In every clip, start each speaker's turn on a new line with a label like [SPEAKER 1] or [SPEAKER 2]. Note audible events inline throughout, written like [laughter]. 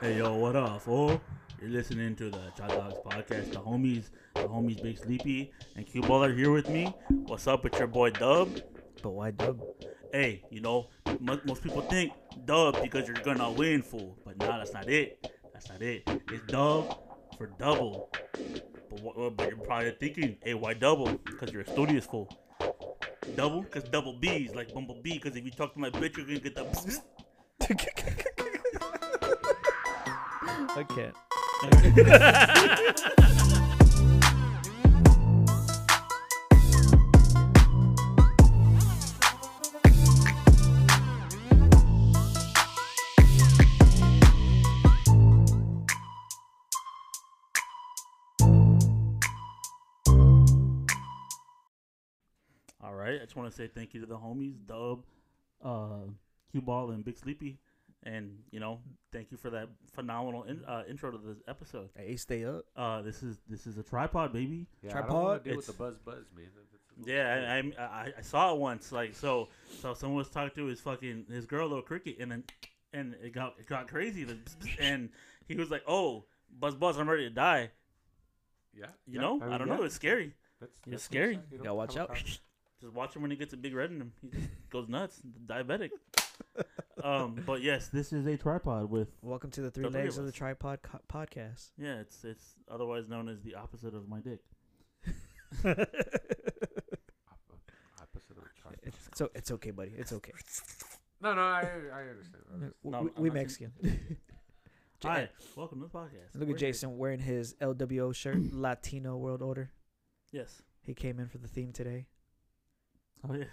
[SPEAKER 1] Hey yo, what up, fool? You're listening to the Shot Dogs podcast. The homies, the homies, Big Sleepy and Q Baller here with me. What's up with your boy Dub?
[SPEAKER 2] But why dub?
[SPEAKER 1] Hey, you know, mo- most people think Dub because you're gonna win, fool. But nah, that's not it. That's not it. It's Dub for double. But, what, but you're probably thinking, hey, why double? Because you're a studious fool. Double? Because double B's, like Bumblebee. Because if you talk to my bitch, you're gonna get the. [laughs]
[SPEAKER 2] [laughs] I can't.
[SPEAKER 1] All right. I just want to say thank you to the homies, Dub, uh, Q Ball, and Big Sleepy. And, you know, thank you for that phenomenal in, uh, intro to this episode.
[SPEAKER 2] Hey, stay up.
[SPEAKER 1] Uh, this is this is a tripod, baby.
[SPEAKER 3] Yeah, I don't wanna
[SPEAKER 2] Tripod,
[SPEAKER 3] deal with the
[SPEAKER 1] it's-
[SPEAKER 3] buzz buzz, man. That's- that's a little weird.
[SPEAKER 1] Yeah, I, I, I, I saw it once. Like, so so someone was talking to his fucking, his girl, Little Cricket, and then, and it got, it got crazy. the And he was like, oh, Buzz Buzz, I'm ready to die.
[SPEAKER 3] Oh, yeah,
[SPEAKER 1] You know? I, don't know. It's scary.
[SPEAKER 3] That's,
[SPEAKER 1] it's
[SPEAKER 3] that's
[SPEAKER 1] scary.
[SPEAKER 3] inside. You don't
[SPEAKER 2] Yeah, watch
[SPEAKER 3] come
[SPEAKER 2] out.
[SPEAKER 3] [laughs] across-
[SPEAKER 1] Just watch him when he gets a big red in him. He
[SPEAKER 2] [laughs]
[SPEAKER 1] just goes nuts, diabetic. um, but yes, [laughs] this is a tripod with
[SPEAKER 2] Welcome to the three
[SPEAKER 1] The three
[SPEAKER 2] legs
[SPEAKER 1] of
[SPEAKER 2] of the
[SPEAKER 1] us.
[SPEAKER 2] tripod co-
[SPEAKER 1] [laughs]
[SPEAKER 2] podcast.
[SPEAKER 1] yeah, it's it's otherwise known as the opposite of my dick.
[SPEAKER 3] Oppo- Opposite of a tripod.
[SPEAKER 2] It's so it's okay, buddy. It's okay.
[SPEAKER 3] No, no, I, I understand. I understand.
[SPEAKER 2] We,
[SPEAKER 1] No,
[SPEAKER 2] we-
[SPEAKER 1] I'm
[SPEAKER 2] we
[SPEAKER 1] not-
[SPEAKER 2] [laughs] Mexican. J- eh,
[SPEAKER 1] Hi, welcome to the podcast.
[SPEAKER 2] Look
[SPEAKER 1] We're-
[SPEAKER 2] at Jason wearing his LWO shirt, [clears throat] Latino World Order.
[SPEAKER 1] Yes.
[SPEAKER 2] He came in for the theme [laughs] today.
[SPEAKER 1] Oh
[SPEAKER 2] [laughs]
[SPEAKER 1] yeah.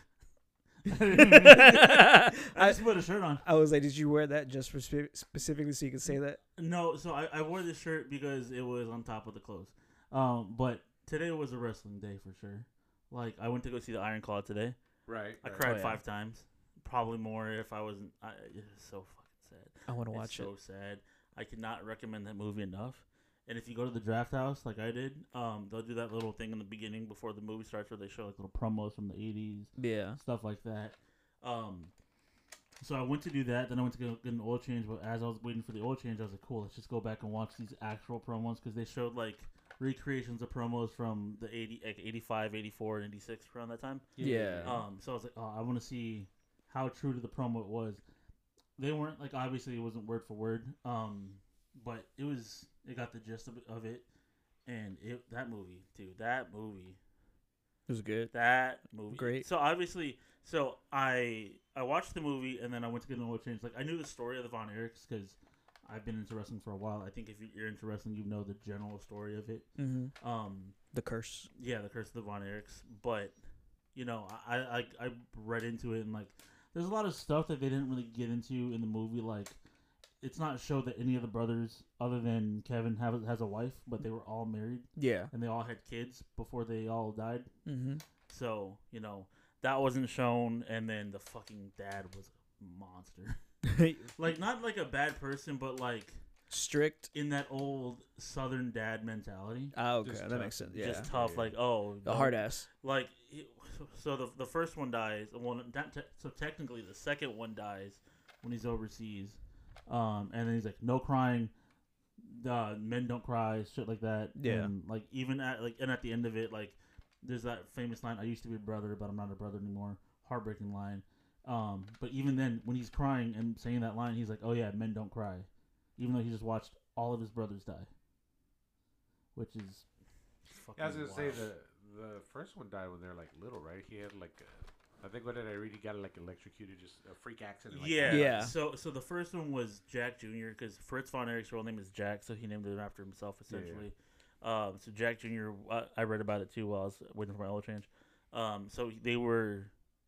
[SPEAKER 2] I,
[SPEAKER 1] [laughs] I just put a shirt on.
[SPEAKER 2] I was like, did you wear that just for spe- specifically so you could say that?
[SPEAKER 1] No, so I, I wore this shirt because it was on top of the clothes. Um, but today was a wrestling day for sure. Like I went to go see the Iron Claw today.
[SPEAKER 3] Right.
[SPEAKER 1] I
[SPEAKER 3] right.
[SPEAKER 1] cried
[SPEAKER 2] Oh, yeah.
[SPEAKER 1] five times, probably more if I wasn't. I, it's so fucking sad.
[SPEAKER 2] I want to
[SPEAKER 1] It's
[SPEAKER 2] watch
[SPEAKER 1] so sad. I cannot recommend that movie enough. And if you go to the draft house like I did, um, they'll do that little thing in the beginning before the movie starts where they show like little promos from the eighties,
[SPEAKER 2] it. Yeah.
[SPEAKER 1] stuff like that. Um, so I went to do that. Then I went to go get an oil change. But as I was waiting for the oil change, I was like, "Cool, let's just go back and watch these actual promos because they showed like recreations of promos from the 80, like 85, 84, and 86 around that time."
[SPEAKER 2] Yeah.
[SPEAKER 1] Um, so I was like, oh, I want to see how true to the promo it was. They weren't like obviously it wasn't word for word, um, but it was. It got the gist of it, of it and it that movie, dude. That movie,
[SPEAKER 2] It was good.
[SPEAKER 1] that movie,
[SPEAKER 2] Great.
[SPEAKER 1] So obviously, so I I watched the movie and then I went to get an oil change. Like I knew the story of the Von Erichs because I've been into wrestling for a while. I think if you're into wrestling, you know the general story of it.
[SPEAKER 2] Mm-hmm.
[SPEAKER 1] Um,
[SPEAKER 2] The curse.
[SPEAKER 1] yeah, the Curse of the Von Erichs. But you know, I, I I read into it and like, there's a lot of stuff that they didn't really get into in the movie. Like, it's not showed that any of the brothers, other than Kevin, have has a wife, but they were all married
[SPEAKER 2] Yeah.
[SPEAKER 1] and they all had kids before they all died.
[SPEAKER 2] Mm-hmm.
[SPEAKER 1] So you know that wasn't shown. And then the fucking dad was a monster. [laughs] like not like a bad person, but like
[SPEAKER 2] [laughs] Strict.
[SPEAKER 1] in that old Southern dad mentality.
[SPEAKER 2] Ah, okay.
[SPEAKER 3] Just
[SPEAKER 2] that
[SPEAKER 3] tough.
[SPEAKER 2] makes sense. Yeah.
[SPEAKER 1] Just tough, like oh,
[SPEAKER 2] the
[SPEAKER 1] no-
[SPEAKER 2] hard ass.
[SPEAKER 1] like it, so the the first one dies well not te- so technically the second one dies when he's overseas um and then he's like no crying uh, men don't cry shit like that
[SPEAKER 2] Yeah.
[SPEAKER 1] and, like even at like and at the end of it like there's that famous line i used to be a brother but i'm not a brother anymore heartbreaking line um but even then when he's crying and saying that line he's like oh yeah men don't cry even though he just watched all of his brothers die which is fucking
[SPEAKER 3] Yeah, I was gonna say
[SPEAKER 1] wild.
[SPEAKER 3] the the first one died when they were like little, right? He had like, a, I think what did I read? He got like electrocuted, just a freak accident. Like
[SPEAKER 1] yeah.
[SPEAKER 3] That.
[SPEAKER 2] Yeah.
[SPEAKER 1] So so the first one was Jack Jr. because Fritz von Erich's real name is Jack, so he named it after himself
[SPEAKER 3] Yeah, yeah.
[SPEAKER 1] essentially. Um, so Jack Jr. I, I read about it too while I was waiting for my oil change. Um, so they were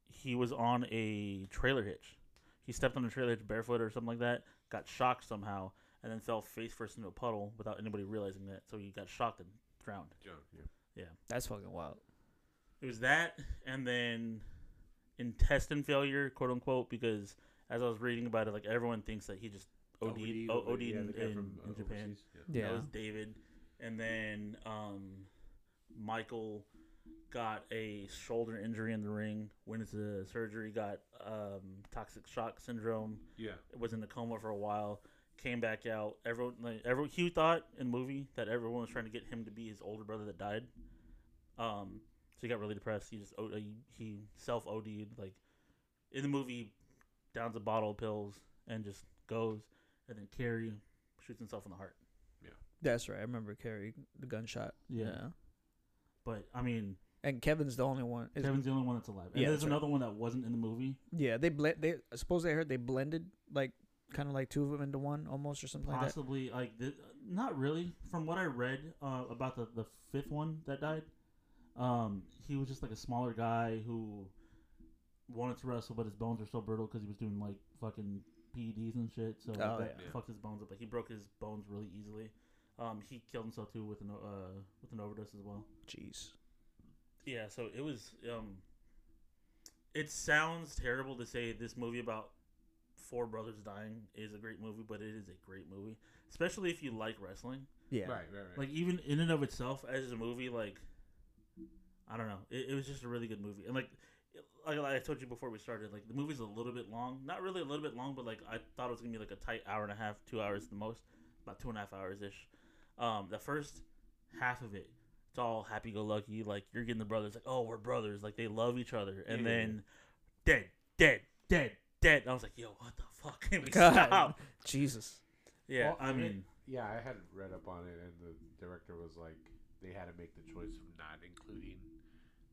[SPEAKER 1] he was on a trailer hitch. He stepped on a trailer hitch barefoot or something like that, got shocked somehow, and then fell face first into a puddle without anybody realizing that. So he got shocked and drowned.
[SPEAKER 3] John, yeah.
[SPEAKER 2] That's fucking wild.
[SPEAKER 1] It was that, and then intestine failure, quote unquote, because as I was reading about it, like everyone thinks that he just OD'd,
[SPEAKER 3] OD'd,
[SPEAKER 1] O- OD'd
[SPEAKER 3] yeah,
[SPEAKER 1] in,
[SPEAKER 3] the guy
[SPEAKER 1] in,
[SPEAKER 3] from, uh,
[SPEAKER 1] in Japan.
[SPEAKER 3] overseas, yeah.
[SPEAKER 1] Yeah.
[SPEAKER 2] Yeah.
[SPEAKER 1] That was David, and then um, Michael got a shoulder injury in the ring. Went into surgery, got um, toxic shock syndrome.
[SPEAKER 3] Yeah.
[SPEAKER 1] Was in a coma for a while. came back out. Everyone, like, everyone, he thought in the movie that everyone was trying to get him to be his older brother that died. Um, so he got really depressed. He just O- uh, he self OD'd. Like in the movie, he downs a bottle of pills and just goes. And then Carrie shoots himself in the heart.
[SPEAKER 2] That's right. I remember Carrie the gunshot.
[SPEAKER 1] Yeah. But I mean,
[SPEAKER 2] And Kevin's the only one. Is,
[SPEAKER 1] Kevin's the only one that's alive. And
[SPEAKER 2] Yeah,
[SPEAKER 1] there's
[SPEAKER 2] that's right.
[SPEAKER 1] another one that wasn't in the movie.
[SPEAKER 2] Yeah, they blend. They I suppose they heard they blended like kind of like two of them into one almost or something like that.
[SPEAKER 1] possibly like th- not really from what i read uh, about the, the fifth one that died um, he was just like a smaller guy who wanted to wrestle but his bones were so brittle because he was doing like fucking peds and shit so
[SPEAKER 2] Oh,
[SPEAKER 1] that
[SPEAKER 3] yeah.
[SPEAKER 1] fucked his bones up but he broke his bones really easily um, he killed himself too with an o- uh, with an overdose as well
[SPEAKER 2] Jeez.
[SPEAKER 1] yeah so it was um it sounds terrible to say this movie about four brothers dying is a great movie but it is a great movie especially if you like wrestling
[SPEAKER 2] Yeah.
[SPEAKER 3] Right, right, right.
[SPEAKER 1] like even in and of itself as a movie like i don't know it, it was just a really good movie and like like i told you before we started like the movie's a little bit long not really a little bit long but like i thought it was gonna be like a tight hour and a half two hours at the most about two and a half hours ish um the first half of it it's all happy-go-lucky like you're getting the brothers like oh we're brothers like they love each other and
[SPEAKER 3] Yeah.
[SPEAKER 1] then dead dead dead dead i was like yo what the fuck [laughs] can we
[SPEAKER 2] [laughs] God.
[SPEAKER 1] stop
[SPEAKER 2] Jesus.
[SPEAKER 1] yeah
[SPEAKER 3] Well,
[SPEAKER 1] i
[SPEAKER 3] I mean-
[SPEAKER 1] mean
[SPEAKER 3] yeah, I had read up on it, and the director was like, they had to make the choice of not including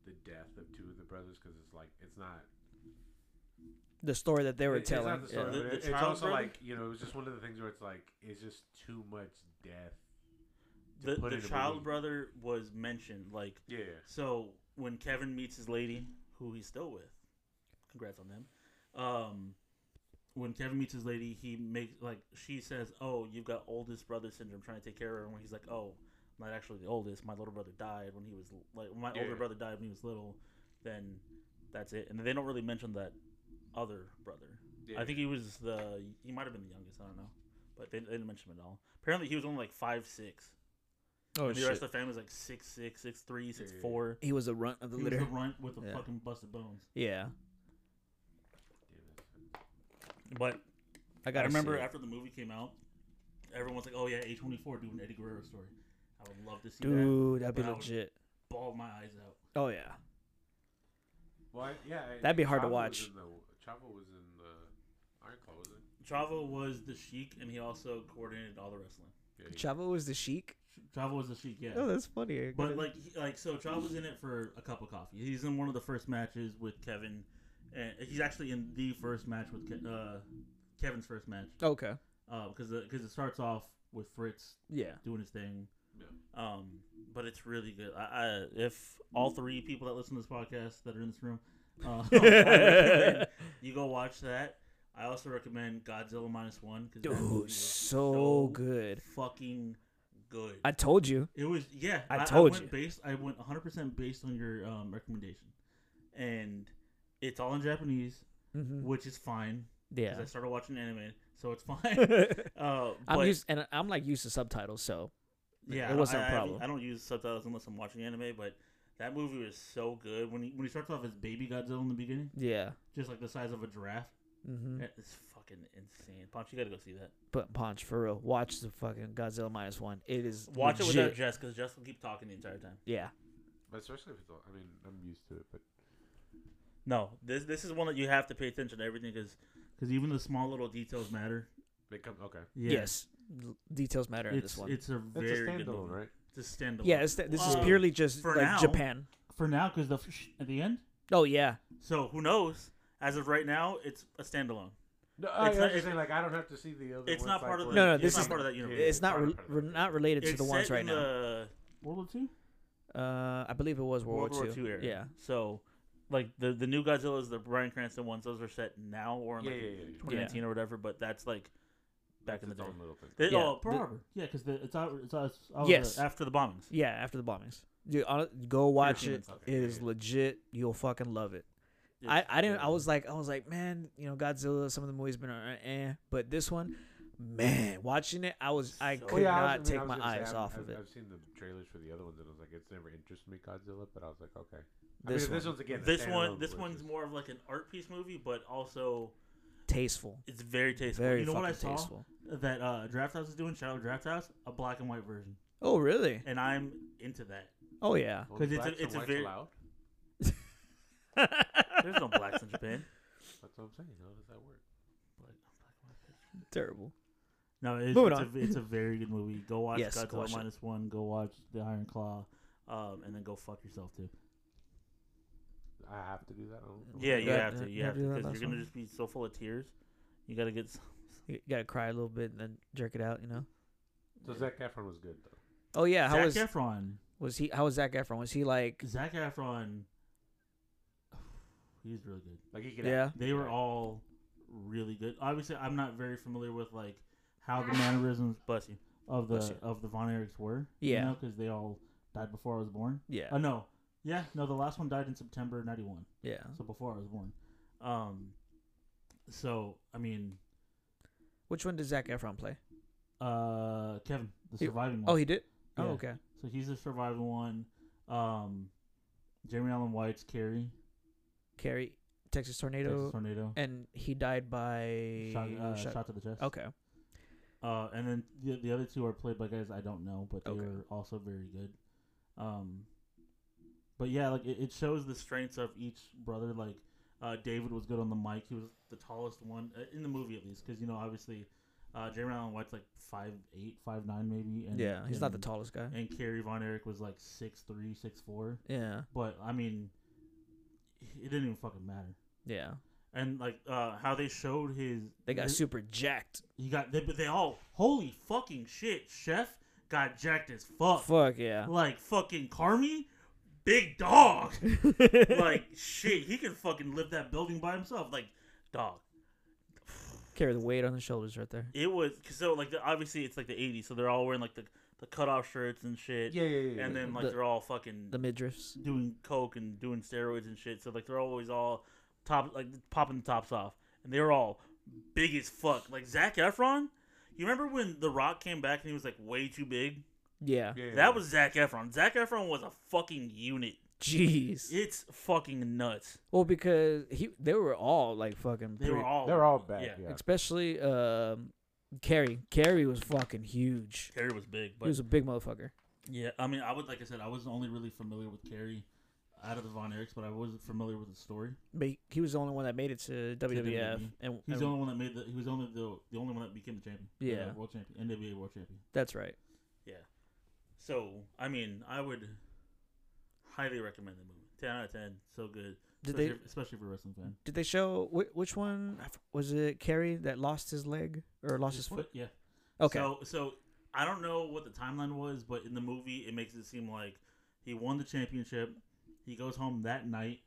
[SPEAKER 3] the death of two of the brothers because it's like it's not
[SPEAKER 2] The story that they were
[SPEAKER 3] It- it's not
[SPEAKER 2] telling. yeah.
[SPEAKER 3] the story,
[SPEAKER 1] The-
[SPEAKER 3] but
[SPEAKER 1] the
[SPEAKER 3] it's
[SPEAKER 1] child
[SPEAKER 3] also
[SPEAKER 1] brother?
[SPEAKER 3] like you know, it was just one of the things where it's like it's just too much death.
[SPEAKER 1] the,
[SPEAKER 3] put
[SPEAKER 1] the
[SPEAKER 3] it in a
[SPEAKER 1] child
[SPEAKER 3] movie.
[SPEAKER 1] brother was mentioned like
[SPEAKER 3] Yeah,
[SPEAKER 1] So when Kevin meets his lady, who he's still with, congrats on them. Um, when Kevin meets his lady, he makes like she says, "Oh, you've got oldest brother syndrome, trying to take care of her." And when he's like, "Oh, I'm not actually the oldest. My little brother died when he was l- like when my
[SPEAKER 3] Yeah.
[SPEAKER 1] older brother died when he was little." Then that's it, and they don't really mention that other brother. I think he was the he might have been the youngest. I don't know, but they, they didn't mention him at all. Apparently, he was only like five six.
[SPEAKER 2] Oh
[SPEAKER 1] and the rest
[SPEAKER 2] shit.
[SPEAKER 1] of the family was like six six, six three, six
[SPEAKER 3] Yeah.
[SPEAKER 1] four.
[SPEAKER 2] He was a runt of the
[SPEAKER 1] He was
[SPEAKER 2] litter.
[SPEAKER 1] the runt with the
[SPEAKER 2] Yeah.
[SPEAKER 1] fucking busted bones.
[SPEAKER 2] Yeah.
[SPEAKER 1] But
[SPEAKER 2] I
[SPEAKER 1] I
[SPEAKER 2] gotta
[SPEAKER 1] remember
[SPEAKER 2] see it.
[SPEAKER 1] after the movie came out, everyone's like, "Oh yeah, A twenty four doing Eddie Guerrero story." I would love to see that.
[SPEAKER 2] Dude, that'd be
[SPEAKER 1] when I was-
[SPEAKER 2] legit.
[SPEAKER 1] Ball my eyes out.
[SPEAKER 2] Oh yeah.
[SPEAKER 3] Well, I- yeah, I-
[SPEAKER 2] That'd be hard to
[SPEAKER 3] Chavo
[SPEAKER 2] watch.
[SPEAKER 3] Was in the, Chavo was in the Iron Claw, wasn't
[SPEAKER 1] Chavo was the Sheik, and he also coordinated all the wrestling.
[SPEAKER 3] he? Yeah, he-
[SPEAKER 2] Chavo was the sheik.
[SPEAKER 1] Chavo was the Sheik, yeah.
[SPEAKER 2] Oh, that's funny. I
[SPEAKER 1] But
[SPEAKER 2] gotta-
[SPEAKER 1] like, he, like so, Chavo's in it for a cup of coffee. He's in one of the first matches with Kevin, and he's actually in the first match with Ke- uh, Kevin's first match uh,
[SPEAKER 2] okay.
[SPEAKER 1] because because it starts off with Fritz
[SPEAKER 2] Yeah.
[SPEAKER 1] doing his thing.
[SPEAKER 3] yeah.
[SPEAKER 1] Um, but it's really good. I, I if all three people that listen to this podcast that are in this room, uh, [laughs] I recommend you go watch that. I also recommend Godzilla minus one because
[SPEAKER 2] Dude, so, good.
[SPEAKER 1] fucking good.
[SPEAKER 2] I told you.
[SPEAKER 1] it was yeah.
[SPEAKER 2] I told
[SPEAKER 1] went
[SPEAKER 2] you.
[SPEAKER 1] Based, I went 100 percent based on your um, recommendation, and it's all in Japanese,
[SPEAKER 2] hmm
[SPEAKER 1] which is fine because
[SPEAKER 2] Yeah.
[SPEAKER 1] I started watching anime, so it's fine.
[SPEAKER 2] [laughs]
[SPEAKER 1] uh,
[SPEAKER 2] I'm [laughs]
[SPEAKER 1] but-
[SPEAKER 2] used and I'm like used to subtitles, so
[SPEAKER 1] Yeah,
[SPEAKER 2] It
[SPEAKER 1] I-
[SPEAKER 2] wasn't a
[SPEAKER 1] I- I don't-
[SPEAKER 2] problem.
[SPEAKER 1] I, don't use subtitles unless I'm watching anime, but that movie was so good. When he, when he starts off as baby Godzilla in the beginning,
[SPEAKER 2] yeah.
[SPEAKER 1] just like the size of a giraffe,
[SPEAKER 2] hmm
[SPEAKER 1] that is fucking insane. Punch, you gotta go see that.
[SPEAKER 2] But Ponch, for real, watch the fucking Godzilla minus one. It is
[SPEAKER 1] Watch it without
[SPEAKER 2] legit.
[SPEAKER 1] Jess, because Jess will keep talking the entire time.
[SPEAKER 2] Yeah.
[SPEAKER 3] But especially if it's, all- I mean, I'm used to it, but
[SPEAKER 1] No, this this is one that you have to pay attention to everything because even the small little details matter.
[SPEAKER 3] they come okay.
[SPEAKER 1] Yeah.
[SPEAKER 2] Yes. L- Details matter in
[SPEAKER 1] it's
[SPEAKER 2] this one.
[SPEAKER 1] it's a
[SPEAKER 3] It's
[SPEAKER 1] very
[SPEAKER 3] a
[SPEAKER 1] good
[SPEAKER 3] standalone,
[SPEAKER 1] movie.
[SPEAKER 3] right?
[SPEAKER 1] It's a standalone.
[SPEAKER 2] yeah. It's th- this is
[SPEAKER 1] Um,
[SPEAKER 2] purely just
[SPEAKER 1] for
[SPEAKER 2] like
[SPEAKER 1] now-
[SPEAKER 2] Japan.
[SPEAKER 1] for now because the at the end.
[SPEAKER 2] Oh yeah.
[SPEAKER 1] So who knows? As of right now, it's a standalone.
[SPEAKER 3] No, I
[SPEAKER 1] It's not-
[SPEAKER 3] understand,
[SPEAKER 1] it's-
[SPEAKER 3] like I don't have to see the other.
[SPEAKER 1] It's
[SPEAKER 3] ones,
[SPEAKER 1] not
[SPEAKER 3] like,
[SPEAKER 1] part of the.
[SPEAKER 3] where-
[SPEAKER 2] No, no,
[SPEAKER 1] it's
[SPEAKER 2] this
[SPEAKER 1] not
[SPEAKER 2] is-
[SPEAKER 1] part of that universe.
[SPEAKER 3] Yeah,
[SPEAKER 2] It's not
[SPEAKER 3] part
[SPEAKER 2] re-
[SPEAKER 3] of- part
[SPEAKER 2] re-
[SPEAKER 3] of it.
[SPEAKER 2] not related to
[SPEAKER 1] It's
[SPEAKER 2] the ones
[SPEAKER 1] set
[SPEAKER 2] right
[SPEAKER 1] in
[SPEAKER 2] now.
[SPEAKER 1] the- World War Two.
[SPEAKER 2] Uh, I believe it was World, War Two.
[SPEAKER 1] era.
[SPEAKER 2] Yeah.
[SPEAKER 1] So, like the the new Godzilla's, the Brian Cranston ones, those are set now or in
[SPEAKER 3] Yeah,
[SPEAKER 1] like
[SPEAKER 3] yeah, yeah. yeah.
[SPEAKER 1] 2019 or whatever. But that's like back
[SPEAKER 3] That's
[SPEAKER 1] in the
[SPEAKER 3] its
[SPEAKER 1] day.
[SPEAKER 3] own little thing.
[SPEAKER 1] They,
[SPEAKER 2] Yeah.
[SPEAKER 1] Oh, Pearl
[SPEAKER 2] The-
[SPEAKER 1] Harbor. Yeah, because it's out. It's out. It's out
[SPEAKER 2] Yes.
[SPEAKER 1] uh, after the bombings.
[SPEAKER 2] Yeah. After the bombings. Dude, hon- go watch
[SPEAKER 1] Hiroshima
[SPEAKER 2] it.
[SPEAKER 1] and stuff.
[SPEAKER 2] It is legit. You'll fucking love it.
[SPEAKER 1] It's-
[SPEAKER 2] I, I didn't.
[SPEAKER 1] yeah.
[SPEAKER 2] I was like, I was like, man, you know, Godzilla. Some of the movies been, uh, eh, but this one, man, watching it, I was, I
[SPEAKER 1] So-
[SPEAKER 2] could
[SPEAKER 3] Well, yeah, I was- I
[SPEAKER 2] not
[SPEAKER 3] mean, I
[SPEAKER 2] take
[SPEAKER 3] was
[SPEAKER 2] my
[SPEAKER 3] gonna say,
[SPEAKER 2] eyes
[SPEAKER 3] I've-
[SPEAKER 2] off
[SPEAKER 3] I've,
[SPEAKER 2] of it.
[SPEAKER 3] I've seen the trailers for the other ones, and I was like, it's never interested me, Godzilla. But I was like, okay. I
[SPEAKER 2] This
[SPEAKER 3] mean, this
[SPEAKER 2] one.
[SPEAKER 3] one's again. a
[SPEAKER 1] This one,
[SPEAKER 3] standalone,
[SPEAKER 1] this
[SPEAKER 3] which
[SPEAKER 1] one's
[SPEAKER 3] is-
[SPEAKER 1] more of like an art piece movie, but also
[SPEAKER 2] Tasteful,
[SPEAKER 1] it's very tasteful.
[SPEAKER 2] very
[SPEAKER 1] you know
[SPEAKER 2] fucking
[SPEAKER 1] what I saw?
[SPEAKER 2] tasteful.
[SPEAKER 1] that uh, Draft House is doing, shout out Draft House, a black and white version,
[SPEAKER 2] Oh really?
[SPEAKER 1] and I'm into that.
[SPEAKER 2] Oh yeah.
[SPEAKER 3] Well,
[SPEAKER 1] 'Cause it's a-
[SPEAKER 3] blacks and
[SPEAKER 1] it's a
[SPEAKER 3] whites
[SPEAKER 1] very-
[SPEAKER 3] allowed.
[SPEAKER 1] There's no blacks in Japan.
[SPEAKER 3] That's what I'm saying. How does that work?
[SPEAKER 2] [laughs] Terrible.
[SPEAKER 1] No, it's,
[SPEAKER 2] Moving
[SPEAKER 1] it's,
[SPEAKER 2] on.
[SPEAKER 1] a, it's a very good movie. Go watch
[SPEAKER 2] Yes, go
[SPEAKER 1] Godzilla
[SPEAKER 2] watch it.
[SPEAKER 1] Minus One. Go watch The Iron Claw, um, and then go fuck yourself too.
[SPEAKER 3] I have to do that. I don't-
[SPEAKER 1] Yeah,
[SPEAKER 2] you
[SPEAKER 1] you
[SPEAKER 2] got-
[SPEAKER 1] have to.
[SPEAKER 2] you
[SPEAKER 1] You have
[SPEAKER 2] have to do
[SPEAKER 1] to
[SPEAKER 2] that
[SPEAKER 1] because
[SPEAKER 2] last
[SPEAKER 1] you're gonna
[SPEAKER 2] one?
[SPEAKER 1] just be so full of tears. You gotta get. Some,
[SPEAKER 2] You gotta cry a little bit and then jerk it out, you know.
[SPEAKER 3] So Zac Efron was good though.
[SPEAKER 2] Oh yeah, how
[SPEAKER 1] Zac
[SPEAKER 2] was
[SPEAKER 1] Efron.
[SPEAKER 2] was he? How was Zac Efron? Was he like?
[SPEAKER 1] Zac Efron. [sighs] He's really good.
[SPEAKER 3] Like he could. act.
[SPEAKER 2] Yeah.
[SPEAKER 1] They were all really good. Obviously, I'm not very familiar with like how the mannerisms bless you, of the
[SPEAKER 2] Bless you.
[SPEAKER 1] of the Von Erichs were.
[SPEAKER 2] Yeah.
[SPEAKER 1] You know, because they all died before I was born.
[SPEAKER 2] Yeah.
[SPEAKER 1] Oh no. Yeah, no. The last one died in September '91.
[SPEAKER 2] Yeah.
[SPEAKER 1] so before I was born. Um, so I mean,
[SPEAKER 2] Which one did Zac Efron play?
[SPEAKER 1] uh, Kevin, the
[SPEAKER 2] He-
[SPEAKER 1] surviving one.
[SPEAKER 2] Oh, he did. Oh,
[SPEAKER 1] Yeah.
[SPEAKER 2] okay.
[SPEAKER 1] So he's the surviving one. Um, Jeremy Allen White's Carrie,
[SPEAKER 2] Carrie, Texas tornado,
[SPEAKER 1] Texas tornado,
[SPEAKER 2] and he died by
[SPEAKER 1] shot, uh,
[SPEAKER 2] shot-
[SPEAKER 1] shot. to the chest.
[SPEAKER 2] Okay.
[SPEAKER 1] Uh, and then the, the other two are played by guys I don't know, but they
[SPEAKER 2] Okay.
[SPEAKER 1] were also very good. Um, but yeah, like it, it shows the strengths of each brother. Like uh, David was good on the mic; he was the tallest one uh, in the movie, at least, because you know, obviously, uh, Jeremy Allen White's like five eight, five nine, maybe. And,
[SPEAKER 2] yeah, he's not the
[SPEAKER 1] and-
[SPEAKER 2] tallest guy.
[SPEAKER 1] And Kerry Von Erich was like six three, six four.
[SPEAKER 2] Yeah.
[SPEAKER 1] But I mean, it didn't even fucking matter.
[SPEAKER 2] Yeah.
[SPEAKER 1] And like uh, how they showed his
[SPEAKER 2] They got
[SPEAKER 1] his,
[SPEAKER 2] super jacked.
[SPEAKER 1] he got they, but they all holy fucking shit. Chef got jacked as fuck.
[SPEAKER 2] Fuck yeah.
[SPEAKER 1] Like fucking Carmi, big dog.
[SPEAKER 2] [laughs]
[SPEAKER 1] like [laughs] shit, he can fucking lift that building by himself. Like dog.
[SPEAKER 2] Carry the weight on the shoulders right there.
[SPEAKER 1] It was 'cause so like the, obviously it's like the '80s, so they're all wearing like the the cutoff shirts and shit.
[SPEAKER 3] Yeah, yeah, yeah. yeah.
[SPEAKER 1] And then like
[SPEAKER 2] The-
[SPEAKER 1] they're all fucking
[SPEAKER 2] The midriffs.
[SPEAKER 1] doing coke and doing steroids and shit. So like they're always all top like popping the tops off, and they were all big as fuck. Like Zach Efron, you remember when The Rock came back and he was like way too big?
[SPEAKER 2] Yeah.
[SPEAKER 3] Yeah, yeah, yeah.
[SPEAKER 1] That was Zach Efron. Zach Efron was a fucking unit.
[SPEAKER 2] Jeez.
[SPEAKER 1] It's fucking nuts.
[SPEAKER 2] Well, because he they were all like fucking.
[SPEAKER 1] They were
[SPEAKER 2] pretty-
[SPEAKER 1] all.
[SPEAKER 3] They're all bad.
[SPEAKER 1] Yeah.
[SPEAKER 3] Yeah.
[SPEAKER 2] Especially um, Carrie. Carrie was fucking huge.
[SPEAKER 1] Carrie was big,
[SPEAKER 2] he
[SPEAKER 1] but
[SPEAKER 2] was a big motherfucker.
[SPEAKER 1] yeah, I mean, I would like I said, I was only really familiar with Carrie out of the Von Erichs, but I wasn't familiar with the story.
[SPEAKER 2] But he, he was the only one that made it to WWF,
[SPEAKER 1] WWE.
[SPEAKER 2] and,
[SPEAKER 1] He's
[SPEAKER 2] E. and-
[SPEAKER 1] the only one that made the. He was only the the only one that became the champion. uh,
[SPEAKER 2] Yeah.
[SPEAKER 1] world champion, NWA world champion.
[SPEAKER 2] that's right.
[SPEAKER 1] Yeah. So I mean, I would highly recommend the movie. Ten out of ten. So good.
[SPEAKER 2] Did
[SPEAKER 1] especially,
[SPEAKER 2] they
[SPEAKER 1] if- especially if you're a wrestling fan.
[SPEAKER 2] did they show wh- which one I f- was it? Carrie that lost his leg or lost his foot?
[SPEAKER 1] Yeah.
[SPEAKER 2] Okay,
[SPEAKER 1] So so I don't know what the timeline was, but in the movie it makes it seem like he won the championship. He goes home that night.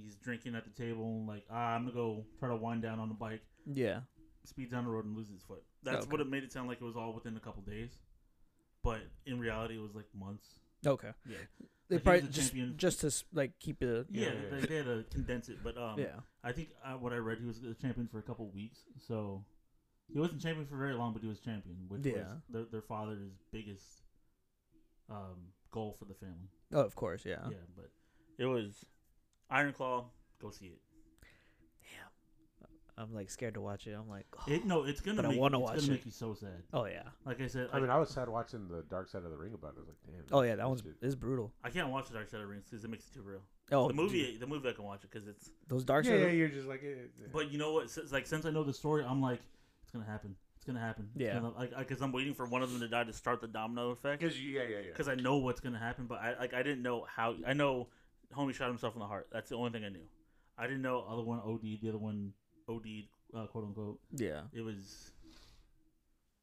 [SPEAKER 1] He's drinking at the table, like ah, I'm gonna go try to wind down on the bike,
[SPEAKER 2] yeah,
[SPEAKER 1] speed down the road, and lose his foot. That's
[SPEAKER 2] Okay.
[SPEAKER 1] what it made it sound like. It was all within a couple days, but in reality, it was like months.
[SPEAKER 2] okay.
[SPEAKER 1] Yeah, Like,
[SPEAKER 2] They
[SPEAKER 1] he was
[SPEAKER 2] probably
[SPEAKER 1] the
[SPEAKER 2] just
[SPEAKER 1] champion.
[SPEAKER 2] just to s- like keep it.
[SPEAKER 1] yeah.
[SPEAKER 3] Yeah, yeah,
[SPEAKER 1] They, they had to condense it, but um,
[SPEAKER 2] yeah,
[SPEAKER 1] I think uh, what I read, he was the champion for a couple weeks. So he wasn't champion for very long, but he was champion, which was
[SPEAKER 2] Yeah.
[SPEAKER 1] their, their father's biggest um, goal for the family.
[SPEAKER 2] oh, of course, yeah.
[SPEAKER 1] Yeah, but it was Iron Claw. Go see it.
[SPEAKER 2] I'm like scared to watch it. I'm like, oh,
[SPEAKER 1] It no, it's gonna
[SPEAKER 2] But I
[SPEAKER 1] make,
[SPEAKER 2] wanna
[SPEAKER 1] it's
[SPEAKER 2] watch
[SPEAKER 1] gonna
[SPEAKER 2] it.
[SPEAKER 1] make you so sad.
[SPEAKER 2] oh yeah,
[SPEAKER 1] Like I said, I,
[SPEAKER 3] I mean, I was sad watching the Dark Side of the Ring about it. I was like, damn.
[SPEAKER 2] oh yeah, that
[SPEAKER 3] this
[SPEAKER 2] one's
[SPEAKER 3] shit-
[SPEAKER 2] is brutal.
[SPEAKER 1] I can't watch the Dark Side of the Rings because it makes it too real.
[SPEAKER 2] Oh,
[SPEAKER 1] the
[SPEAKER 2] dude,
[SPEAKER 1] movie, the movie, I can watch it because it's.
[SPEAKER 2] those dark
[SPEAKER 3] Yeah,
[SPEAKER 2] side.
[SPEAKER 3] yeah,
[SPEAKER 2] Yeah,
[SPEAKER 3] you're just like. eh, eh.
[SPEAKER 1] But you know what? Since, like since I know the story, I'm like, it's gonna happen. It's gonna happen. It's
[SPEAKER 2] Yeah.
[SPEAKER 1] gonna- like because I'm waiting for one of them to die to start the domino effect.
[SPEAKER 3] Because you, yeah, yeah, yeah.
[SPEAKER 1] because I know what's gonna happen, but I like I didn't know how. I know homie shot himself in the heart. That's the only thing I knew. I didn't know other one OD, the other one OD, uh, quote unquote. It was,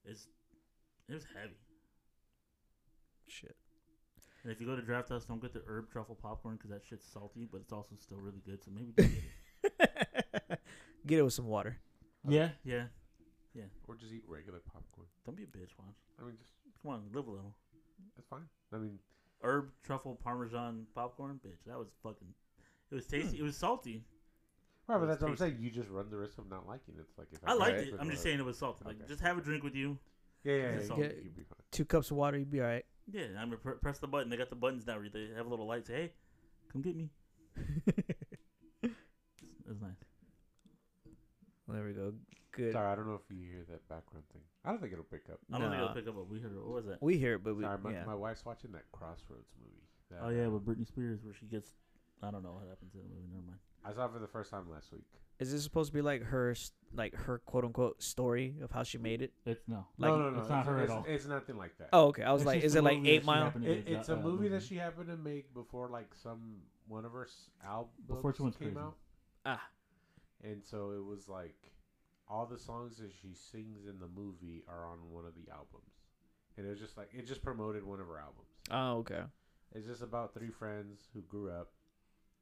[SPEAKER 1] it's, it was heavy.
[SPEAKER 2] shit. [laughs]
[SPEAKER 1] And if you go to Draft House, don't get the herb truffle popcorn because that shit's salty, but it's also still really good. So maybe, do get
[SPEAKER 3] [laughs]
[SPEAKER 1] it.
[SPEAKER 2] Get it with some water.
[SPEAKER 1] yeah, yeah.
[SPEAKER 3] Or just eat regular popcorn.
[SPEAKER 1] Don't be a bitch, Juan.
[SPEAKER 3] I mean, just
[SPEAKER 1] Come on, live a little.
[SPEAKER 3] that's fine. I mean,
[SPEAKER 1] Herb truffle parmesan popcorn, bitch. That was fucking. It was
[SPEAKER 3] Hmm.
[SPEAKER 1] tasty. It was salty.
[SPEAKER 3] right, but
[SPEAKER 1] It's
[SPEAKER 3] that's what I'm
[SPEAKER 1] tasty.
[SPEAKER 3] saying. You just run the risk of not liking it. It's like if
[SPEAKER 1] I liked
[SPEAKER 2] Alright.
[SPEAKER 1] it. I'm just saying it was salty. Like,
[SPEAKER 3] Okay.
[SPEAKER 1] just have a drink with you.
[SPEAKER 3] Yeah, yeah,
[SPEAKER 1] it's
[SPEAKER 3] yeah.
[SPEAKER 1] salty.
[SPEAKER 3] you- you'd be fine.
[SPEAKER 2] Two cups of water, you'd be all [laughs] right.
[SPEAKER 1] Yeah, I mean, pr- press the button. They got the buttons now. Where they have a little light. Say, hey, come get me.
[SPEAKER 2] well,
[SPEAKER 1] That's nice.
[SPEAKER 2] there we go. good.
[SPEAKER 3] Sorry, I don't know if you hear that background thing. I don't think it'll pick up.
[SPEAKER 1] I don't think
[SPEAKER 2] Nah.
[SPEAKER 1] it'll pick up what we heard. What was that?
[SPEAKER 2] We hear it, but we
[SPEAKER 3] Sorry, my,
[SPEAKER 2] yeah.
[SPEAKER 3] my wife's watching that Crossroads movie. That,
[SPEAKER 1] Oh yeah,
[SPEAKER 3] uh,
[SPEAKER 1] with Britney Spears, where she gets. I don't know what happened to the movie. Never mind.
[SPEAKER 3] I saw it for the first time last week.
[SPEAKER 2] Is this supposed to be like her s- like her quote unquote story of how she made it?
[SPEAKER 1] It's no.
[SPEAKER 2] Like-
[SPEAKER 3] no, no, no,
[SPEAKER 1] it's not her at
[SPEAKER 3] it's,
[SPEAKER 1] all.
[SPEAKER 3] It's nothing like that.
[SPEAKER 2] Oh, okay. I was
[SPEAKER 1] It's
[SPEAKER 2] like,
[SPEAKER 1] just
[SPEAKER 2] is
[SPEAKER 1] the
[SPEAKER 2] it like
[SPEAKER 1] movie that
[SPEAKER 2] Eight
[SPEAKER 1] she
[SPEAKER 2] Mile?
[SPEAKER 1] happened to
[SPEAKER 3] It,
[SPEAKER 1] make,
[SPEAKER 3] it's
[SPEAKER 1] uh,
[SPEAKER 3] a
[SPEAKER 1] uh,
[SPEAKER 3] movie that she happened to make before like some one of her s- albums
[SPEAKER 1] Before she
[SPEAKER 3] came
[SPEAKER 1] went crazy.
[SPEAKER 3] out.
[SPEAKER 2] Ah.
[SPEAKER 3] And so it was like all the songs that she sings in the movie are on one of the albums. And it was just like it just promoted one of her albums.
[SPEAKER 2] Oh, okay.
[SPEAKER 3] It's just about three friends who grew up.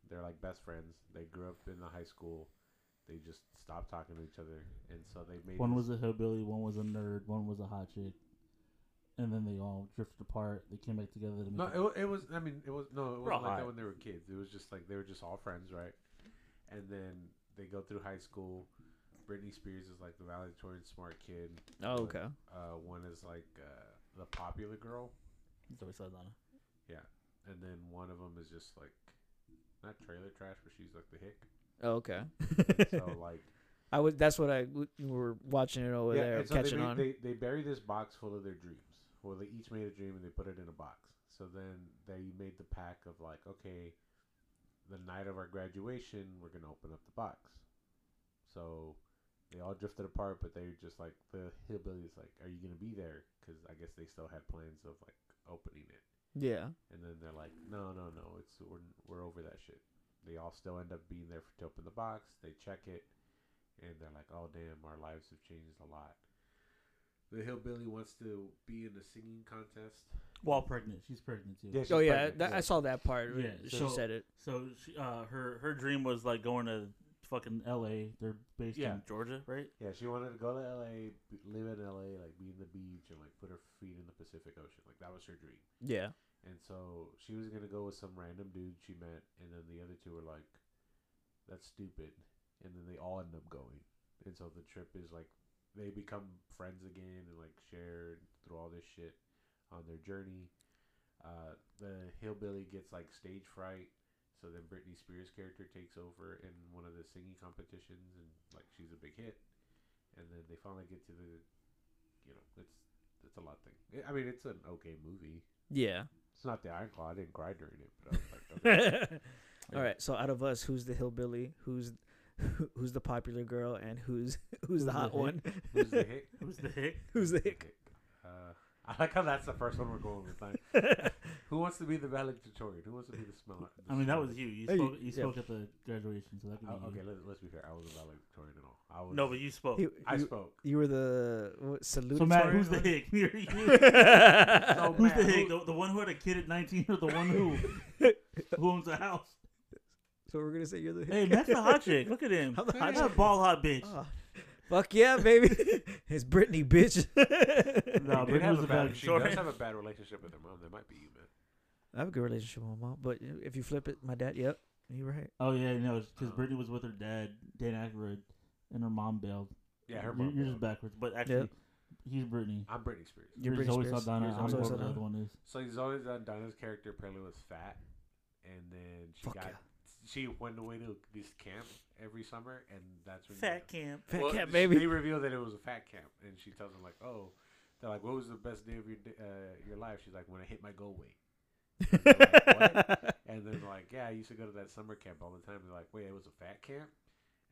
[SPEAKER 3] They're like best friends. They grew up in the high school. They just stopped talking to each other, and so they made
[SPEAKER 1] One
[SPEAKER 3] this-
[SPEAKER 1] was a hillbilly, one was a nerd, one was a hot chick, and then they all drifted apart. They came back together. To make
[SPEAKER 3] No,
[SPEAKER 1] a-
[SPEAKER 3] it, wa- it was. I mean, it was no. It
[SPEAKER 1] all
[SPEAKER 3] wasn't like
[SPEAKER 1] high.
[SPEAKER 3] that when they were kids. It was just like they were just all friends, right? And then they go through high school. Britney Spears is like the valedictorian smart kid.
[SPEAKER 2] Oh, okay.
[SPEAKER 3] Uh, one is like uh, the popular girl,
[SPEAKER 1] [laughs] Zoe Saldana.
[SPEAKER 3] and then one of them is just like not trailer trash, but she's like the hick.
[SPEAKER 1] [laughs]
[SPEAKER 2] Oh, okay.
[SPEAKER 3] So like
[SPEAKER 2] I was. That's what I w- we were watching it over there,
[SPEAKER 3] and so
[SPEAKER 2] catching
[SPEAKER 3] they,
[SPEAKER 2] on.
[SPEAKER 3] made- They, they bury this box full of their dreams. Well, they each made a dream and they put it in a box. So then they made the pack of like, okay, the night of our graduation, we're gonna open up the box. So they all drifted apart, but they were just like the hillbillies, like, are you gonna be there? Because I guess they still had plans of like opening it.
[SPEAKER 2] yeah.
[SPEAKER 3] And then they're like, no, no, no, it's we're, we're over that shit. They all still end up being there for, to open the box. They check it, and they're like, oh damn, our lives have changed a lot. The hillbilly wants to be in a singing contest.
[SPEAKER 1] Well, pregnant. She's pregnant too.
[SPEAKER 3] she's
[SPEAKER 2] Oh yeah,
[SPEAKER 3] pregnant,
[SPEAKER 2] that, I saw that part. Yeah,
[SPEAKER 1] Yeah,
[SPEAKER 2] she
[SPEAKER 1] so-
[SPEAKER 2] said it.
[SPEAKER 1] So she, uh, her her dream was like going to fucking L.A. They're based
[SPEAKER 3] Yeah.
[SPEAKER 1] in Georgia, right?
[SPEAKER 3] Yeah, she wanted to go to L.A., b- live in L.A., like be in the beach and like put her feet in the Pacific Ocean. Like that was her dream.
[SPEAKER 2] Yeah.
[SPEAKER 3] And so she was gonna go with some random dude she met, and then the other two were like, "That's stupid," and then they all end up going. And so the trip is like, they become friends again and like share through all this shit on their journey. Uh, the hillbilly gets like stage fright, so then Britney Spears' character takes over in one of the singing competitions, and like she's a big hit. And then they finally get to the, you know, it's it's a lot thing. I mean, it's an okay movie.
[SPEAKER 2] Yeah.
[SPEAKER 3] It's not the ironclaw. I didn't cry during it, but I was like,
[SPEAKER 2] [laughs]
[SPEAKER 3] okay.
[SPEAKER 2] All right. So out of us, who's the hillbilly? Who's [laughs] who's the popular girl? And who's [laughs] who's the
[SPEAKER 1] the
[SPEAKER 2] hot
[SPEAKER 1] hick?
[SPEAKER 2] one? [laughs]
[SPEAKER 3] who's the hick?
[SPEAKER 1] Who's the [laughs] hick?
[SPEAKER 2] Who's the
[SPEAKER 3] Who's the
[SPEAKER 2] hick?
[SPEAKER 3] hick? Uh, I like how that's the first one we're going with. Like,
[SPEAKER 1] [laughs]
[SPEAKER 3] who wants to be the valedictorian? Who wants to be the smart?
[SPEAKER 1] I mean, that was you. You
[SPEAKER 2] Hey,
[SPEAKER 1] spoke, you
[SPEAKER 2] yeah.
[SPEAKER 1] spoke at the graduation, so that could be
[SPEAKER 3] Oh, okay,
[SPEAKER 1] you.
[SPEAKER 3] let, let's be fair. I was a valedictorian and all. I was.
[SPEAKER 1] No, but you spoke.
[SPEAKER 2] You,
[SPEAKER 3] I
[SPEAKER 2] you,
[SPEAKER 3] spoke.
[SPEAKER 2] you were the what, salute.
[SPEAKER 1] so Matt, who's the
[SPEAKER 2] [laughs]
[SPEAKER 1] hick? [laughs] You're- you-
[SPEAKER 3] So,
[SPEAKER 1] who's
[SPEAKER 3] Matt,
[SPEAKER 1] the hick?
[SPEAKER 3] who-
[SPEAKER 1] The, the one who had a kid at 19, or the one
[SPEAKER 2] [laughs]
[SPEAKER 1] who who owns a house?
[SPEAKER 2] So we're gonna say you're the hick.
[SPEAKER 1] Hey, Matt's the
[SPEAKER 2] [laughs]
[SPEAKER 1] hot chick. Look at him.
[SPEAKER 2] I'm the hot
[SPEAKER 1] That's a ball hot bitch.
[SPEAKER 2] Oh, [laughs] fuck yeah, baby. [laughs] it's Britney, bitch. [laughs]
[SPEAKER 1] No, Britney
[SPEAKER 3] He did have
[SPEAKER 1] was a
[SPEAKER 3] a bad, she does
[SPEAKER 1] valedictorian.
[SPEAKER 3] have a bad relationship with her mom. That might be you, man.
[SPEAKER 2] I have a good relationship with my mom, but if you flip it, my dad. Yep, you're right.
[SPEAKER 1] Oh yeah, no, because
[SPEAKER 3] Oh.
[SPEAKER 1] Brittany was with her dad, Dan Aykroyd, and her mom bailed.
[SPEAKER 3] Yeah, her
[SPEAKER 1] You're-
[SPEAKER 3] mom.
[SPEAKER 1] You're,
[SPEAKER 3] yeah.
[SPEAKER 1] just backwards, but actually, he's Brittany.
[SPEAKER 3] I'm Britney Spears.
[SPEAKER 2] You're
[SPEAKER 1] You're
[SPEAKER 2] Britney
[SPEAKER 1] Zoe
[SPEAKER 2] Spears.
[SPEAKER 1] Saldana.
[SPEAKER 2] You're
[SPEAKER 1] I'm
[SPEAKER 2] Zoe
[SPEAKER 1] whoever the
[SPEAKER 2] Saldana.
[SPEAKER 1] other one is.
[SPEAKER 3] So Zoe Saldana's character apparently was fat, and then she
[SPEAKER 2] Fuck
[SPEAKER 3] got
[SPEAKER 2] yeah.
[SPEAKER 3] she went away to this camp every summer, and that's when
[SPEAKER 1] Fat camp.
[SPEAKER 2] Fat
[SPEAKER 3] Well,
[SPEAKER 2] cat,
[SPEAKER 3] sh-
[SPEAKER 2] baby.
[SPEAKER 3] They reveal that it was a fat camp, and she tells him like, "Oh, they're like, what was the best day of your d- uh, your life?" She's like, "When I hit my goal weight." like, And they're like, "Yeah, I used to go to that summer camp all the time." They're like, "Wait, it was a fat camp?"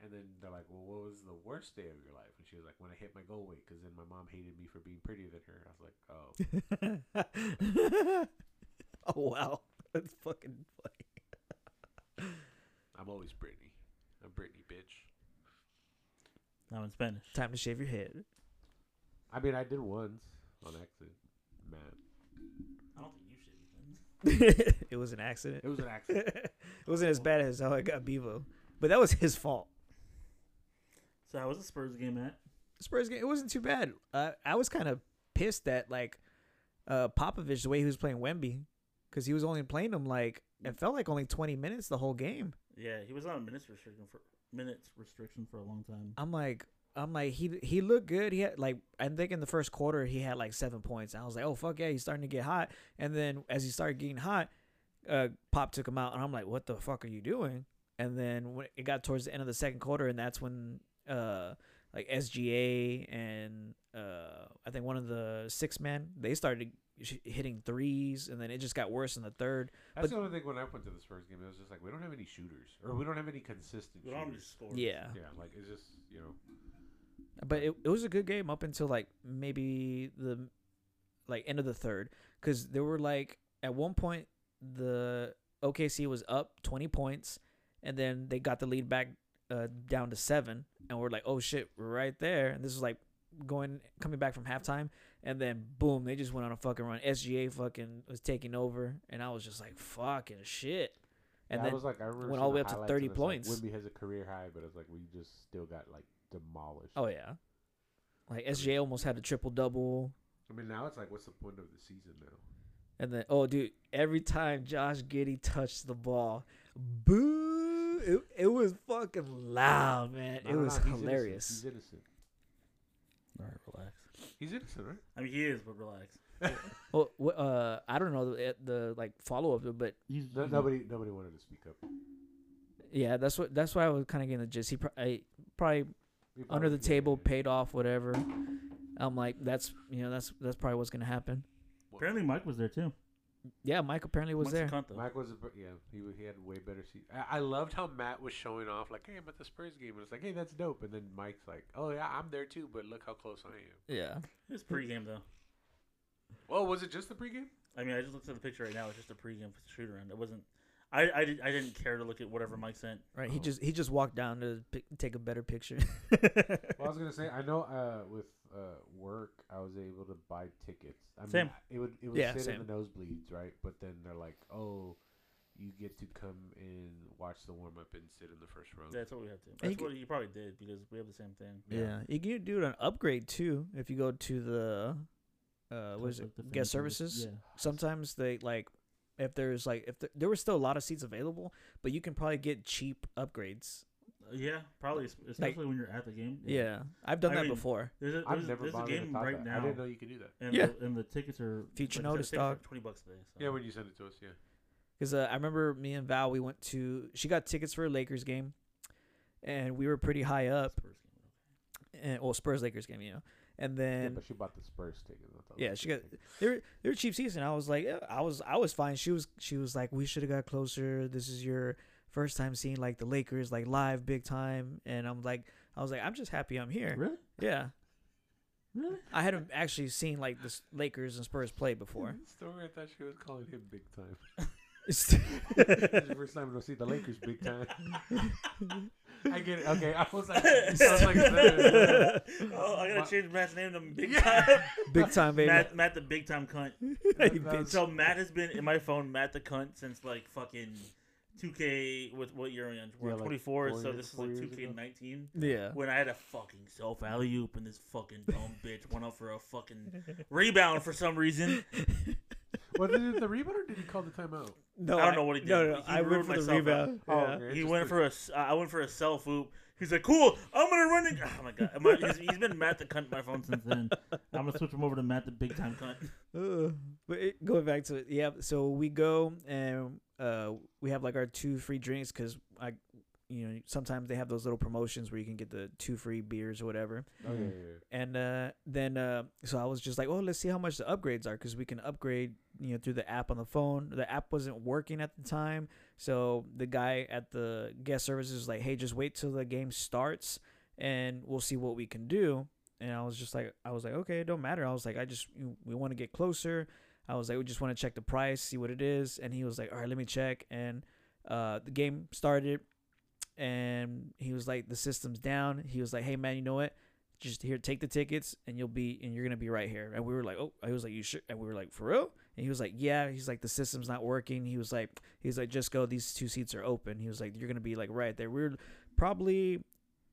[SPEAKER 3] And then they're like, "Well, what was the worst day of your life?" And she was like, "When I hit my goal weight, because then my mom hated me for being prettier than her." I was like,
[SPEAKER 2] [laughs]
[SPEAKER 3] "Oh,
[SPEAKER 2] oh wow, that's fucking funny.
[SPEAKER 3] I'm always Britney. I'm Britney, bitch."
[SPEAKER 1] I'm in Spanish.
[SPEAKER 2] Time to shave your
[SPEAKER 3] [laughs]
[SPEAKER 2] head.
[SPEAKER 3] I mean, I did once on accident. Man,
[SPEAKER 1] I don't think you should.
[SPEAKER 2] it was an accident. [laughs]
[SPEAKER 3] it was an accident.
[SPEAKER 2] it wasn't as bad as how I got Bevo, but that was his fault.
[SPEAKER 1] So how was the Spurs game at?
[SPEAKER 2] Spurs game, it wasn't too bad. Uh, I was kind of pissed that like uh, Popovich, the way he was playing Wemby, because he was only playing him like it felt like only twenty minutes the whole game.
[SPEAKER 1] Yeah, he was on a minutes restriction for minutes restriction for a long
[SPEAKER 3] Uh,
[SPEAKER 1] time.
[SPEAKER 2] I'm like, I'm like, he he looked good. He had like, I think in the first quarter he had like seven points. I was like, oh fuck yeah, he's starting to get hot. And then as he started getting hot, uh, Pop took him out, and I'm like, what the fuck are you doing? And then when it got towards the end of the second quarter, and that's when uh, like SGA and uh, I think one of the six men they started sh- hitting threes, and then it just got worse in the third.
[SPEAKER 3] That's
[SPEAKER 2] But-
[SPEAKER 3] the only thing when I went to the Spurs game, it was just like we don't have any shooters, or we don't have any consistent
[SPEAKER 1] But I'm
[SPEAKER 3] shooters.
[SPEAKER 1] just scoring.
[SPEAKER 2] Yeah,
[SPEAKER 3] Yeah, like it's just you know
[SPEAKER 2] but it, it was a good game up until like maybe the like end of the third because there were like at one point the OKC was up 20 points and then they got the lead back uh, down to seven and we're like oh shit we're right there and this is like going coming back from halftime and then boom they just went on a fucking run SGA fucking was taking over and I was just like fucking shit and
[SPEAKER 3] yeah, I
[SPEAKER 2] then
[SPEAKER 3] was like I remember
[SPEAKER 2] went all the way
[SPEAKER 3] seeing
[SPEAKER 2] up to
[SPEAKER 3] highlights
[SPEAKER 2] 30
[SPEAKER 3] and it's like,
[SPEAKER 2] points.
[SPEAKER 3] Wimby has a career high, but it's like we just still got like demolished.
[SPEAKER 2] oh yeah like SGA almost had a triple double
[SPEAKER 3] I mean now it's like what's the point of the season now?
[SPEAKER 2] And then, oh, dude, every time Josh Giddy touched the ball, boo! It, it was fucking loud, man.
[SPEAKER 3] No,
[SPEAKER 2] it
[SPEAKER 3] no, no,
[SPEAKER 2] was
[SPEAKER 3] he's innocent,
[SPEAKER 2] hilarious.
[SPEAKER 3] He's innocent.
[SPEAKER 1] All right, relax.
[SPEAKER 3] He's innocent, right?
[SPEAKER 1] I mean, he is, but relax.
[SPEAKER 3] [laughs]
[SPEAKER 2] Well, wh- uh, I don't know the, the like follow up, but
[SPEAKER 1] He's,
[SPEAKER 3] No, nobody, nobody wanted to speak up.
[SPEAKER 2] yeah, that's what that's why I was kind of getting the gist. He pro- I, probably
[SPEAKER 3] We probably
[SPEAKER 2] under the
[SPEAKER 3] did,
[SPEAKER 2] table
[SPEAKER 3] yeah.
[SPEAKER 2] paid off whatever. I'm like, that's you know, that's that's probably what's gonna happen.
[SPEAKER 1] Apparently, Mike was there too.
[SPEAKER 2] Yeah, Mike apparently was
[SPEAKER 1] Mike
[SPEAKER 2] there.
[SPEAKER 1] Conta.
[SPEAKER 3] Mike was, a, br- yeah, he wa- he had way better seat. I, I loved how Matt was showing off, like, hey, I'm at the Spurs game, and it's like, hey, that's dope. And then Mike's like, oh yeah, I'm there too, but look how close I am.
[SPEAKER 2] Yeah,
[SPEAKER 1] It's pregame though.
[SPEAKER 3] Well, was it just the pregame?
[SPEAKER 1] I mean, I just looked at the picture right now. It's just a pregame shoot around. It wasn't. I I, did, I didn't care to look at whatever Mike sent.
[SPEAKER 2] right. He
[SPEAKER 3] Oh.
[SPEAKER 2] just he just walked down to pic- take a better picture. [laughs]
[SPEAKER 3] Well, I was gonna say, I know uh, with uh, work, I was able to buy tickets. I mean,
[SPEAKER 1] Same.
[SPEAKER 3] It would it would
[SPEAKER 2] Yeah,
[SPEAKER 3] sit in the nosebleeds, right? But then they're like, oh, you get to come and watch the warm up and sit in the first row.
[SPEAKER 1] That's what we have to.
[SPEAKER 2] you
[SPEAKER 1] That's
[SPEAKER 2] can-
[SPEAKER 1] what he probably did because we have the same thing.
[SPEAKER 2] Yeah. you can do an upgrade too if you go to the uh what is it
[SPEAKER 1] Like the fan
[SPEAKER 2] guest
[SPEAKER 1] service-
[SPEAKER 2] services.
[SPEAKER 1] Yeah.
[SPEAKER 2] Sometimes they like if there's like if there, there were still a lot of seats available, but you can probably get cheap upgrades.
[SPEAKER 1] Uh, Yeah, probably, es- especially when you're at the game.
[SPEAKER 2] Yeah, I've done
[SPEAKER 1] I
[SPEAKER 2] that
[SPEAKER 1] mean,
[SPEAKER 2] before.
[SPEAKER 1] There's a,
[SPEAKER 3] I've
[SPEAKER 1] there's,
[SPEAKER 3] never
[SPEAKER 1] there's a
[SPEAKER 3] bothered to
[SPEAKER 1] game
[SPEAKER 3] talk
[SPEAKER 1] right
[SPEAKER 3] about. it.
[SPEAKER 1] now,
[SPEAKER 3] I didn't know you could do that.
[SPEAKER 1] and
[SPEAKER 2] Yeah.
[SPEAKER 1] the, and the tickets are
[SPEAKER 2] Feature
[SPEAKER 1] like I said,
[SPEAKER 2] notice,
[SPEAKER 1] tickets are
[SPEAKER 2] dog.
[SPEAKER 1] Twenty bucks a day. So.
[SPEAKER 3] Yeah, when you sent it to us, yeah.
[SPEAKER 2] Because uh, I remember me and Val, we went to she got tickets for a Lakers game, and we were pretty high up.
[SPEAKER 1] Spurs game.
[SPEAKER 2] And well, Spurs Lakers game, you know. And
[SPEAKER 3] yeah.
[SPEAKER 2] then
[SPEAKER 3] But she bought the Spurs ticket. I thought
[SPEAKER 2] Yeah,
[SPEAKER 3] was
[SPEAKER 2] she
[SPEAKER 3] good
[SPEAKER 2] got-
[SPEAKER 3] ticket.
[SPEAKER 2] they're they're cheap seats, and I was like, yeah, I was I was fine. She was she was like, we should have got closer. This is your first time seeing like the Lakers like live big time, and I'm like, I was like, I'm just happy I'm here.
[SPEAKER 1] Really?
[SPEAKER 2] Yeah,
[SPEAKER 1] Really?
[SPEAKER 2] I hadn't actually seen like the S- Lakers and Spurs play
[SPEAKER 3] [laughs]
[SPEAKER 2] before.
[SPEAKER 3] Story, I thought she was calling him big
[SPEAKER 1] [laughs]
[SPEAKER 3] time.
[SPEAKER 2] It's-
[SPEAKER 3] This is the first time to see the Lakers big
[SPEAKER 1] [laughs]
[SPEAKER 3] time. I get it. Okay, I was like, I was like, "Sir."
[SPEAKER 1] oh, I gotta
[SPEAKER 3] My-
[SPEAKER 1] change Matt's
[SPEAKER 3] [laughs]
[SPEAKER 1] name to Big
[SPEAKER 3] Yeah.
[SPEAKER 1] Time.
[SPEAKER 2] big time, baby.
[SPEAKER 1] Matt, Matt the Big Time Cunt.
[SPEAKER 2] [laughs] Hey,
[SPEAKER 3] that
[SPEAKER 2] bitch.
[SPEAKER 3] was-
[SPEAKER 1] So Matt has been in my phone, Matt the Cunt, since like fucking 2K. With what year are we on? We're
[SPEAKER 3] Yeah,
[SPEAKER 1] on
[SPEAKER 3] like
[SPEAKER 1] 24,
[SPEAKER 3] four
[SPEAKER 1] so
[SPEAKER 3] years-
[SPEAKER 1] this is
[SPEAKER 3] four
[SPEAKER 1] like
[SPEAKER 3] years
[SPEAKER 1] 2K19.
[SPEAKER 2] yeah,
[SPEAKER 1] [laughs] When I had a fucking self alley oop and this fucking dumb bitch went up for a fucking rebound for some reason.
[SPEAKER 3] well, did it the rebound or did he call the timeout?
[SPEAKER 2] no,
[SPEAKER 1] I don't know what he did,
[SPEAKER 2] No, no,
[SPEAKER 1] but he
[SPEAKER 2] I went
[SPEAKER 1] ruined
[SPEAKER 2] for the
[SPEAKER 1] myself out.
[SPEAKER 2] rebound.
[SPEAKER 3] Oh,
[SPEAKER 2] yeah.
[SPEAKER 3] okay.
[SPEAKER 1] He
[SPEAKER 3] Just
[SPEAKER 1] went
[SPEAKER 3] the-
[SPEAKER 1] for a. s- I went for a self oop. He's like, cool. I'm gonna run it. [sighs] Oh my god. My, he's, he's been Matt the Cunt in my phone since then. I'm gonna switch him over to Matt the Big Time Cunt.
[SPEAKER 2] Ugh. but it, going back to it, yeah. So we go and uh, we have like our two free drinks because I, you know, sometimes they have those little promotions where you can get the two free beers or whatever.
[SPEAKER 3] Oh, yeah, yeah,
[SPEAKER 1] Mhm.
[SPEAKER 3] yeah.
[SPEAKER 2] And uh, then uh, so I was just like, oh, let's see how much the upgrades are because we can upgrade, you know, through the app on the phone. The app wasn't working at the time, so the guy at the guest services was like, hey, just wait till the game starts and we'll see what we can do. And I was just like, I was like, okay, it don't matter. I was like, I just we want to get closer. I was like, we just want to check the price, see what it is. And he was like, all right, let me check. And uh, the game started, and he was like, the system's down. He was like, hey man, you know what? just here take the tickets and you'll be and you're gonna be right here and we were like oh i was like you sure and we were like for real and he was like yeah he's like the system's not working he was like he's like just go these two seats are open he was like you're gonna be like right there we were probably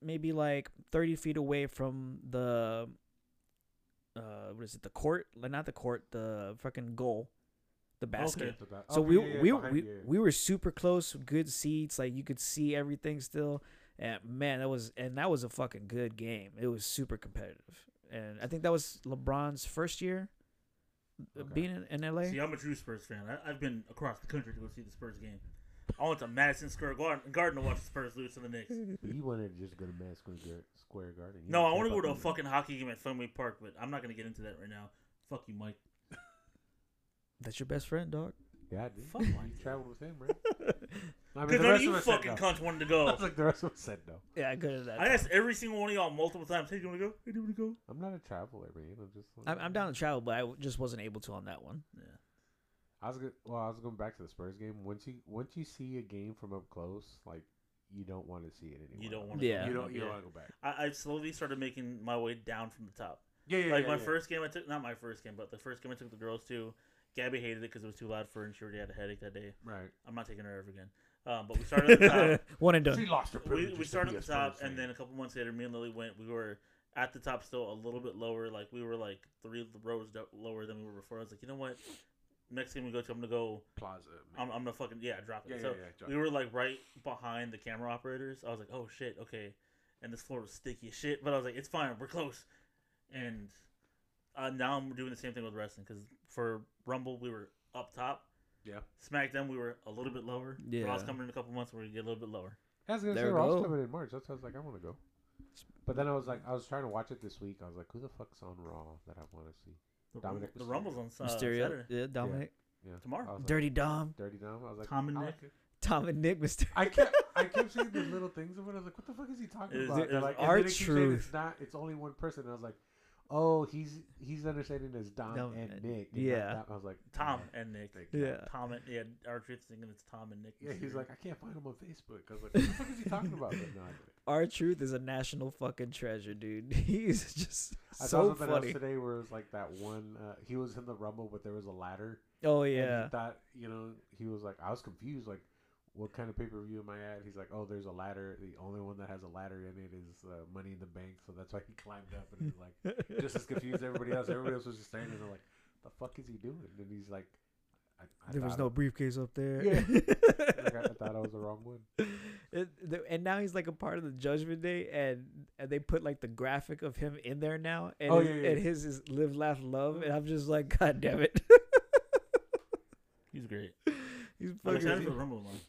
[SPEAKER 2] maybe like 30 feet away from the uh what is it the court like not the court the fucking goal the basket
[SPEAKER 1] Okay.
[SPEAKER 3] The ba-
[SPEAKER 2] so
[SPEAKER 3] okay,
[SPEAKER 2] we
[SPEAKER 3] Oh, yeah, yeah,
[SPEAKER 2] we,
[SPEAKER 3] behind-
[SPEAKER 2] we,
[SPEAKER 3] yeah, yeah.
[SPEAKER 2] we were super close, good seats, like you could see everything still. And man, that was and that was a fucking good game. It was super competitive, and I think that was LeBron's first year uh,
[SPEAKER 3] Okay.
[SPEAKER 2] being in, in LA.
[SPEAKER 1] See, I'm a true Spurs fan. I, I've been across the country to go see the Spurs game. I went to Madison Square Gar- Garden to watch the Spurs lose to the Knicks.
[SPEAKER 3] You wanted to just go to Madison Square- Square Garden. You
[SPEAKER 1] No, I
[SPEAKER 3] didn't
[SPEAKER 1] want to go
[SPEAKER 3] care
[SPEAKER 1] to a
[SPEAKER 3] about them.
[SPEAKER 1] fucking hockey game at Fenway Park, but I'm not gonna get into that right now. Fuck you, Mike.
[SPEAKER 2] [laughs] That's your best
[SPEAKER 1] [laughs]
[SPEAKER 2] friend, dog.
[SPEAKER 3] Yeah, dude. [laughs]
[SPEAKER 1] Fuck Mike.
[SPEAKER 3] You traveled
[SPEAKER 1] [laughs]
[SPEAKER 3] with him, right? I
[SPEAKER 1] Because none of you fucking
[SPEAKER 3] [laughs]
[SPEAKER 1] cunts wanted to go.
[SPEAKER 3] That's like the rest of us said no.
[SPEAKER 2] Yeah, I good at that.
[SPEAKER 1] I asked every single one of y'all multiple times. Hey, do you want to go? Hey, do you want to go?
[SPEAKER 3] I'm not a traveler, man. I'm just.
[SPEAKER 2] I'm, I'm down to travel, but I w- just wasn't able to on that one.
[SPEAKER 3] I was go- well. I was going back to the Spurs game. Once you once you see a game from up close, like you don't want to see it anymore.
[SPEAKER 1] You don't want
[SPEAKER 2] to Yeah.
[SPEAKER 3] You
[SPEAKER 2] go
[SPEAKER 3] don't. You don't want to go back.
[SPEAKER 1] I, I slowly started making my way down from the top.
[SPEAKER 3] Yeah, yeah.
[SPEAKER 1] like my first game, I took not my first game, but the first game I took the girls to. Gabby hated it because it was too loud for her, and she already had a headache that day.
[SPEAKER 3] Right.
[SPEAKER 1] I'm not taking her ever again. Um, but we started at the top.
[SPEAKER 3] [laughs]
[SPEAKER 2] [laughs] one and done.
[SPEAKER 3] She lost her
[SPEAKER 1] we,
[SPEAKER 3] privileges
[SPEAKER 1] we
[SPEAKER 3] to
[SPEAKER 1] started
[SPEAKER 3] be
[SPEAKER 1] at
[SPEAKER 3] a
[SPEAKER 1] the top,
[SPEAKER 3] Spurs
[SPEAKER 1] and
[SPEAKER 3] fan.
[SPEAKER 1] then a couple months later, me and Lily went. We were at the top, still a little bit lower. Like we were like three rows do- lower than we were before. I was like, you know what? Next game we go to, I'm gonna go.
[SPEAKER 3] Plaza.
[SPEAKER 1] I'm, I'm gonna fucking yeah, drop it.
[SPEAKER 3] yeah, yeah,
[SPEAKER 1] so
[SPEAKER 3] yeah, yeah.
[SPEAKER 1] we were like right behind the camera operators. I was like, oh shit, okay. And this floor was sticky as shit, but I was like, it's fine, we're close. And uh, now I'm doing the same thing with wrestling because for Rumble we were up top.
[SPEAKER 3] Yeah. Mm.
[SPEAKER 1] SmackDown we were a little bit lower.
[SPEAKER 2] Yeah.
[SPEAKER 1] Raw's coming in a couple months, we're gonna get a little bit lower.
[SPEAKER 3] I was gonna
[SPEAKER 2] There
[SPEAKER 3] say
[SPEAKER 2] we
[SPEAKER 3] Raw's
[SPEAKER 2] go.
[SPEAKER 3] coming in March. That's why I was like, I want to go. But then I was like, I was trying to watch it this week. I was like, who the fuck's on Raw that I want to see?
[SPEAKER 1] The,
[SPEAKER 3] Dominic
[SPEAKER 1] the
[SPEAKER 3] Mysterio.
[SPEAKER 1] Rumble's on uh,
[SPEAKER 2] Mysterio,
[SPEAKER 1] Saturday.
[SPEAKER 2] yeah, Dominic,
[SPEAKER 3] Yeah.
[SPEAKER 1] Tomorrow.
[SPEAKER 3] I was like,
[SPEAKER 2] Dirty Dom,
[SPEAKER 3] Dirty Dom. I was like,
[SPEAKER 1] Tom and
[SPEAKER 3] I
[SPEAKER 1] Nick.
[SPEAKER 3] like it.
[SPEAKER 2] Tom and Nick, Mister. [laughs]
[SPEAKER 3] I kept I kept seeing the little things of it. I was like, what the fuck is he
[SPEAKER 1] It
[SPEAKER 3] talking
[SPEAKER 1] is-
[SPEAKER 3] about?
[SPEAKER 1] it
[SPEAKER 3] And
[SPEAKER 1] is
[SPEAKER 3] like,
[SPEAKER 2] our
[SPEAKER 3] and then it keeps saying It's
[SPEAKER 2] truth.
[SPEAKER 3] not. It's only one person. And I was like, oh, he's he's understanding as Dom
[SPEAKER 2] Dom
[SPEAKER 3] and
[SPEAKER 2] and-
[SPEAKER 3] Nick. and not
[SPEAKER 2] yeah.
[SPEAKER 3] Dom. I was like,
[SPEAKER 1] Tom
[SPEAKER 3] "Yeah."
[SPEAKER 1] and Nick.
[SPEAKER 3] Thank God.
[SPEAKER 2] Yeah,
[SPEAKER 1] Tom and yeah, our truth thinking it's Tom and Nick.
[SPEAKER 3] Yeah, he's
[SPEAKER 1] Mysterio.
[SPEAKER 3] like, I can't find him on Facebook. I was like, what the fuck is he talking about? But no, I didn't.
[SPEAKER 2] our truth is a national fucking treasure, dude. [laughs] He's just
[SPEAKER 3] I saw
[SPEAKER 2] so
[SPEAKER 3] something else
[SPEAKER 2] funny.
[SPEAKER 3] today where it was like that one. Uh, he was in the rumble, but there was a ladder.
[SPEAKER 2] Oh
[SPEAKER 3] And
[SPEAKER 2] yeah,
[SPEAKER 3] he thought, you know, he was like, I was confused, like, what kind of pay per view am I at? He's like, oh, there's a ladder. The only one that has a ladder in it is uh, Money in the Bank, so that's why he [laughs] climbed up and is like, just as confused as everybody
[SPEAKER 2] [laughs]
[SPEAKER 3] else. Everybody else was just standing there like, the fuck is he doing? And he's like, I, I
[SPEAKER 2] there was no
[SPEAKER 3] thought-
[SPEAKER 2] briefcase up there. [laughs]
[SPEAKER 3] Yeah. [laughs] like, I, I thought I was the wrong one.
[SPEAKER 2] it, the, and now he's like a part of the Judgment Day, and, and they put like the graphic of him in there now, and,
[SPEAKER 3] Oh,
[SPEAKER 2] his,
[SPEAKER 3] yeah, yeah,
[SPEAKER 2] and
[SPEAKER 3] yeah.
[SPEAKER 2] his is live, laugh, love, and I'm just like, [laughs] God damn it,
[SPEAKER 1] he's great.
[SPEAKER 2] he's
[SPEAKER 1] I'm excited
[SPEAKER 2] fucking.
[SPEAKER 1] for the Rumble tomorrow.
[SPEAKER 2] [laughs]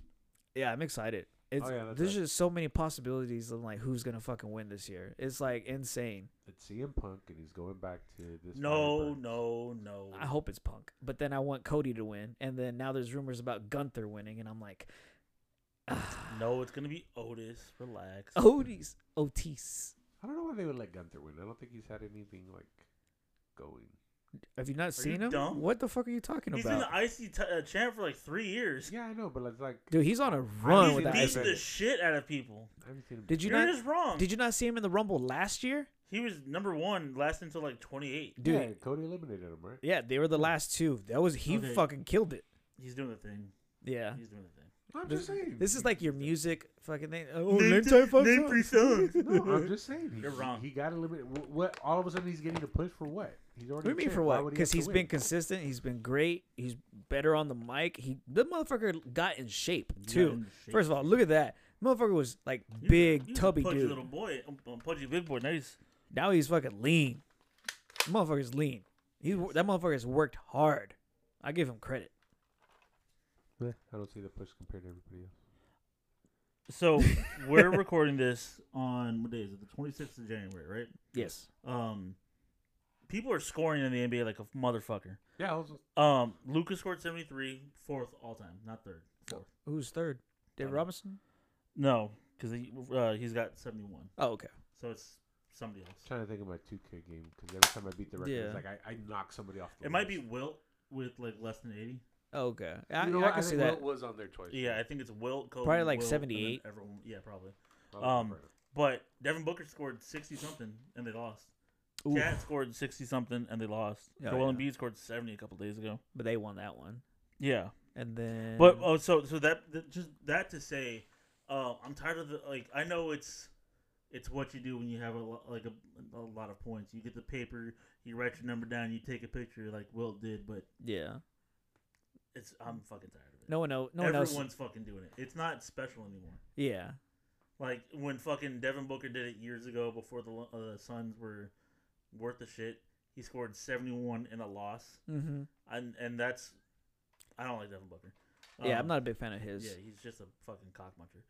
[SPEAKER 2] Yeah, I'm excited. It's
[SPEAKER 3] Oh, yeah, that's
[SPEAKER 2] there's
[SPEAKER 3] right.
[SPEAKER 2] just so many possibilities of like who's gonna fucking win this year. It's like insane.
[SPEAKER 3] It's CM Punk, and he's going back to this.
[SPEAKER 1] No,
[SPEAKER 3] Friday Burns.
[SPEAKER 1] no, no.
[SPEAKER 2] I hope it's Punk, but then I want Cody to win, and then now there's rumors about Gunther winning, and I'm like, ah,
[SPEAKER 1] No, it's gonna be Otis.
[SPEAKER 2] [laughs]
[SPEAKER 1] Relax.
[SPEAKER 2] Otis, Otis.
[SPEAKER 3] I don't know why they would let Gunther win. I don't think he's had anything like going.
[SPEAKER 2] Have you not seen
[SPEAKER 1] you
[SPEAKER 2] him?
[SPEAKER 1] dumb?
[SPEAKER 2] What the fuck are you talking
[SPEAKER 1] He's
[SPEAKER 2] about?
[SPEAKER 1] been the IC t- uh, champ for like three years.
[SPEAKER 3] Yeah, I know, but it's like
[SPEAKER 2] Dude, he's on a run
[SPEAKER 3] He's
[SPEAKER 2] with
[SPEAKER 1] He's
[SPEAKER 2] the
[SPEAKER 3] beast.
[SPEAKER 2] ice.
[SPEAKER 1] beating the shit out of people.
[SPEAKER 3] I haven't seen him.
[SPEAKER 2] Did you
[SPEAKER 1] You're
[SPEAKER 2] not?
[SPEAKER 1] just wrong.
[SPEAKER 2] Did you not see him in the Rumble last year?
[SPEAKER 1] He was number one, last until like 28.
[SPEAKER 2] Dude,
[SPEAKER 3] yeah, Cody eliminated him, right?
[SPEAKER 2] yeah, they were the last two. That was he
[SPEAKER 1] Okay.
[SPEAKER 2] fucking killed it.
[SPEAKER 1] He's doing the thing.
[SPEAKER 2] Yeah,
[SPEAKER 1] He's doing the thing.
[SPEAKER 3] I'm
[SPEAKER 2] this,
[SPEAKER 3] just saying.
[SPEAKER 2] this is like your music fucking thing. Oh, name, type five songs. [laughs]
[SPEAKER 1] songs.
[SPEAKER 3] No, I'm just saying. He,
[SPEAKER 1] You're wrong.
[SPEAKER 3] He got eliminated. Wh- What? All of a sudden, he's getting a push for what? He's
[SPEAKER 2] What
[SPEAKER 3] already.
[SPEAKER 2] do you mean
[SPEAKER 3] a
[SPEAKER 2] for
[SPEAKER 3] champ. Why
[SPEAKER 2] what?
[SPEAKER 3] would he
[SPEAKER 2] Because
[SPEAKER 3] have to
[SPEAKER 2] he's
[SPEAKER 3] win?
[SPEAKER 2] been consistent. He's been great. He's better on the mic. He the motherfucker got in shape too. First of all, look at that motherfucker was like big tubby
[SPEAKER 1] pudgy
[SPEAKER 2] dude.
[SPEAKER 1] little boy, um, um, pudgy big boy. Nice.
[SPEAKER 2] Now he's fucking lean. Motherfucker's lean. He that motherfucker's worked hard. I give him credit.
[SPEAKER 3] Meh, I don't see the push compared to everybody else.
[SPEAKER 2] [laughs]
[SPEAKER 1] So we're recording this on what day is it? The 26th of January,
[SPEAKER 2] Yes.
[SPEAKER 1] right? Um, people are scoring in the NBA like a motherfucker.
[SPEAKER 3] Yeah, I was,
[SPEAKER 1] Um, Lucas scored 73, fourth all time, not third, fourth.
[SPEAKER 2] Who's third? David
[SPEAKER 1] Um,
[SPEAKER 2] Robinson.
[SPEAKER 1] No, because he uh, he's got 71,
[SPEAKER 2] Oh, okay.
[SPEAKER 1] so it's somebody else.
[SPEAKER 3] trying to think of my 2K game because every time I beat the record,
[SPEAKER 2] Yeah.
[SPEAKER 3] it's like I, I knock somebody off. The
[SPEAKER 1] It might be
[SPEAKER 3] list.
[SPEAKER 1] Wilt with like less than 80.
[SPEAKER 2] Oh, okay. I,
[SPEAKER 3] You know
[SPEAKER 2] I
[SPEAKER 3] what?
[SPEAKER 2] can see
[SPEAKER 3] think
[SPEAKER 2] that.
[SPEAKER 3] Wilt was on there twice.
[SPEAKER 1] Yeah, I think it's Wilt. Kobe,
[SPEAKER 2] Probably like
[SPEAKER 1] Wilt, and then
[SPEAKER 2] 78.
[SPEAKER 1] Everyone, yeah, probably.
[SPEAKER 3] I'll look
[SPEAKER 1] um,
[SPEAKER 3] for it.
[SPEAKER 1] But Devin Booker scored 60 something and they lost.
[SPEAKER 2] Ooh,
[SPEAKER 1] Cat scored 60 something and they lost.
[SPEAKER 2] Yeah,
[SPEAKER 1] Joel
[SPEAKER 2] yeah.
[SPEAKER 1] Embiid scored 70 a couple days ago.
[SPEAKER 2] but they won that one.
[SPEAKER 1] Yeah.
[SPEAKER 2] And then.
[SPEAKER 1] But oh, so so that, that just that to say, uh, I'm tired of the like. I know it's it's what you do when you have a lo- like a, a lot of points. You get the paper, you write your number down, you take a picture like Wilt did. But
[SPEAKER 2] yeah,
[SPEAKER 1] it's I'm fucking tired of it.
[SPEAKER 2] no one else. No one
[SPEAKER 1] everyone's
[SPEAKER 2] else.
[SPEAKER 1] fucking doing it. It's not special anymore.
[SPEAKER 2] Yeah.
[SPEAKER 1] Like when fucking Devin Booker did it years ago before the uh, Suns were worth the shit. He scored 71 in a loss,
[SPEAKER 2] Mm-hmm.
[SPEAKER 1] and and that's I don't like Devin Booker.
[SPEAKER 2] Uh, yeah,
[SPEAKER 1] Um,
[SPEAKER 2] I'm not a big fan of his. [laughs]
[SPEAKER 1] Yeah, he's just a fucking cockmuncher.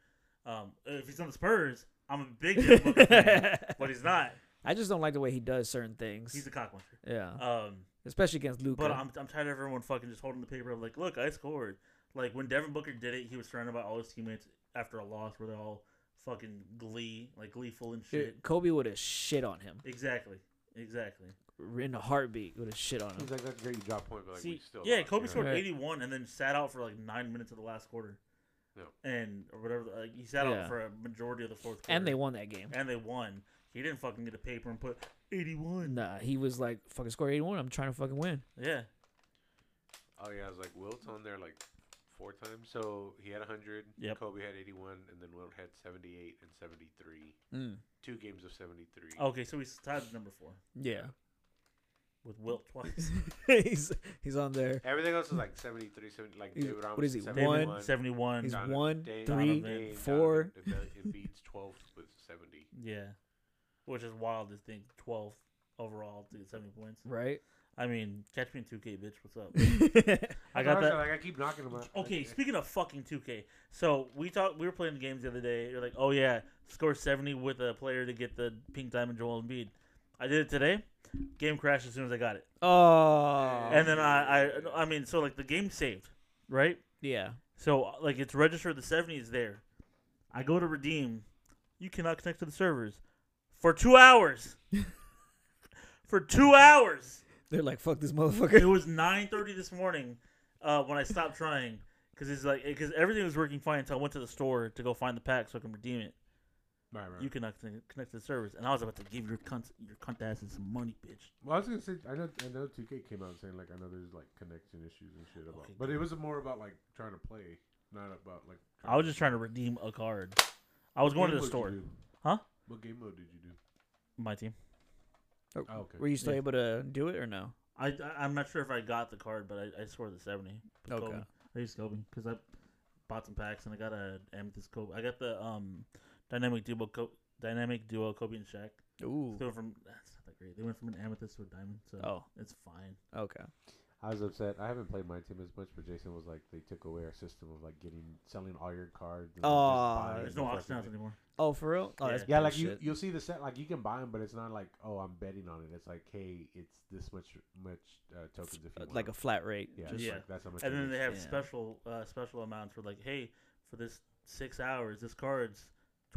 [SPEAKER 1] Um, if he's on the Spurs, I'm a big motherfucker
[SPEAKER 2] [laughs]
[SPEAKER 1] fan, but he's not.
[SPEAKER 2] I just don't like the way he does certain things.
[SPEAKER 1] He's a cockmuncher.
[SPEAKER 2] yeah,
[SPEAKER 1] Um,
[SPEAKER 2] especially against Luca.
[SPEAKER 1] but I'm, I'm tired of everyone fucking just holding the paper like, look, I scored. Like when Devin Booker did it, he was surrounded by all his teammates after a loss, where they're all fucking glee, like gleeful and shit.
[SPEAKER 2] Kobe would have shit on him
[SPEAKER 1] Exactly, exactly.
[SPEAKER 2] in a heartbeat. Would have shit on him.
[SPEAKER 3] He's like, that's great, you drop point, but like, we
[SPEAKER 1] See,
[SPEAKER 3] still.
[SPEAKER 1] yeah,
[SPEAKER 3] lost,"
[SPEAKER 1] Kobe
[SPEAKER 3] you know?
[SPEAKER 1] scored
[SPEAKER 2] Right.
[SPEAKER 1] 81 and then sat out for like nine minutes of the last quarter.
[SPEAKER 3] Yeah.
[SPEAKER 1] And or whatever, like, he sat
[SPEAKER 2] Yeah.
[SPEAKER 1] out for a majority of the fourth quarter.
[SPEAKER 2] And they won that game.
[SPEAKER 1] and they won. He didn't fucking get a paper and put 81.
[SPEAKER 2] Nah, he was like, "Fucking score 81. I'm trying to fucking win."
[SPEAKER 1] Yeah,
[SPEAKER 3] Oh yeah, I was like Wilt's on there like four times. So he had hundred.
[SPEAKER 1] Yep.
[SPEAKER 3] Kobe had eighty-one, and then Wilt had seventy-eight and seventy-three.
[SPEAKER 2] Mm.
[SPEAKER 3] Two games of seventy-three.
[SPEAKER 1] Okay, so he's tied at number four
[SPEAKER 2] Yeah,
[SPEAKER 1] with Wilt twice.
[SPEAKER 2] [laughs] he's he's on there.
[SPEAKER 3] Everything else was like 73, 70, like
[SPEAKER 2] He's-
[SPEAKER 3] David Robinson.
[SPEAKER 2] what is he,
[SPEAKER 3] 71,
[SPEAKER 2] one?
[SPEAKER 1] 71.
[SPEAKER 2] He's
[SPEAKER 3] Donovan
[SPEAKER 2] one, three,
[SPEAKER 3] Dane- Donovan Dane,
[SPEAKER 2] four.
[SPEAKER 3] Donovan Embiid's twelfth with seventy.
[SPEAKER 1] yeah. Which is wild to think 12 overall to get 70 points.
[SPEAKER 2] [laughs] Right.
[SPEAKER 1] I mean, catch me in 2K, bitch. What's
[SPEAKER 3] [laughs]
[SPEAKER 1] up? I
[SPEAKER 3] That's
[SPEAKER 1] got
[SPEAKER 3] what was
[SPEAKER 1] that.
[SPEAKER 3] Like I keep knocking him out.
[SPEAKER 1] Okay, speaking of fucking 2K, so we talked. We were playing the games the other day. You're like, oh yeah, score 70 with a player to get the pink diamond, Joel Embiid. I did it today. Game crashed as soon as I got it,
[SPEAKER 2] Oh.
[SPEAKER 1] and then I, I, I mean, so like the game saved, right?
[SPEAKER 2] yeah.
[SPEAKER 1] So uh, like it's registered the 70s there. I go to redeem. You cannot connect to the servers for 2 hours. for 2 hours.
[SPEAKER 2] They're like, "Fuck this
[SPEAKER 1] It
[SPEAKER 2] motherfucker."
[SPEAKER 1] was 9:30 this morning uh, when I stopped trying cuz it's like cuz everything was working fine until I went to the store to go find the pack so I can redeem it.
[SPEAKER 3] Right, right.
[SPEAKER 1] You cannot con- connect to the servers and I was about to give your cunt your cunt asses some money, bitch.
[SPEAKER 3] Well, I was gonna say I know I know 2K came out saying like I know there's like connection issues and shit about,
[SPEAKER 1] Okay,
[SPEAKER 3] but it was more about like trying to play, not about like.
[SPEAKER 1] I was just trying to redeem a card. I was going to the store. Huh?
[SPEAKER 3] What game mode did you do?
[SPEAKER 1] My team.
[SPEAKER 3] Oh, okay.
[SPEAKER 2] [laughs] Were you still
[SPEAKER 1] Yeah.
[SPEAKER 2] able to do it or no?
[SPEAKER 1] I, I am not sure if I got the card, but I, I scored the 70.
[SPEAKER 2] Okay.
[SPEAKER 1] Kobe. I used Kobe because I bought some packs and I got a amethyst Kobe. I got the um dynamic duo Co- dynamic duo Kobe and Shaq.
[SPEAKER 2] Ooh.
[SPEAKER 1] They went from that's not that great. They went from an amethyst to a diamond, so
[SPEAKER 2] Oh.
[SPEAKER 1] it's fine.
[SPEAKER 2] Okay.
[SPEAKER 3] I was upset. I haven't played my team as much, but Jason was like, they took away our system of like getting selling all your cards. And, like, just
[SPEAKER 2] Aw.
[SPEAKER 3] buying
[SPEAKER 1] There's no
[SPEAKER 3] fucking
[SPEAKER 1] auction house
[SPEAKER 3] thing.
[SPEAKER 1] anymore.
[SPEAKER 2] Oh, for real? Oh,
[SPEAKER 1] Yeah.
[SPEAKER 2] that's
[SPEAKER 3] Yeah, like you,
[SPEAKER 2] bullshit.
[SPEAKER 3] you'll see the set, like you can buy them, but it's not like, oh, I'm betting on it. It's like, hey, it's this much much uh, tokens if you
[SPEAKER 2] Uh,
[SPEAKER 3] want.
[SPEAKER 2] like a flat rate.
[SPEAKER 3] yeah,
[SPEAKER 2] Just-
[SPEAKER 1] Yeah.
[SPEAKER 3] Like, that's how much.
[SPEAKER 1] And
[SPEAKER 3] it
[SPEAKER 1] then
[SPEAKER 3] is.
[SPEAKER 1] they have
[SPEAKER 2] Yeah.
[SPEAKER 1] special uh, special amounts for like, hey, for this six hours, this card's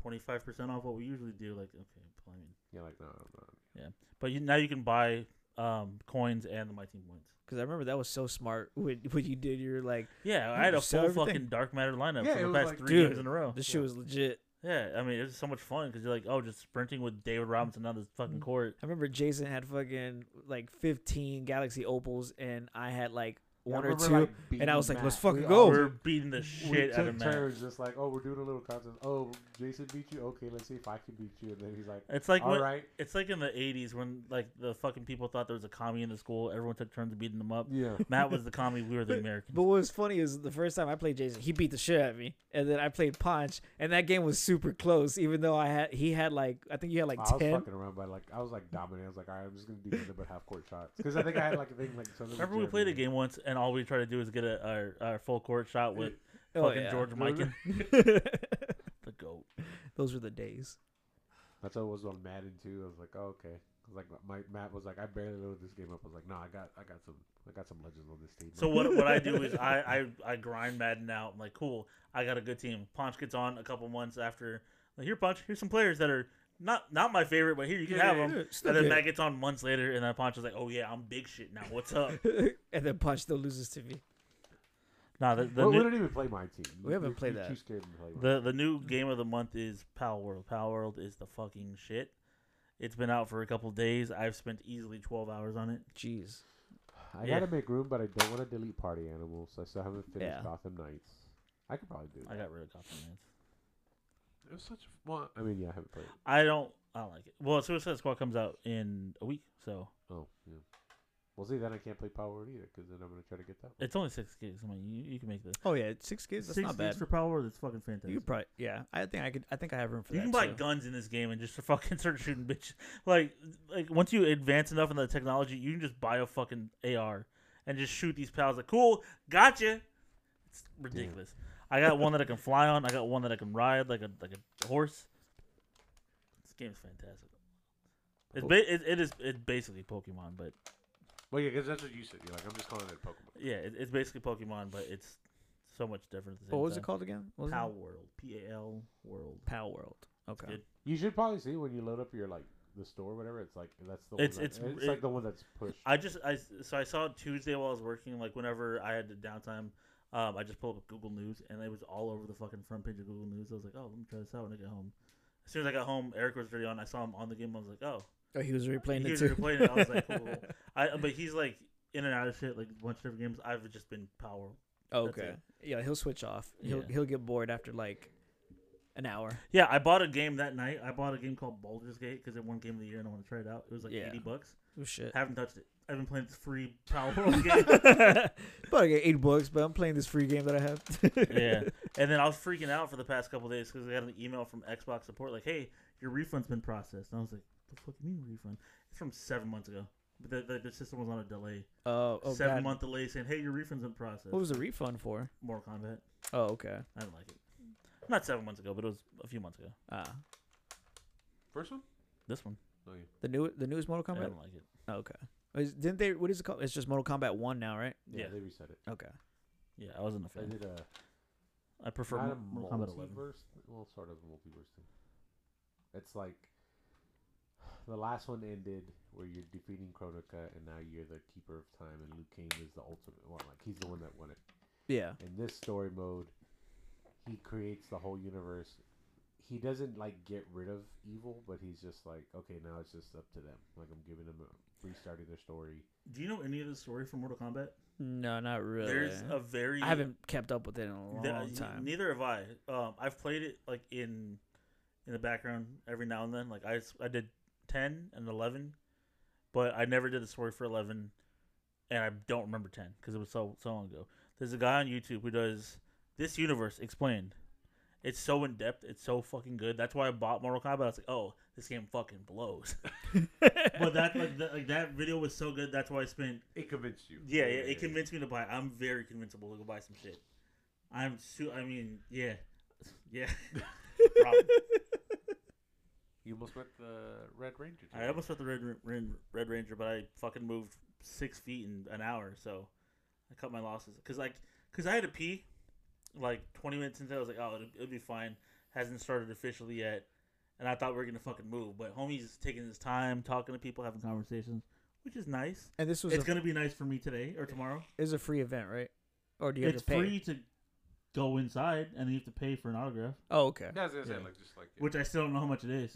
[SPEAKER 1] twenty five percent off what we usually do. Like, okay, I mean,
[SPEAKER 3] yeah, like no, no, no.
[SPEAKER 1] but you, now you can buy um coins and the my team points.
[SPEAKER 2] Cause I remember that was so smart [laughs] when when you did your like
[SPEAKER 1] Yeah,
[SPEAKER 2] You
[SPEAKER 1] I had a
[SPEAKER 2] just sell
[SPEAKER 1] full
[SPEAKER 2] everything.
[SPEAKER 1] fucking dark matter lineup
[SPEAKER 3] Yeah, it
[SPEAKER 1] for the
[SPEAKER 3] was
[SPEAKER 1] past
[SPEAKER 3] like-
[SPEAKER 1] three games
[SPEAKER 2] Dude.
[SPEAKER 1] in a row.
[SPEAKER 2] this shit was legit.
[SPEAKER 1] Yeah, I mean it was so much fun because you're like, oh, just sprinting with David Robinson on this fucking
[SPEAKER 2] Mhm.
[SPEAKER 3] Mm.
[SPEAKER 1] court.
[SPEAKER 2] I remember Jason had fucking like 15 Galaxy Opals and I had like
[SPEAKER 3] Yeah, I
[SPEAKER 2] one or
[SPEAKER 3] remember,
[SPEAKER 2] two.
[SPEAKER 3] like,
[SPEAKER 2] and I was
[SPEAKER 3] beating
[SPEAKER 2] like, let's
[SPEAKER 3] Matt.
[SPEAKER 2] fucking
[SPEAKER 3] We
[SPEAKER 2] go.
[SPEAKER 3] all
[SPEAKER 1] We're
[SPEAKER 3] took-
[SPEAKER 1] beating the shit
[SPEAKER 3] Oh. we
[SPEAKER 1] out
[SPEAKER 3] took
[SPEAKER 1] of Matt.
[SPEAKER 3] turns just like, oh, we're doing a little contest. Oh, Jason beat you. Okay, let's see if I can beat you. And then he's like,
[SPEAKER 1] It's like
[SPEAKER 3] all
[SPEAKER 1] when,
[SPEAKER 3] right,
[SPEAKER 1] it's like in the '80s when like the fucking people thought there was a commie in the school. Everyone took turns beating them
[SPEAKER 3] [laughs]
[SPEAKER 1] up.
[SPEAKER 3] yeah.
[SPEAKER 1] Matt was the commie. We were the Americans.
[SPEAKER 2] But what was funny is the first time I played Jason, he beat the shit out of me, and then I played Punch, and that game was super close. Even though I had, he had like, I think you had like
[SPEAKER 3] I was
[SPEAKER 2] ten.
[SPEAKER 3] fucking around, but like I was like dominating. I was like, all right, I'm just gonna do nothing but half court shots because I think I had like a thing like something. with
[SPEAKER 1] Remember we played a
[SPEAKER 3] Jeremy.
[SPEAKER 1] game once and all we tried to do was get a our, our full court shot with
[SPEAKER 2] Oh,
[SPEAKER 1] fucking
[SPEAKER 2] yeah. [laughs]
[SPEAKER 1] George
[SPEAKER 3] [laughs]
[SPEAKER 1] Mikan, the goat.
[SPEAKER 2] Those were the days.
[SPEAKER 3] That's how it was on Madden too. I was like, oh, okay. 'Cause, Like my Matt was like, I barely loaded this game up. I was like, no, I got, I got some, I got some legends on this team.
[SPEAKER 1] So what what I do is I, I I grind Madden out. I'm like, cool, I got a good team. Punch gets on a couple months after. Like, Here, Punch, here's some players that are not not my favorite, but here you can have them. And then
[SPEAKER 2] [laughs]
[SPEAKER 1] Matt gets on months later, and then Punch is like, oh yeah, I'm big shit now. What's
[SPEAKER 2] [laughs]
[SPEAKER 1] up?
[SPEAKER 2] and then Punch still loses to me.
[SPEAKER 1] nah, the the,
[SPEAKER 3] Well, we
[SPEAKER 1] new,
[SPEAKER 3] didn't even play my team.
[SPEAKER 2] We haven't played that.
[SPEAKER 3] Too scared to play. mine.
[SPEAKER 1] the the new game of the month is Pal World. Pal World is the fucking shit. It's been out for a couple days. I've spent easily 12 hours on it.
[SPEAKER 2] Jeez.
[SPEAKER 3] I
[SPEAKER 1] yeah.
[SPEAKER 3] gotta make room, but I don't want to delete Party Animals. I still haven't finished
[SPEAKER 2] Yeah.
[SPEAKER 3] Gotham Knights. I could probably do.
[SPEAKER 1] I
[SPEAKER 3] It.
[SPEAKER 1] got rid of Gotham Knights.
[SPEAKER 3] It was such a fun. I mean, yeah, I haven't played. It.
[SPEAKER 1] I don't. I don't like it. Well, Suicide Squad comes out in a week, so
[SPEAKER 3] Oh, yeah. Well, see, then I can't play Power Word either because then I'm gonna try to get that. One.
[SPEAKER 1] it's only six gigs. I mean, you, you can make this.
[SPEAKER 2] Oh yeah, six kids. That's
[SPEAKER 1] six
[SPEAKER 2] not
[SPEAKER 1] gigs
[SPEAKER 2] bad.
[SPEAKER 1] for Power Word. That's fucking fantastic.
[SPEAKER 2] You could probably, yeah. I think I could. I think I have room for
[SPEAKER 1] you
[SPEAKER 2] that.
[SPEAKER 1] can buy
[SPEAKER 2] too.
[SPEAKER 1] guns in this game and just [laughs] fucking start shooting bitches. Like, like once you advance enough in the technology, you can just buy a fucking AR and just shoot these pals. Like, cool, gotcha. It's ridiculous. I got one that
[SPEAKER 2] [laughs]
[SPEAKER 1] I can fly on. I got one that I can ride like a like a horse. This game's fantastic. It's
[SPEAKER 3] Cool.
[SPEAKER 1] ba- it, it is it's basically Pokemon, but
[SPEAKER 3] Well, yeah, because that's what you said. You're like, I'm just calling it Pokemon.
[SPEAKER 1] yeah, it, it's basically Pokemon, but it's so much different. At the same
[SPEAKER 2] But what was
[SPEAKER 1] time.
[SPEAKER 2] it called again? What was it?
[SPEAKER 1] Pal World. P A L World.
[SPEAKER 2] Pow World. Okay.
[SPEAKER 1] It-
[SPEAKER 3] You should probably see when you load up your like the store, or whatever. It's like that's the
[SPEAKER 1] It's-
[SPEAKER 3] one that-
[SPEAKER 1] it's-
[SPEAKER 3] it's
[SPEAKER 1] it-
[SPEAKER 3] like the one that's pushed.
[SPEAKER 1] I just I so I saw it Tuesday while I was working. Like whenever I had the downtime, um, I just pulled up Google News and it was all over the fucking front page of Google News. I was like, oh, let me try this out when I get home. As soon as I got home, Eric was already on. I saw him on the game. I was like, oh,
[SPEAKER 2] Oh, he was replaying
[SPEAKER 1] he
[SPEAKER 2] it
[SPEAKER 1] was
[SPEAKER 2] too.
[SPEAKER 1] replaying it. I was
[SPEAKER 2] [laughs]
[SPEAKER 1] like, cool. I but he's like in and out of shit, like a bunch of different games. I've just been power.
[SPEAKER 2] okay. Yeah, he'll switch off. He'll
[SPEAKER 1] Yeah.
[SPEAKER 2] he'll get bored after like an hour.
[SPEAKER 1] Yeah, I bought a game that night. I bought a game called Baldur's Gate because it won Game of the Year and I want to try it out. It was like
[SPEAKER 2] Yeah.
[SPEAKER 1] eighty bucks.
[SPEAKER 2] Oh shit.
[SPEAKER 1] I haven't touched it. I've been playing this free Power World [laughs]
[SPEAKER 2] [laughs]
[SPEAKER 1] game.
[SPEAKER 2] But I get eight books, but I'm playing this free game that I
[SPEAKER 1] [laughs]
[SPEAKER 2] have. [laughs]
[SPEAKER 1] yeah. And then I was freaking out for the past couple days because I got an email from Xbox support like, "Hey, your refund's been processed." And I was like, "The fuck you mean refund? It's from seven months ago." But the, the, the system was on a delay,
[SPEAKER 2] Oh,
[SPEAKER 1] Seven
[SPEAKER 2] oh God.
[SPEAKER 1] month delay, saying, "Hey, your refund's been processed."
[SPEAKER 2] What was the refund for?
[SPEAKER 1] Mortal Kombat.
[SPEAKER 2] Oh, okay.
[SPEAKER 1] I didn't like it. Not seven months ago, but it was a few months ago.
[SPEAKER 2] Ah,
[SPEAKER 3] First one?
[SPEAKER 1] This one,
[SPEAKER 3] No, you-
[SPEAKER 2] the new the newest Mortal
[SPEAKER 1] I
[SPEAKER 2] Kombat.
[SPEAKER 1] didn't like it.
[SPEAKER 2] Oh, okay. Is, didn't they? What is it called? It's just Mortal Kombat One now, right?
[SPEAKER 3] yeah,
[SPEAKER 1] Yeah.
[SPEAKER 3] they reset it.
[SPEAKER 2] Okay.
[SPEAKER 1] Yeah, I wasn't a
[SPEAKER 3] They
[SPEAKER 1] fan.
[SPEAKER 3] did a
[SPEAKER 1] I prefer
[SPEAKER 3] not a
[SPEAKER 1] Mo- Mortal Kombat 11.
[SPEAKER 3] multiverse. Well, sort of a multiverse thing. It's like the last one ended where you're defeating Kronika, and now you're the keeper of time, and Liu Kang is the ultimate one. Like he's the one that won it.
[SPEAKER 2] Yeah.
[SPEAKER 3] in this story mode, he creates the whole universe. He doesn't like get rid of evil, but he's just like, okay, now it's just up to them. Like I'm giving them, a, restarting their story.
[SPEAKER 1] Do you know any of the story from Mortal Kombat?
[SPEAKER 2] No, not really.
[SPEAKER 1] There's a very
[SPEAKER 2] I haven't kept up with it in a long
[SPEAKER 1] The-
[SPEAKER 2] time.
[SPEAKER 1] Neither have I. Um, I've played it like in in the background every now and then. Like I, s- I did ten and eleven, but I never did the story for eleven, and I don't remember ten because it was so so long ago. There's a guy on YouTube who does this universe explained. It's so in depth. It's so fucking good. That's why I bought Mortal Kombat. I was like, oh, this game fucking blows. [laughs] but that like, that like that video was so good. That's why I spent
[SPEAKER 3] It convinced you.
[SPEAKER 1] yeah, yeah, it convinced me to buy. it. I'm very convincible to go buy some shit. I'm su- I mean, yeah, [laughs] yeah. Problem. [laughs]
[SPEAKER 3] You almost met the Red Ranger.
[SPEAKER 1] I almost got the red, Ra- Ran- red ranger, but I fucking moved six feet in an hour, so I cut my losses. Cause like, cause I had to pee, like 20 minutes into. it, I was like, oh, it'll, it'll be fine. Hasn't started officially yet, and I thought we were gonna fucking move. But homie's taking his time, talking to people, having conversations, which is nice.
[SPEAKER 2] [laughs] and this was a,
[SPEAKER 1] It's gonna be nice for me today or tomorrow.
[SPEAKER 2] is a free event, right? Or do you have
[SPEAKER 1] it's
[SPEAKER 2] to pay?
[SPEAKER 1] free to go inside, and then you have to pay for an autograph,
[SPEAKER 2] Oh, okay.
[SPEAKER 3] I was gonna
[SPEAKER 1] say, Yeah. like,
[SPEAKER 3] just like
[SPEAKER 1] which I still don't know how much it is,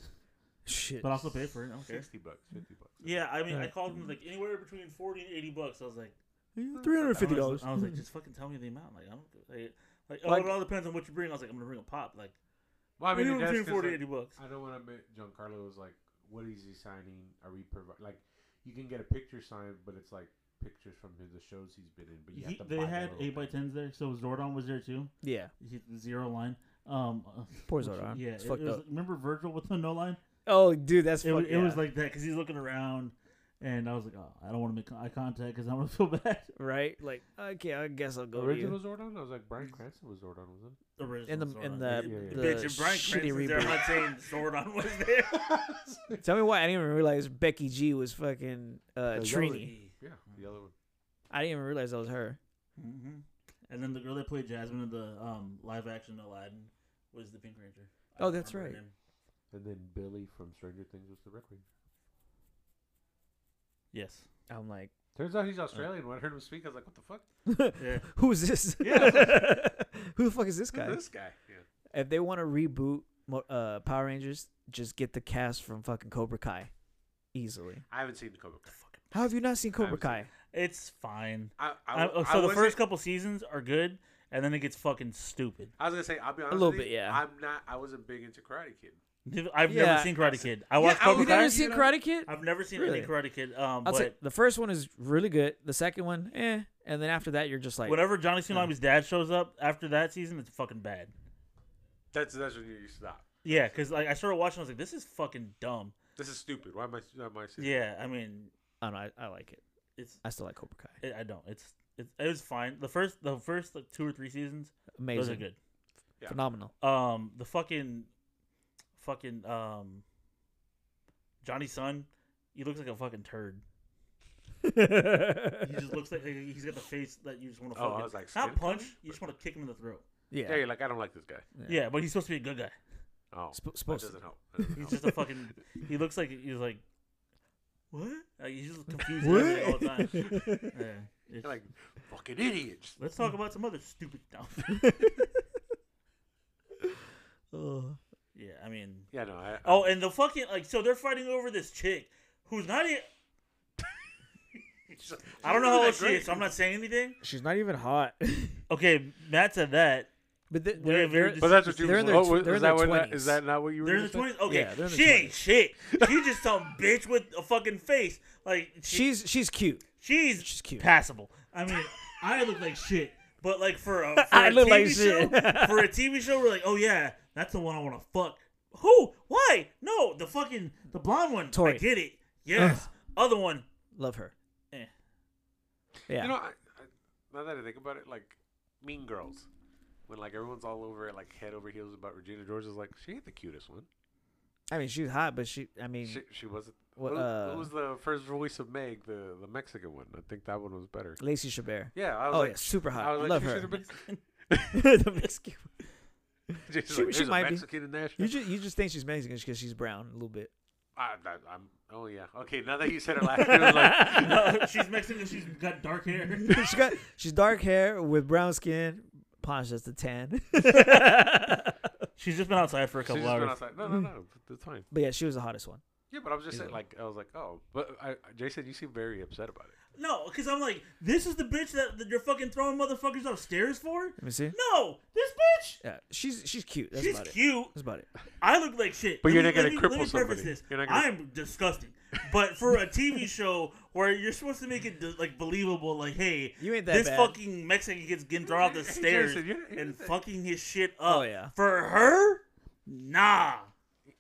[SPEAKER 2] Shit.
[SPEAKER 1] but I'll still pay for it. I don't care.
[SPEAKER 3] sixty bucks, fifty bucks.
[SPEAKER 1] Yeah, I mean, I
[SPEAKER 2] Alright.
[SPEAKER 1] called him like anywhere between forty and eighty bucks. I was like,
[SPEAKER 2] Three
[SPEAKER 1] I
[SPEAKER 2] hundred
[SPEAKER 1] was-
[SPEAKER 2] fifty dollars.
[SPEAKER 1] I was like, just fucking tell me the amount. Like, I don't like, like oh,
[SPEAKER 2] Like-
[SPEAKER 1] it all depends on what you bring. I was like, I'm gonna bring a pop. Like,
[SPEAKER 3] Well, I mean, it
[SPEAKER 1] anywhere
[SPEAKER 3] does,
[SPEAKER 1] between
[SPEAKER 3] 'cause,
[SPEAKER 1] 40
[SPEAKER 3] like,
[SPEAKER 1] 80 bucks.
[SPEAKER 3] I don't want to. Giancarlo was like, what is he signing? Are we providing? Like, you can get a picture signed, but it's like pictures from his- the shows he's been in. But you
[SPEAKER 1] He-
[SPEAKER 3] have to
[SPEAKER 1] they
[SPEAKER 3] buy the
[SPEAKER 1] had
[SPEAKER 3] little
[SPEAKER 1] eight by
[SPEAKER 3] thing.
[SPEAKER 1] tens there, so Zordon was there too.
[SPEAKER 2] [laughs] yeah.
[SPEAKER 1] He- Zero line. Um, [laughs]
[SPEAKER 2] Poor
[SPEAKER 1] which-
[SPEAKER 2] Zordon.
[SPEAKER 1] Yeah,
[SPEAKER 2] It's
[SPEAKER 1] it, it
[SPEAKER 2] fucked
[SPEAKER 1] was,
[SPEAKER 2] up.
[SPEAKER 1] remember Virgil with the no line?
[SPEAKER 2] Oh, dude, that's
[SPEAKER 1] It,
[SPEAKER 2] fuck,
[SPEAKER 1] was, it was
[SPEAKER 2] yeah.
[SPEAKER 1] like that because he's looking around, and I was like, oh, I don't want to make eye contact because I want to feel [laughs] bad.
[SPEAKER 2] right. Like okay, I guess I'll go. To
[SPEAKER 3] Original
[SPEAKER 2] you.
[SPEAKER 3] Zordon? I was like, Brian Cranston was Zordon, wasn't it?
[SPEAKER 1] original
[SPEAKER 2] In the-
[SPEAKER 1] Zordon.
[SPEAKER 2] in the-
[SPEAKER 1] It-
[SPEAKER 3] the
[SPEAKER 1] bitch, if Brian
[SPEAKER 2] shitty
[SPEAKER 1] Cranston's there, I'm
[SPEAKER 2] reboot.
[SPEAKER 1] not saying Zordon was
[SPEAKER 3] [laughs]
[SPEAKER 1] there.
[SPEAKER 2] Tell me why I didn't even realize Becky G was fucking uh,
[SPEAKER 3] that was-
[SPEAKER 2] Trini.
[SPEAKER 1] E.
[SPEAKER 3] Yeah, the other one.
[SPEAKER 2] I didn't even realize that was her.
[SPEAKER 1] hmm
[SPEAKER 3] Mm-hmm.
[SPEAKER 1] And then the girl that played Jasmine in the um, live action Aladdin was the Pink Ranger. I
[SPEAKER 2] Oh,
[SPEAKER 1] don't
[SPEAKER 2] that's
[SPEAKER 1] remember her
[SPEAKER 2] right.
[SPEAKER 1] name.
[SPEAKER 3] And then Billy from Stranger Things was the Red Ranger.
[SPEAKER 1] Yes.
[SPEAKER 2] I'm like, [laughs]
[SPEAKER 3] Turns out he's Australian. When I heard him speak, I was like, what the fuck?
[SPEAKER 2] [laughs]
[SPEAKER 1] Yeah.
[SPEAKER 2] who is this?
[SPEAKER 3] Yeah.
[SPEAKER 2] [laughs] Who the fuck is this guy?
[SPEAKER 3] Who's this guy? Yeah.
[SPEAKER 2] If they want to reboot Mo- uh, Power Rangers, just get the cast from fucking Cobra Kai, easily.
[SPEAKER 3] I haven't seen the Cobra Kai.
[SPEAKER 2] How have you not seen Cobra
[SPEAKER 3] haven't
[SPEAKER 2] Kai?
[SPEAKER 1] It's fine.
[SPEAKER 3] I,
[SPEAKER 1] I,
[SPEAKER 3] I, I,
[SPEAKER 1] oh, so the
[SPEAKER 3] wasn't-
[SPEAKER 1] first couple seasons are good, and then it gets fucking stupid.
[SPEAKER 3] I was gonna say, I'll be honest.
[SPEAKER 2] little
[SPEAKER 3] with you,
[SPEAKER 2] bit, yeah.
[SPEAKER 3] I'm not. I wasn't big into Karate Kid.
[SPEAKER 1] I've never
[SPEAKER 2] Yeah.
[SPEAKER 1] seen Karate Kid. I watched
[SPEAKER 3] I
[SPEAKER 1] Cobra
[SPEAKER 2] You've
[SPEAKER 3] was- Kai,
[SPEAKER 2] never
[SPEAKER 1] Kai.
[SPEAKER 3] you
[SPEAKER 2] seen
[SPEAKER 3] know?
[SPEAKER 2] Karate Kid?
[SPEAKER 1] I've never seen
[SPEAKER 2] Really?
[SPEAKER 1] any Karate Kid. Um,
[SPEAKER 2] I'll
[SPEAKER 1] but
[SPEAKER 2] say the first one is really good. The second one, eh, and then after that, you're just like,
[SPEAKER 1] whenever Johnny Tsunami's dad shows up after that season, it's fucking bad.
[SPEAKER 3] That's that's when you you stop.
[SPEAKER 1] Yeah, because like I started watching, I was like, this is fucking dumb.
[SPEAKER 3] This is stupid. Why am I? Why am I saying?
[SPEAKER 1] Yeah, I mean,
[SPEAKER 2] I don't know. I, I like it.
[SPEAKER 1] it's
[SPEAKER 2] I still like Cobra Kai.
[SPEAKER 1] it, I don't. It's It, it was fine. The first, the first like, two or three seasons,
[SPEAKER 2] Amazing.
[SPEAKER 1] those are good.
[SPEAKER 3] Yeah.
[SPEAKER 2] Phenomenal.
[SPEAKER 1] Um, the fucking, fucking um, Johnny Sun, he looks like a fucking turd. He
[SPEAKER 2] [laughs]
[SPEAKER 1] just looks like he's got the face that you just want to.
[SPEAKER 3] Oh, I
[SPEAKER 1] fucking,
[SPEAKER 3] was like,
[SPEAKER 1] not
[SPEAKER 3] skin
[SPEAKER 1] punch.
[SPEAKER 3] color?
[SPEAKER 1] You just want to kick him in the throat.
[SPEAKER 3] Yeah,
[SPEAKER 2] yeah.
[SPEAKER 3] you're like I don't like this guy.
[SPEAKER 1] Yeah, but he's supposed to be a good guy.
[SPEAKER 3] Oh,
[SPEAKER 2] Sp-
[SPEAKER 3] that
[SPEAKER 2] supposed to.
[SPEAKER 3] doesn't
[SPEAKER 2] [laughs]
[SPEAKER 3] Oh. help. That doesn't
[SPEAKER 1] He's
[SPEAKER 3] help.
[SPEAKER 1] just a
[SPEAKER 3] [laughs]
[SPEAKER 1] fucking. He looks like he's like, what? Like, he's just confused
[SPEAKER 2] What?
[SPEAKER 1] everything all the time.
[SPEAKER 3] [laughs]
[SPEAKER 1] Yeah, it's-
[SPEAKER 3] You're like hmm. fucking idiots.
[SPEAKER 1] let's talk about some other stupid stuff.
[SPEAKER 2] Ugh.
[SPEAKER 1] yeah, I mean,
[SPEAKER 3] Yeah, no. I,
[SPEAKER 1] Oh, and the fucking like, so they're fighting over this chick who's not. e- I don't know how old she is, so I'm not saying anything.
[SPEAKER 2] [laughs] She's not
[SPEAKER 1] [laughs]
[SPEAKER 2] even hot.
[SPEAKER 1] Okay, Matt said that.
[SPEAKER 2] but they
[SPEAKER 1] They're very
[SPEAKER 3] But that's what you.
[SPEAKER 2] They're
[SPEAKER 3] Were,
[SPEAKER 2] in their
[SPEAKER 3] oh,
[SPEAKER 2] tw-
[SPEAKER 3] was-
[SPEAKER 2] they're in
[SPEAKER 3] is
[SPEAKER 2] their
[SPEAKER 3] that what? that-
[SPEAKER 2] 20s.
[SPEAKER 3] Is that not what you were?
[SPEAKER 1] They're in the
[SPEAKER 3] saying?
[SPEAKER 1] twenties. Okay,
[SPEAKER 2] Yeah, they're in their
[SPEAKER 1] she ain't
[SPEAKER 2] [laughs]
[SPEAKER 1] shit. She's just some bitch with a fucking face. Like she,
[SPEAKER 2] she's she's cute.
[SPEAKER 1] she's
[SPEAKER 2] she's cute.
[SPEAKER 1] passable. I mean, I look like shit. But like for
[SPEAKER 2] [laughs]
[SPEAKER 1] a, for
[SPEAKER 2] I
[SPEAKER 1] a
[SPEAKER 2] look
[SPEAKER 1] TV
[SPEAKER 2] like
[SPEAKER 1] show,
[SPEAKER 2] shit.
[SPEAKER 1] for a TV show, we're like, oh yeah, that's the one I want to fuck. Who? Why? No, the fucking the blonde one. I
[SPEAKER 2] Tori.
[SPEAKER 1] get it. Yes. Other one. [laughs]
[SPEAKER 2] Love her.
[SPEAKER 1] Eh.
[SPEAKER 2] Yeah.
[SPEAKER 3] You know, I, I, now that I think about it, like Mean Girls, when like everyone's all over it, like head over heels about Regina George is like she ain't the cutest one.
[SPEAKER 2] I mean, she's hot, but she. I mean,
[SPEAKER 3] She, she wasn't.
[SPEAKER 2] Mm. What,
[SPEAKER 3] What,
[SPEAKER 2] uh,
[SPEAKER 3] was the first voice of Meg, the the Mexican one? I think that one was better.
[SPEAKER 2] Lacey Chabert.
[SPEAKER 3] Yeah, I was
[SPEAKER 2] Oh
[SPEAKER 3] like,
[SPEAKER 2] yeah, super hot.
[SPEAKER 3] I was like,
[SPEAKER 2] Love
[SPEAKER 3] she
[SPEAKER 2] her.
[SPEAKER 3] should've been-
[SPEAKER 2] [laughs] the
[SPEAKER 1] [laughs]
[SPEAKER 2] Mexican.
[SPEAKER 3] Jason's
[SPEAKER 2] She-
[SPEAKER 3] like,
[SPEAKER 2] she
[SPEAKER 3] "There's a
[SPEAKER 2] might be.
[SPEAKER 3] Mexican in Nashville."
[SPEAKER 2] You just you just think she's Mexican because she's brown a little bit.
[SPEAKER 3] I, I, am Oh yeah. Okay. Now that you said it last year, I was
[SPEAKER 2] [laughs]
[SPEAKER 3] like,
[SPEAKER 1] No, she's Mexican. She's got dark hair. [laughs]
[SPEAKER 2] she got she's dark hair with brown skin. Ponch just a tan. [laughs]
[SPEAKER 1] [laughs] She's just been outside for a
[SPEAKER 3] she's
[SPEAKER 1] couple
[SPEAKER 3] just been
[SPEAKER 1] hours.
[SPEAKER 3] outside. No, no, no. That's fine.
[SPEAKER 2] but yeah, she was the hottest one.
[SPEAKER 3] Yeah, but I was just
[SPEAKER 2] She's
[SPEAKER 3] saying, like, I was like, oh, but I, Jason, you seem very upset about it.
[SPEAKER 1] No, because I'm like, this is the bitch that, that you're fucking throwing motherfuckers upstairs for?
[SPEAKER 2] Let me see.
[SPEAKER 1] No, this bitch.
[SPEAKER 2] Yeah, she's she's cute. That's
[SPEAKER 1] She's
[SPEAKER 2] about it.
[SPEAKER 1] cute.
[SPEAKER 2] That's about it.
[SPEAKER 1] I look like shit.
[SPEAKER 3] But
[SPEAKER 1] Let
[SPEAKER 3] you're
[SPEAKER 1] me-
[SPEAKER 3] not gonna
[SPEAKER 1] let me-
[SPEAKER 3] cripple
[SPEAKER 1] let me preface
[SPEAKER 3] somebody.
[SPEAKER 1] This.
[SPEAKER 3] You're not gonna-
[SPEAKER 1] I'm disgusting. But for a
[SPEAKER 3] [laughs]
[SPEAKER 1] TV show where you're supposed to make it like believable, like, hey,
[SPEAKER 2] You ain't that
[SPEAKER 1] this
[SPEAKER 2] bad.
[SPEAKER 1] fucking Mexican gets getting thrown off the
[SPEAKER 3] [laughs] Hey,
[SPEAKER 1] stairs
[SPEAKER 3] Jason, you're- you're
[SPEAKER 1] and
[SPEAKER 3] the-
[SPEAKER 1] fucking his shit up.
[SPEAKER 2] Oh, yeah.
[SPEAKER 1] For her, nah.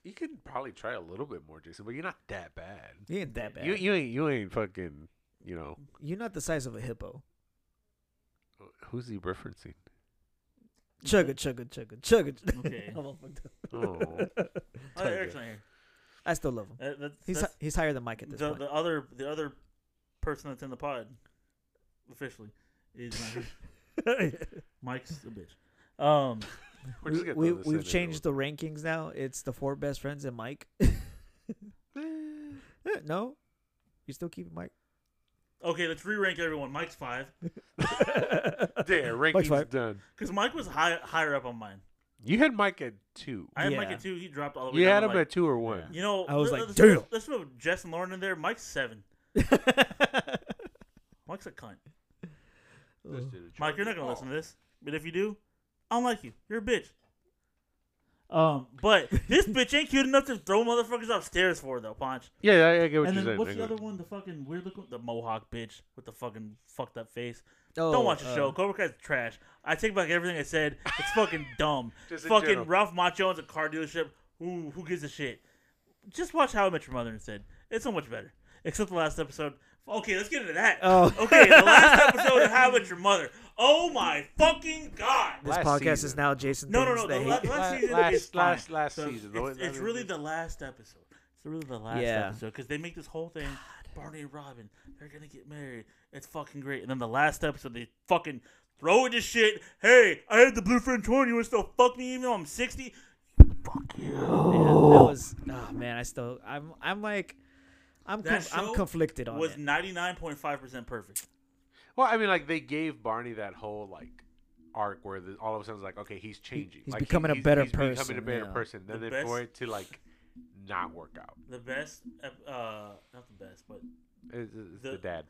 [SPEAKER 3] You could probably try a little bit more, Jason, but you're not that bad.
[SPEAKER 2] You ain't that bad.
[SPEAKER 3] You
[SPEAKER 2] You,
[SPEAKER 3] you ain't you ain't fucking you know
[SPEAKER 2] are not the size of a hippo.
[SPEAKER 3] who's he referencing?
[SPEAKER 2] Chugga chugga chugga chugga. chugga.
[SPEAKER 1] Okay.
[SPEAKER 2] [laughs] I'm all fucked up. [laughs]
[SPEAKER 3] Oh,
[SPEAKER 1] Oh, Eric's not here.
[SPEAKER 2] I still love him.
[SPEAKER 1] That- that's-
[SPEAKER 2] He's
[SPEAKER 1] that's-
[SPEAKER 2] hi- he's higher than Mike at this
[SPEAKER 1] the,
[SPEAKER 2] point.
[SPEAKER 1] the other the other person that's in the pod officially is
[SPEAKER 2] [laughs]
[SPEAKER 1] not here. Mike's a bitch. Um,
[SPEAKER 3] We're just
[SPEAKER 2] we,
[SPEAKER 3] gonna
[SPEAKER 2] we,
[SPEAKER 3] throw this in
[SPEAKER 2] we've
[SPEAKER 3] and
[SPEAKER 2] changed the rankings now. It's the four best friends and Mike. [laughs]
[SPEAKER 3] it'll-
[SPEAKER 2] Eh, no, you still keep it,
[SPEAKER 1] [laughs]
[SPEAKER 2] Mike.
[SPEAKER 1] okay, let's re rank everyone. Mike's five
[SPEAKER 3] [laughs]
[SPEAKER 2] [laughs]
[SPEAKER 3] there.
[SPEAKER 2] Mike's fine.
[SPEAKER 3] Ranking's done.
[SPEAKER 1] because Mike was high, higher up on mine.
[SPEAKER 3] You had Mike at two.
[SPEAKER 1] I had Mike
[SPEAKER 2] Yeah.
[SPEAKER 1] at two. He dropped all the way.
[SPEAKER 3] You
[SPEAKER 1] down
[SPEAKER 3] had
[SPEAKER 1] to
[SPEAKER 3] him
[SPEAKER 1] Mike.
[SPEAKER 3] at two or one.
[SPEAKER 1] You know,
[SPEAKER 2] I was
[SPEAKER 1] let-
[SPEAKER 2] like,
[SPEAKER 1] let's,
[SPEAKER 2] "Damn."
[SPEAKER 1] let's put Jess and Lauren in there. Mike's seven. Mike's a cunt.
[SPEAKER 2] Ugh.
[SPEAKER 1] Mike, you're not gonna listen to this, but if you do, I don't like you. You're a bitch. Um, but this bitch ain't cute enough to throw motherfuckers upstairs for though, Ponch.
[SPEAKER 3] Yeah, I, I get what
[SPEAKER 1] And then
[SPEAKER 3] you're saying.
[SPEAKER 1] what's
[SPEAKER 3] I
[SPEAKER 1] the
[SPEAKER 3] get
[SPEAKER 1] other
[SPEAKER 3] what-
[SPEAKER 1] one? The fucking weird looking, the Mohawk bitch with the fucking fucked up face.
[SPEAKER 2] Oh,
[SPEAKER 1] Don't watch the
[SPEAKER 2] uh,
[SPEAKER 1] show. Cobra Kai's trash. I take back everything I said. It's
[SPEAKER 3] [laughs]
[SPEAKER 1] fucking dumb.
[SPEAKER 3] Just in
[SPEAKER 1] fucking
[SPEAKER 3] general.
[SPEAKER 1] Ralph Macho owns a car dealership. Who who gives a shit? Just watch How I Met Your Mother instead. It's so much better. Except the last episode. Okay, let's get into that.
[SPEAKER 2] Oh.
[SPEAKER 1] Okay, the last episode of How I Met Your Mother. Oh my fucking god.
[SPEAKER 2] This
[SPEAKER 3] [laughs] Last
[SPEAKER 2] podcast is
[SPEAKER 3] season.
[SPEAKER 2] now Jason.
[SPEAKER 1] No, no, no.
[SPEAKER 2] Things
[SPEAKER 1] The la-
[SPEAKER 2] They Hate.
[SPEAKER 1] last season
[SPEAKER 3] Last-
[SPEAKER 1] is fine.
[SPEAKER 3] last- last
[SPEAKER 1] The-
[SPEAKER 3] season. The
[SPEAKER 1] It's,
[SPEAKER 3] one-
[SPEAKER 1] it's really the last episode. It's really the last
[SPEAKER 2] Yeah.
[SPEAKER 1] episode because they make this whole thing. Barney and Robin, they're gonna get married. It's fucking great. And then the last episode, they fucking throw it to shit. Hey, I had the blue friend torn. You want to still fuck me even though I'm sixty? Fuck you.
[SPEAKER 2] Yeah, that was oh man, I still I'm I'm like I'm
[SPEAKER 1] That
[SPEAKER 2] conf- I'm
[SPEAKER 1] show
[SPEAKER 2] conflicted on
[SPEAKER 1] Was
[SPEAKER 2] it.
[SPEAKER 1] ninety nine point five percent perfect.
[SPEAKER 3] Well, I mean, like they gave Barney that whole like arc where the, all of a sudden it's like, okay, he's changing.
[SPEAKER 2] he's
[SPEAKER 3] like,
[SPEAKER 2] becoming a better
[SPEAKER 3] he's
[SPEAKER 2] person,
[SPEAKER 3] Becoming a better
[SPEAKER 2] yeah.
[SPEAKER 3] person.
[SPEAKER 1] The
[SPEAKER 3] And then
[SPEAKER 1] best-
[SPEAKER 3] for it to like not work out,
[SPEAKER 1] The best, ep- uh, not the best, but
[SPEAKER 3] it's, it's
[SPEAKER 1] The-
[SPEAKER 3] the, dad.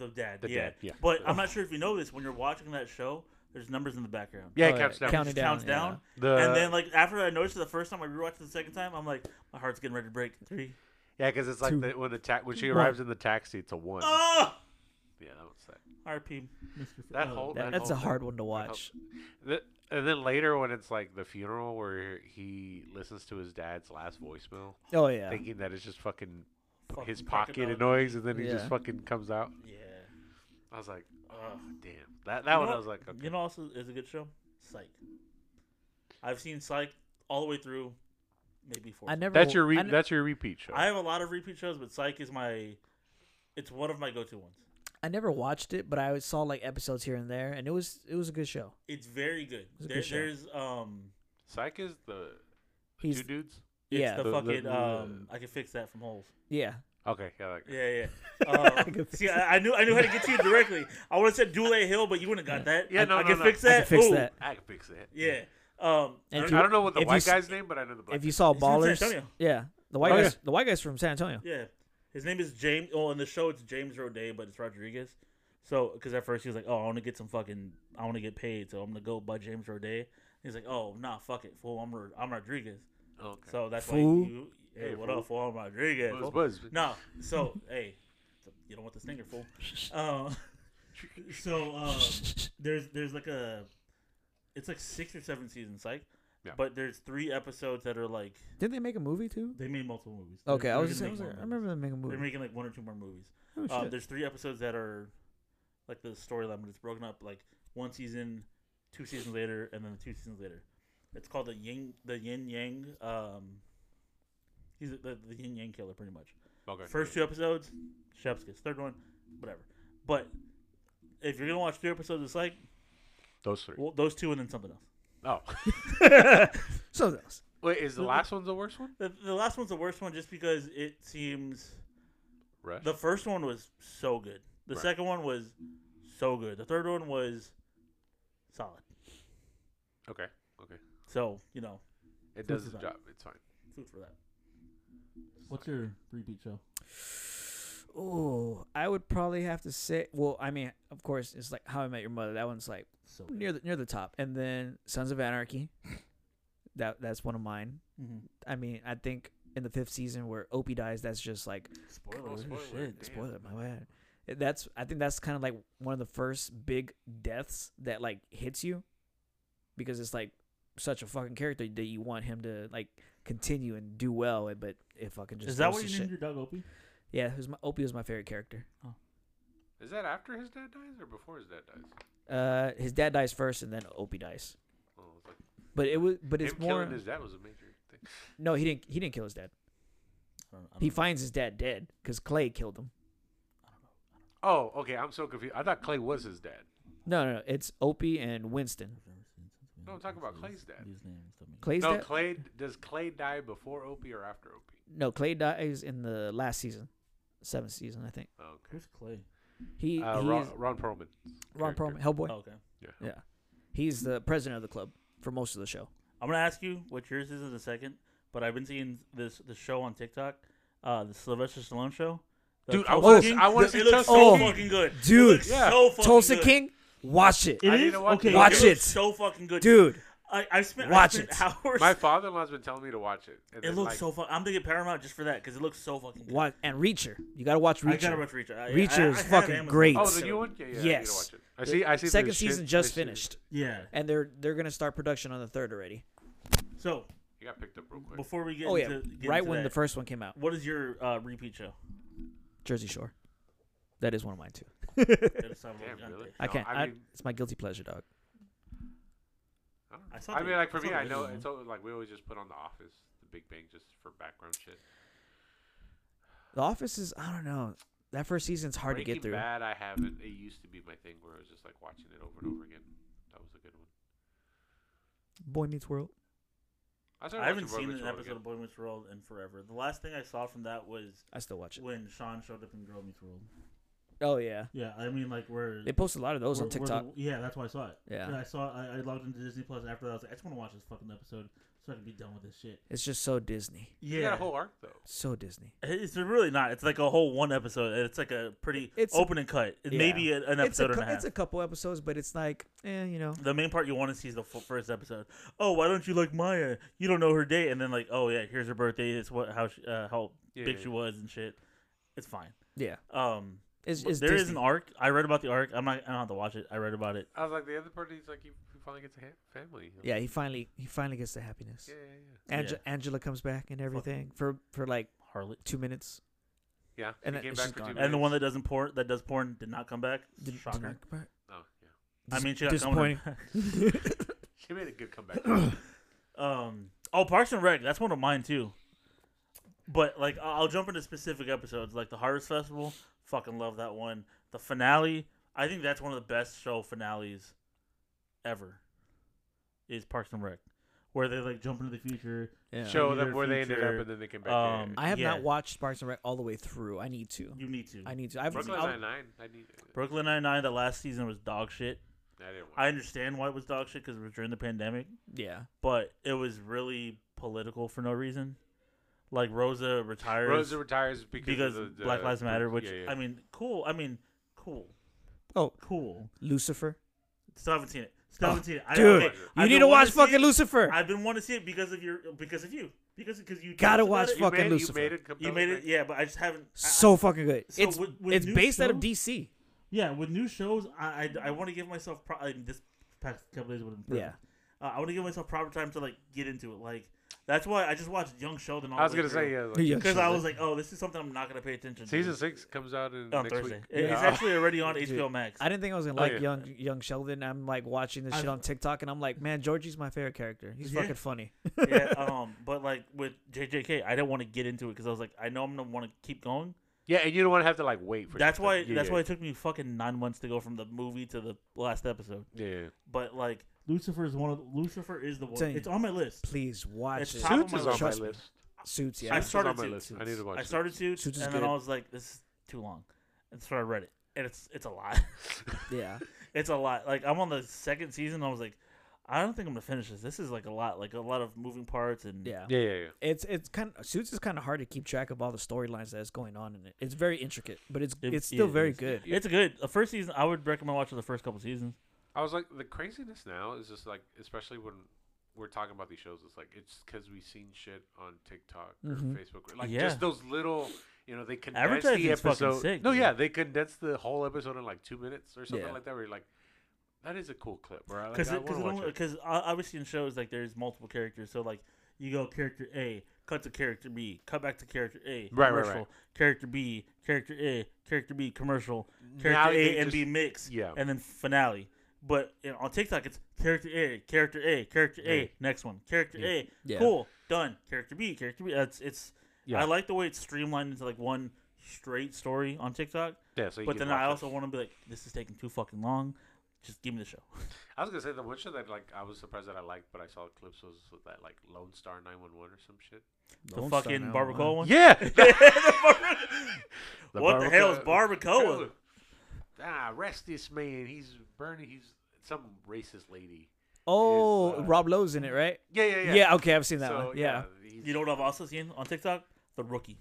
[SPEAKER 2] Oh,
[SPEAKER 1] the dad.
[SPEAKER 3] The
[SPEAKER 1] yeah.
[SPEAKER 3] dad, yeah.
[SPEAKER 1] But I'm not sure if you know this. When you're watching that show, there's numbers in the background.
[SPEAKER 3] Yeah,
[SPEAKER 2] Oh,
[SPEAKER 3] it counts down.
[SPEAKER 2] counting
[SPEAKER 1] It counts
[SPEAKER 2] down,
[SPEAKER 1] down.
[SPEAKER 3] The-
[SPEAKER 1] and then like after I noticed it the first time, I rewatched it the second time. I'm like, my heart's getting ready to break. Three.
[SPEAKER 3] Yeah, because it's like
[SPEAKER 2] Two.
[SPEAKER 3] the, when the ta- when she
[SPEAKER 2] One.
[SPEAKER 3] arrives in the taxi, it's a one.
[SPEAKER 1] Oh,
[SPEAKER 3] Yeah, that was that.
[SPEAKER 1] RP.
[SPEAKER 3] That whole
[SPEAKER 2] That-
[SPEAKER 3] that
[SPEAKER 2] that's a
[SPEAKER 3] whole
[SPEAKER 2] hard
[SPEAKER 3] thing.
[SPEAKER 2] one to watch.
[SPEAKER 3] Th- and then later when it's like the funeral where he listens to his dad's last voicemail,
[SPEAKER 2] Oh yeah,
[SPEAKER 3] thinking that it's just fucking
[SPEAKER 1] Fucking
[SPEAKER 3] his pocket
[SPEAKER 1] crocodile.
[SPEAKER 3] noise, and then he just
[SPEAKER 2] Yeah.
[SPEAKER 3] fucking comes out.
[SPEAKER 1] Yeah.
[SPEAKER 3] I was like, oh
[SPEAKER 1] Ugh.
[SPEAKER 3] damn, that that
[SPEAKER 1] You
[SPEAKER 3] one
[SPEAKER 1] know
[SPEAKER 3] I was
[SPEAKER 1] what-
[SPEAKER 3] like, okay.
[SPEAKER 1] You know, also is a good show. Psych. I've seen Psych all the way through, maybe four.
[SPEAKER 2] I
[SPEAKER 1] times.
[SPEAKER 2] never.
[SPEAKER 3] that's your
[SPEAKER 2] I
[SPEAKER 3] re-
[SPEAKER 2] ne-
[SPEAKER 3] that's your repeat show.
[SPEAKER 1] I have a lot of repeat shows, but Psych is my. It's one of my go-to ones.
[SPEAKER 2] I never watched it, but I saw like episodes here and there, and it was it was a good show.
[SPEAKER 1] It's very good.
[SPEAKER 2] It's a
[SPEAKER 1] There,
[SPEAKER 2] good show.
[SPEAKER 1] there's um,
[SPEAKER 3] Psych is the, the
[SPEAKER 2] He's
[SPEAKER 3] two dudes.
[SPEAKER 1] it's
[SPEAKER 2] Yeah.
[SPEAKER 1] the
[SPEAKER 3] The- the-
[SPEAKER 1] fucking
[SPEAKER 3] the-
[SPEAKER 1] um, I can fix that from holes.
[SPEAKER 2] yeah.
[SPEAKER 3] Okay, yeah, like,
[SPEAKER 1] Yeah, yeah. Uh,
[SPEAKER 2] I can fix
[SPEAKER 1] see, I, I knew I knew how to get to you directly. I would have said Dule Hill, but you wouldn't have got that.
[SPEAKER 3] Yeah,
[SPEAKER 1] I,
[SPEAKER 3] no,
[SPEAKER 1] I
[SPEAKER 3] no,
[SPEAKER 1] can
[SPEAKER 3] no.
[SPEAKER 1] fix
[SPEAKER 2] I
[SPEAKER 1] that.
[SPEAKER 2] can fix
[SPEAKER 1] Ooh.
[SPEAKER 2] that.
[SPEAKER 3] I can fix that.
[SPEAKER 1] Yeah. Um,
[SPEAKER 2] And
[SPEAKER 1] I
[SPEAKER 2] if
[SPEAKER 1] don't-
[SPEAKER 3] I don't know what the
[SPEAKER 2] If you
[SPEAKER 3] white
[SPEAKER 2] s-
[SPEAKER 3] guy's name, but I know the black.
[SPEAKER 2] If you saw
[SPEAKER 1] He's from San
[SPEAKER 2] ballers,
[SPEAKER 1] Antonio.
[SPEAKER 2] yeah, the white
[SPEAKER 3] Oh,
[SPEAKER 2] guys,
[SPEAKER 3] yeah.
[SPEAKER 2] the white guys from San Antonio.
[SPEAKER 1] Yeah, his name is James. Oh, in the show it's James Roday, but it's Rodriguez. So, because at first he was like, "Oh, I want to get some fucking, I want to get paid, so I'm gonna go by James Roday." He's like, "Oh, nah, fuck it, fool, I'm Ro- I'm Rodriguez."
[SPEAKER 3] guy. Okay.
[SPEAKER 1] So that's
[SPEAKER 2] Fool.
[SPEAKER 1] why you, hey,
[SPEAKER 3] Hey,
[SPEAKER 1] what
[SPEAKER 3] fool.
[SPEAKER 1] up, fool? I'm Rodriguez.
[SPEAKER 3] Buzz,
[SPEAKER 1] fool.
[SPEAKER 3] buzz.
[SPEAKER 1] No, so hey, you don't want the stinger,
[SPEAKER 2] [laughs]
[SPEAKER 1] fool. Uh, [laughs] so um, there's there's like a, it's like six or seven seasons, like,
[SPEAKER 3] Yeah.
[SPEAKER 1] but there's three episodes that are like
[SPEAKER 2] [laughs] Didn't they make a movie too?
[SPEAKER 1] they made multiple movies. They're-
[SPEAKER 2] Okay, I
[SPEAKER 1] they're
[SPEAKER 2] was, just,
[SPEAKER 1] gonna
[SPEAKER 2] I, was
[SPEAKER 1] make
[SPEAKER 2] like,
[SPEAKER 1] more
[SPEAKER 2] I
[SPEAKER 1] movies.
[SPEAKER 2] remember them making a movie.
[SPEAKER 1] They're making like one or two more movies.
[SPEAKER 2] oh,
[SPEAKER 1] Uh,
[SPEAKER 2] shit.
[SPEAKER 1] there's three episodes that are like the storyline, but it's broken up like one season, two seasons later, and then two seasons later. It's called the Yin the Yin Yang. Um, he's the, the Yin Yang killer, pretty much.
[SPEAKER 3] Okay.
[SPEAKER 1] First two episodes, Chef's kiss. Third one, whatever. But if you're gonna watch three episodes, it's like
[SPEAKER 3] those three.
[SPEAKER 1] well, those two and then something else.
[SPEAKER 3] Oh,
[SPEAKER 2] Something else.
[SPEAKER 3] [laughs] wait, is the
[SPEAKER 1] The-
[SPEAKER 3] last one the
[SPEAKER 1] [laughs]
[SPEAKER 3] worst one?
[SPEAKER 1] The, the last one's the worst one just because it seems
[SPEAKER 3] Rush.
[SPEAKER 1] The first one was so good. The
[SPEAKER 3] Right.
[SPEAKER 1] second one was so good. The third one was solid.
[SPEAKER 3] okay. Okay.
[SPEAKER 1] So, you know,
[SPEAKER 3] It does
[SPEAKER 1] for
[SPEAKER 3] its
[SPEAKER 1] thought.
[SPEAKER 3] job. It's fine.
[SPEAKER 1] food for that.
[SPEAKER 4] What's your repeat show?
[SPEAKER 2] Oh, I would probably have to say. Well, I mean, of course, it's like How I Met Your Mother. That one's like
[SPEAKER 4] So
[SPEAKER 2] near the near the top, and then Sons of Anarchy. that that's one of mine.
[SPEAKER 1] Mm-hmm.
[SPEAKER 2] I mean, I think in the fifth season where Opie dies, that's just like
[SPEAKER 3] Oh,
[SPEAKER 4] spoiler.
[SPEAKER 3] spoiler.
[SPEAKER 4] Shit.
[SPEAKER 3] Damn.
[SPEAKER 2] spoiler. My bad. That's I think that's kind of like one of the first big deaths that like hits you, because it's like such a fucking character that you want him to like continue and do well, eh, but it fucking just
[SPEAKER 1] Is that
[SPEAKER 2] goes
[SPEAKER 1] what
[SPEAKER 2] to
[SPEAKER 1] you
[SPEAKER 2] shit.
[SPEAKER 1] named your dog Opie?
[SPEAKER 2] Yeah, who's my Opie was my favorite character.
[SPEAKER 3] Is that after his dad dies or before his dad dies?
[SPEAKER 2] Uh, his dad dies first, and then Opie dies.
[SPEAKER 3] Oh, it's like
[SPEAKER 2] But it was, but it's
[SPEAKER 3] him
[SPEAKER 2] more.
[SPEAKER 3] killing his dad was a major thing.
[SPEAKER 2] no, he didn't. He didn't kill his dad.
[SPEAKER 1] I don't, I don't
[SPEAKER 2] He
[SPEAKER 1] know.
[SPEAKER 2] finds his dad dead because Clay killed him.
[SPEAKER 3] Oh, okay. I'm so confused. I thought Clay was his dad.
[SPEAKER 2] No, no, no it's Opie and Winston.
[SPEAKER 4] I've never seen since we
[SPEAKER 3] No,
[SPEAKER 4] were
[SPEAKER 3] talk about
[SPEAKER 4] kids.
[SPEAKER 3] Clay's dad.
[SPEAKER 4] These names don't make-
[SPEAKER 2] Clay's
[SPEAKER 3] no,
[SPEAKER 2] dad.
[SPEAKER 3] Clay. Does Clay die before Opie or after Opie?
[SPEAKER 2] no, Clay dies in the last season, seventh season, I think.
[SPEAKER 3] Oh, okay.
[SPEAKER 4] Who's Clay?
[SPEAKER 2] He,
[SPEAKER 3] Uh,
[SPEAKER 2] he
[SPEAKER 3] Ron,
[SPEAKER 2] is
[SPEAKER 3] Ron Perlman.
[SPEAKER 2] Ron
[SPEAKER 3] character.
[SPEAKER 2] Perlman, Hellboy.
[SPEAKER 1] Oh, okay.
[SPEAKER 2] Yeah, he's the president of the club for most of the show.
[SPEAKER 1] I'm going to ask you what yours is in a second, but I've been seeing this the show on TikTok, uh, the Sylvester Stallone show. The
[SPEAKER 3] Dude, I
[SPEAKER 1] Tulsa
[SPEAKER 3] wanna-
[SPEAKER 1] King.
[SPEAKER 3] I wanna
[SPEAKER 1] The-
[SPEAKER 3] see
[SPEAKER 1] It looks
[SPEAKER 3] Tulsa
[SPEAKER 1] so
[SPEAKER 2] King.
[SPEAKER 1] fucking good.
[SPEAKER 2] Dude.
[SPEAKER 1] it looks
[SPEAKER 3] Yeah.
[SPEAKER 1] so fucking
[SPEAKER 2] Tulsa
[SPEAKER 1] good.
[SPEAKER 2] King, watch it,
[SPEAKER 4] It
[SPEAKER 3] I need
[SPEAKER 4] is?
[SPEAKER 3] to watch
[SPEAKER 4] okay.
[SPEAKER 3] it.
[SPEAKER 2] Watch
[SPEAKER 1] looks
[SPEAKER 2] it.
[SPEAKER 1] So fucking good,
[SPEAKER 2] dude.
[SPEAKER 1] I, I spent
[SPEAKER 2] Watch
[SPEAKER 1] I spent
[SPEAKER 2] it.
[SPEAKER 1] hours.
[SPEAKER 3] My father-in-law's been telling me to watch it. and
[SPEAKER 1] it
[SPEAKER 3] then,
[SPEAKER 1] looks
[SPEAKER 3] like,
[SPEAKER 1] so fucking. I'm gonna get Paramount just for that because it looks so fucking. Good.
[SPEAKER 2] Watch and Reacher. You gotta watch Reacher.
[SPEAKER 1] I gotta watch Reacher. I,
[SPEAKER 2] Reacher
[SPEAKER 1] I- I
[SPEAKER 2] is
[SPEAKER 1] have
[SPEAKER 2] fucking
[SPEAKER 1] Amazon.
[SPEAKER 2] great.
[SPEAKER 3] Oh, the
[SPEAKER 2] So-
[SPEAKER 3] new one. Yeah, yeah. I need to
[SPEAKER 2] Yes.
[SPEAKER 3] watch it. I see. I see. the
[SPEAKER 2] Second
[SPEAKER 3] shit-
[SPEAKER 2] season
[SPEAKER 3] I
[SPEAKER 2] just
[SPEAKER 3] see the-
[SPEAKER 2] finished,
[SPEAKER 1] Yeah.
[SPEAKER 2] and they're they're gonna start production on the third already.
[SPEAKER 1] So
[SPEAKER 3] You got picked up real quick.
[SPEAKER 1] before we get
[SPEAKER 2] Oh yeah,
[SPEAKER 1] into, get
[SPEAKER 2] right
[SPEAKER 1] into
[SPEAKER 2] when
[SPEAKER 1] that,
[SPEAKER 2] the first one came out,
[SPEAKER 1] what is your uh, repeat
[SPEAKER 3] [laughs]
[SPEAKER 1] show?
[SPEAKER 2] Jersey Shore. That is one of mine too.
[SPEAKER 1] It's not
[SPEAKER 3] Damn,
[SPEAKER 1] really-
[SPEAKER 3] really?
[SPEAKER 2] I
[SPEAKER 3] No,
[SPEAKER 2] can't.
[SPEAKER 3] I
[SPEAKER 2] I
[SPEAKER 3] mean-
[SPEAKER 2] it's my guilty pleasure, dog.
[SPEAKER 3] I don't know.
[SPEAKER 1] I
[SPEAKER 3] I,
[SPEAKER 1] saw the-
[SPEAKER 3] mean, like for
[SPEAKER 1] I saw
[SPEAKER 3] me,
[SPEAKER 1] the
[SPEAKER 3] I know
[SPEAKER 1] video.
[SPEAKER 3] it's always, like we always just put on The Office, The Big Bang, just for background shit.
[SPEAKER 2] The Office is. I don't know. That first season's hard to
[SPEAKER 3] Breaking
[SPEAKER 2] get through.
[SPEAKER 3] Bad, I haven't. It used to be my thing where I was just like watching it over and over again. That was a good one.
[SPEAKER 2] Boy Meets World.
[SPEAKER 3] I, started
[SPEAKER 1] I haven't
[SPEAKER 3] watching
[SPEAKER 1] seen
[SPEAKER 3] Boy Meets
[SPEAKER 1] an
[SPEAKER 3] World
[SPEAKER 1] episode
[SPEAKER 3] again.
[SPEAKER 1] of Boy Meets World in forever. The last thing I saw from that was
[SPEAKER 2] I still watch it.
[SPEAKER 1] when Sean showed up in Girl Meets World.
[SPEAKER 2] Oh yeah,
[SPEAKER 1] Yeah, I mean, like where
[SPEAKER 2] they post a lot of those on
[SPEAKER 1] where- where
[SPEAKER 2] TikTok.
[SPEAKER 1] the- yeah, that's why I saw it.
[SPEAKER 2] Yeah.
[SPEAKER 4] And I saw. I, I logged into Disney Plus after that. I was like, I just want to watch this fucking episode so I can be done with this shit.
[SPEAKER 2] It's just so Disney.
[SPEAKER 4] Yeah.
[SPEAKER 3] You got a whole arc though.
[SPEAKER 2] So Disney.
[SPEAKER 1] It's really not. It's like a whole one episode. and It's like a pretty
[SPEAKER 2] It's-
[SPEAKER 1] open and cut. It may
[SPEAKER 2] yeah.
[SPEAKER 1] be a- an
[SPEAKER 2] It's a,
[SPEAKER 1] episode
[SPEAKER 2] cou-
[SPEAKER 1] and a half.
[SPEAKER 2] it's a couple episodes, but it's like, eh, you know.
[SPEAKER 1] the main part you want to see is the f- first episode. Oh, why don't you like Maya? You don't know her date, and then like, oh yeah, here's her birthday. It's what how she, uh, how
[SPEAKER 3] Yeah,
[SPEAKER 1] big
[SPEAKER 3] yeah,
[SPEAKER 1] she
[SPEAKER 3] yeah.
[SPEAKER 1] was and shit. It's fine.
[SPEAKER 2] Yeah,
[SPEAKER 1] Um,
[SPEAKER 2] it's,
[SPEAKER 1] there
[SPEAKER 2] it's
[SPEAKER 1] is
[SPEAKER 2] Disney.
[SPEAKER 1] an arc. I read about the arc. I'm not. I don't have to watch it. I read about it.
[SPEAKER 3] I was like the other part is like you, you finally get to ha- family. you know?
[SPEAKER 2] yeah, he finally he finally gets the happiness.
[SPEAKER 3] Yeah, yeah, yeah.
[SPEAKER 2] Ange- Angela comes back and everything for for like
[SPEAKER 1] Harlot.
[SPEAKER 2] two minutes.
[SPEAKER 3] Yeah,
[SPEAKER 2] And
[SPEAKER 3] he
[SPEAKER 2] it-
[SPEAKER 3] came
[SPEAKER 2] it's
[SPEAKER 3] back
[SPEAKER 2] just
[SPEAKER 3] for
[SPEAKER 2] gone.
[SPEAKER 3] two minutes.
[SPEAKER 1] And the one that doesn't porn that does porn did not come back.
[SPEAKER 2] Did, did
[SPEAKER 1] Shocker.
[SPEAKER 2] not come [laughs] back.
[SPEAKER 3] Oh, yeah.
[SPEAKER 1] I mean, she got
[SPEAKER 2] disappointing.
[SPEAKER 1] disappointing.
[SPEAKER 3] She made a
[SPEAKER 2] [coughs]
[SPEAKER 3] good comeback.
[SPEAKER 1] [laughs] um, oh, Parks and Rec. That's one of mine too. But like, I- I'll jump into specific episodes, like the Harvest Festival. Fucking love that one. The finale. I think that's one of the best show finales ever. Is Parks and Rec, where they like jump into the future.
[SPEAKER 2] Yeah.
[SPEAKER 3] Show
[SPEAKER 1] Into
[SPEAKER 3] them
[SPEAKER 1] their
[SPEAKER 3] where they ended up,
[SPEAKER 1] future,
[SPEAKER 3] and then they came back.
[SPEAKER 1] um,
[SPEAKER 3] there.
[SPEAKER 2] I have
[SPEAKER 1] yeah.
[SPEAKER 2] not watched Parks and Rec all the way through. I need to.
[SPEAKER 1] You need to.
[SPEAKER 2] Oh. I need to. I've
[SPEAKER 3] Brooklyn
[SPEAKER 2] I'll-
[SPEAKER 3] Nine Nine. I need.
[SPEAKER 1] Brooklyn Nine Nine. The last season was dog shit.
[SPEAKER 3] I didn't watch.
[SPEAKER 1] I understand why it was dog shit because it was during the pandemic.
[SPEAKER 2] yeah.
[SPEAKER 1] but it was really political for no reason. Like Rosa retires
[SPEAKER 3] Rosa retires because,
[SPEAKER 1] because
[SPEAKER 3] of the, uh,
[SPEAKER 1] Black Lives Matter, which
[SPEAKER 3] yeah, yeah.
[SPEAKER 1] I mean, cool. I mean, cool,
[SPEAKER 2] Oh,
[SPEAKER 1] cool.
[SPEAKER 2] Lucifer.
[SPEAKER 1] Still haven't seen it. Still haven't seen it. I,
[SPEAKER 2] dude,
[SPEAKER 1] okay,
[SPEAKER 3] you
[SPEAKER 2] You
[SPEAKER 1] I've
[SPEAKER 2] need
[SPEAKER 1] been
[SPEAKER 2] to watch
[SPEAKER 1] wanting see
[SPEAKER 2] fucking
[SPEAKER 1] it.
[SPEAKER 2] Lucifer.
[SPEAKER 1] I've been wanting to see it because of your because of you because because you
[SPEAKER 2] Gotta
[SPEAKER 1] talked about
[SPEAKER 2] watch
[SPEAKER 1] it.
[SPEAKER 2] fucking
[SPEAKER 3] you made,
[SPEAKER 2] Lucifer.
[SPEAKER 3] You made it.
[SPEAKER 1] You made it, yeah, but I just haven't. I-
[SPEAKER 2] so fucking good.
[SPEAKER 1] So
[SPEAKER 2] it's
[SPEAKER 1] with- with
[SPEAKER 2] it's
[SPEAKER 1] new
[SPEAKER 2] based out of
[SPEAKER 1] shows-
[SPEAKER 2] DC.
[SPEAKER 1] Yeah, with new shows, I I, want to give myself pro- I mean, this past couple days would improve.
[SPEAKER 2] Yeah.
[SPEAKER 1] uh, I want to give myself proper time to like get into it. Like that's why I just watched Young Sheldon. All
[SPEAKER 3] I was
[SPEAKER 1] the way
[SPEAKER 3] gonna
[SPEAKER 1] through.
[SPEAKER 3] say yeah. Like,
[SPEAKER 2] Yeah,
[SPEAKER 1] because
[SPEAKER 2] sure.
[SPEAKER 1] I was like, oh, this is something I'm not gonna pay attention to.
[SPEAKER 3] Season six comes out in
[SPEAKER 1] on
[SPEAKER 3] next
[SPEAKER 1] Oh, Thursday.
[SPEAKER 3] week.
[SPEAKER 1] It- It's
[SPEAKER 3] Yeah.
[SPEAKER 1] actually already
[SPEAKER 3] [laughs]
[SPEAKER 1] on
[SPEAKER 2] Dude,
[SPEAKER 1] HBO Max.
[SPEAKER 2] I didn't think I was gonna
[SPEAKER 3] Oh,
[SPEAKER 2] like
[SPEAKER 3] yeah.
[SPEAKER 2] young young Sheldon. I'm like watching this shit
[SPEAKER 1] I-
[SPEAKER 2] on TikTok, and I'm like, man, Georgie's my favorite character. He's
[SPEAKER 1] Yeah.
[SPEAKER 2] fucking funny.
[SPEAKER 1] yeah, um, but like with JJK, I didn't want to get into it because I was like, I know I'm gonna want to keep going.
[SPEAKER 3] Yeah, and you don't want to have to like wait for.
[SPEAKER 1] That's
[SPEAKER 3] something.
[SPEAKER 1] why.
[SPEAKER 3] Yeah,
[SPEAKER 1] that's
[SPEAKER 3] yeah.
[SPEAKER 1] why it took me fucking nine months to go from the movie to the last episode.
[SPEAKER 3] Yeah, yeah.
[SPEAKER 1] But like, Lucifer is one of Lucifer is the one.
[SPEAKER 2] Telling you.
[SPEAKER 1] It's on my list.
[SPEAKER 2] Please watch
[SPEAKER 1] It's
[SPEAKER 2] it.
[SPEAKER 1] top
[SPEAKER 3] Suits
[SPEAKER 1] of
[SPEAKER 3] is
[SPEAKER 1] my
[SPEAKER 3] on my
[SPEAKER 2] list.
[SPEAKER 3] list.
[SPEAKER 2] Suits, yeah.
[SPEAKER 1] I
[SPEAKER 3] Suits is
[SPEAKER 1] started
[SPEAKER 3] on my
[SPEAKER 1] to.
[SPEAKER 3] list. I need to watch.
[SPEAKER 1] I
[SPEAKER 3] it.
[SPEAKER 1] started Suits,
[SPEAKER 2] Suits is
[SPEAKER 1] and then
[SPEAKER 2] good.
[SPEAKER 1] I was like, this is too long, and so I read it, and it's it's a lot.
[SPEAKER 2] yeah.
[SPEAKER 1] it's a lot. Like I'm on the second season. I was like, I don't think I'm gonna finish this. This is like a lot. Like a lot of moving parts and
[SPEAKER 2] Yeah.
[SPEAKER 3] Yeah, yeah, yeah.
[SPEAKER 2] It's it's kind of Suits is kind of hard to keep track of all the storylines that's going on in it. It's very intricate, but it's
[SPEAKER 1] It-
[SPEAKER 2] it's still
[SPEAKER 1] it
[SPEAKER 2] very
[SPEAKER 1] is.
[SPEAKER 2] good.
[SPEAKER 1] It's good. The first season, I would recommend watching the first couple seasons.
[SPEAKER 3] I was like, the craziness now is just like, especially when we're talking about these shows, it's like it's because we've seen shit on TikTok or
[SPEAKER 2] Mhm.
[SPEAKER 3] Facebook, or, like
[SPEAKER 1] Mm-hmm. Yeah.
[SPEAKER 3] just those little, you know, they condense the
[SPEAKER 1] Advertising's fucking
[SPEAKER 3] episode.
[SPEAKER 1] sick,
[SPEAKER 3] no,
[SPEAKER 1] dude.
[SPEAKER 3] yeah, they condense the whole episode in like two minutes or something
[SPEAKER 2] Yeah.
[SPEAKER 3] like that. Where you're like, that is a cool clip, bro. Like,
[SPEAKER 1] Because
[SPEAKER 3] I wanna watch it.
[SPEAKER 1] because obviously in shows like there's multiple characters. So like you go character A, cut to character B, cut back to character A,
[SPEAKER 3] Right, right,
[SPEAKER 1] commercial,
[SPEAKER 3] right.
[SPEAKER 1] character B, character A, character B, commercial, character
[SPEAKER 3] Now
[SPEAKER 1] A
[SPEAKER 3] they
[SPEAKER 1] and B
[SPEAKER 3] just-
[SPEAKER 1] mix,
[SPEAKER 3] yeah.
[SPEAKER 1] and then finale. But you know, on TikTok, it's character A, character A, character
[SPEAKER 3] Yeah.
[SPEAKER 1] A, next one, character
[SPEAKER 3] Yeah.
[SPEAKER 1] A,
[SPEAKER 2] Yeah.
[SPEAKER 1] cool, done, character B, character B. That's it's.
[SPEAKER 3] Yeah.
[SPEAKER 1] I like the way it's streamlined into like one straight story on TikTok.
[SPEAKER 3] yeah, so you
[SPEAKER 1] But then
[SPEAKER 3] can
[SPEAKER 1] I
[SPEAKER 3] watch it.
[SPEAKER 1] also want to be like, this is taking too fucking long. Just give me the show.
[SPEAKER 3] I was gonna say the one show that like I was surprised that I liked, but I saw clips was that like Lone Star 911 or some shit.
[SPEAKER 1] The
[SPEAKER 2] Lone Star
[SPEAKER 1] fucking
[SPEAKER 2] now,
[SPEAKER 1] barbacoa
[SPEAKER 2] huh?
[SPEAKER 1] one.
[SPEAKER 3] [laughs] Yeah, [laughs] The
[SPEAKER 1] what the hell is
[SPEAKER 3] barbacoa-
[SPEAKER 1] barbacoa?
[SPEAKER 3] Ah, arrest this man. He's burning. He's some racist lady.
[SPEAKER 2] Oh,
[SPEAKER 3] uh,
[SPEAKER 2] Rob Lowe's in it, right?
[SPEAKER 3] Yeah, yeah,
[SPEAKER 2] Yeah.
[SPEAKER 3] yeah.
[SPEAKER 2] okay, I've seen that
[SPEAKER 3] So,
[SPEAKER 2] one. Yeah.
[SPEAKER 3] he's-
[SPEAKER 1] You know what I've also seen on TikTok? The rookie.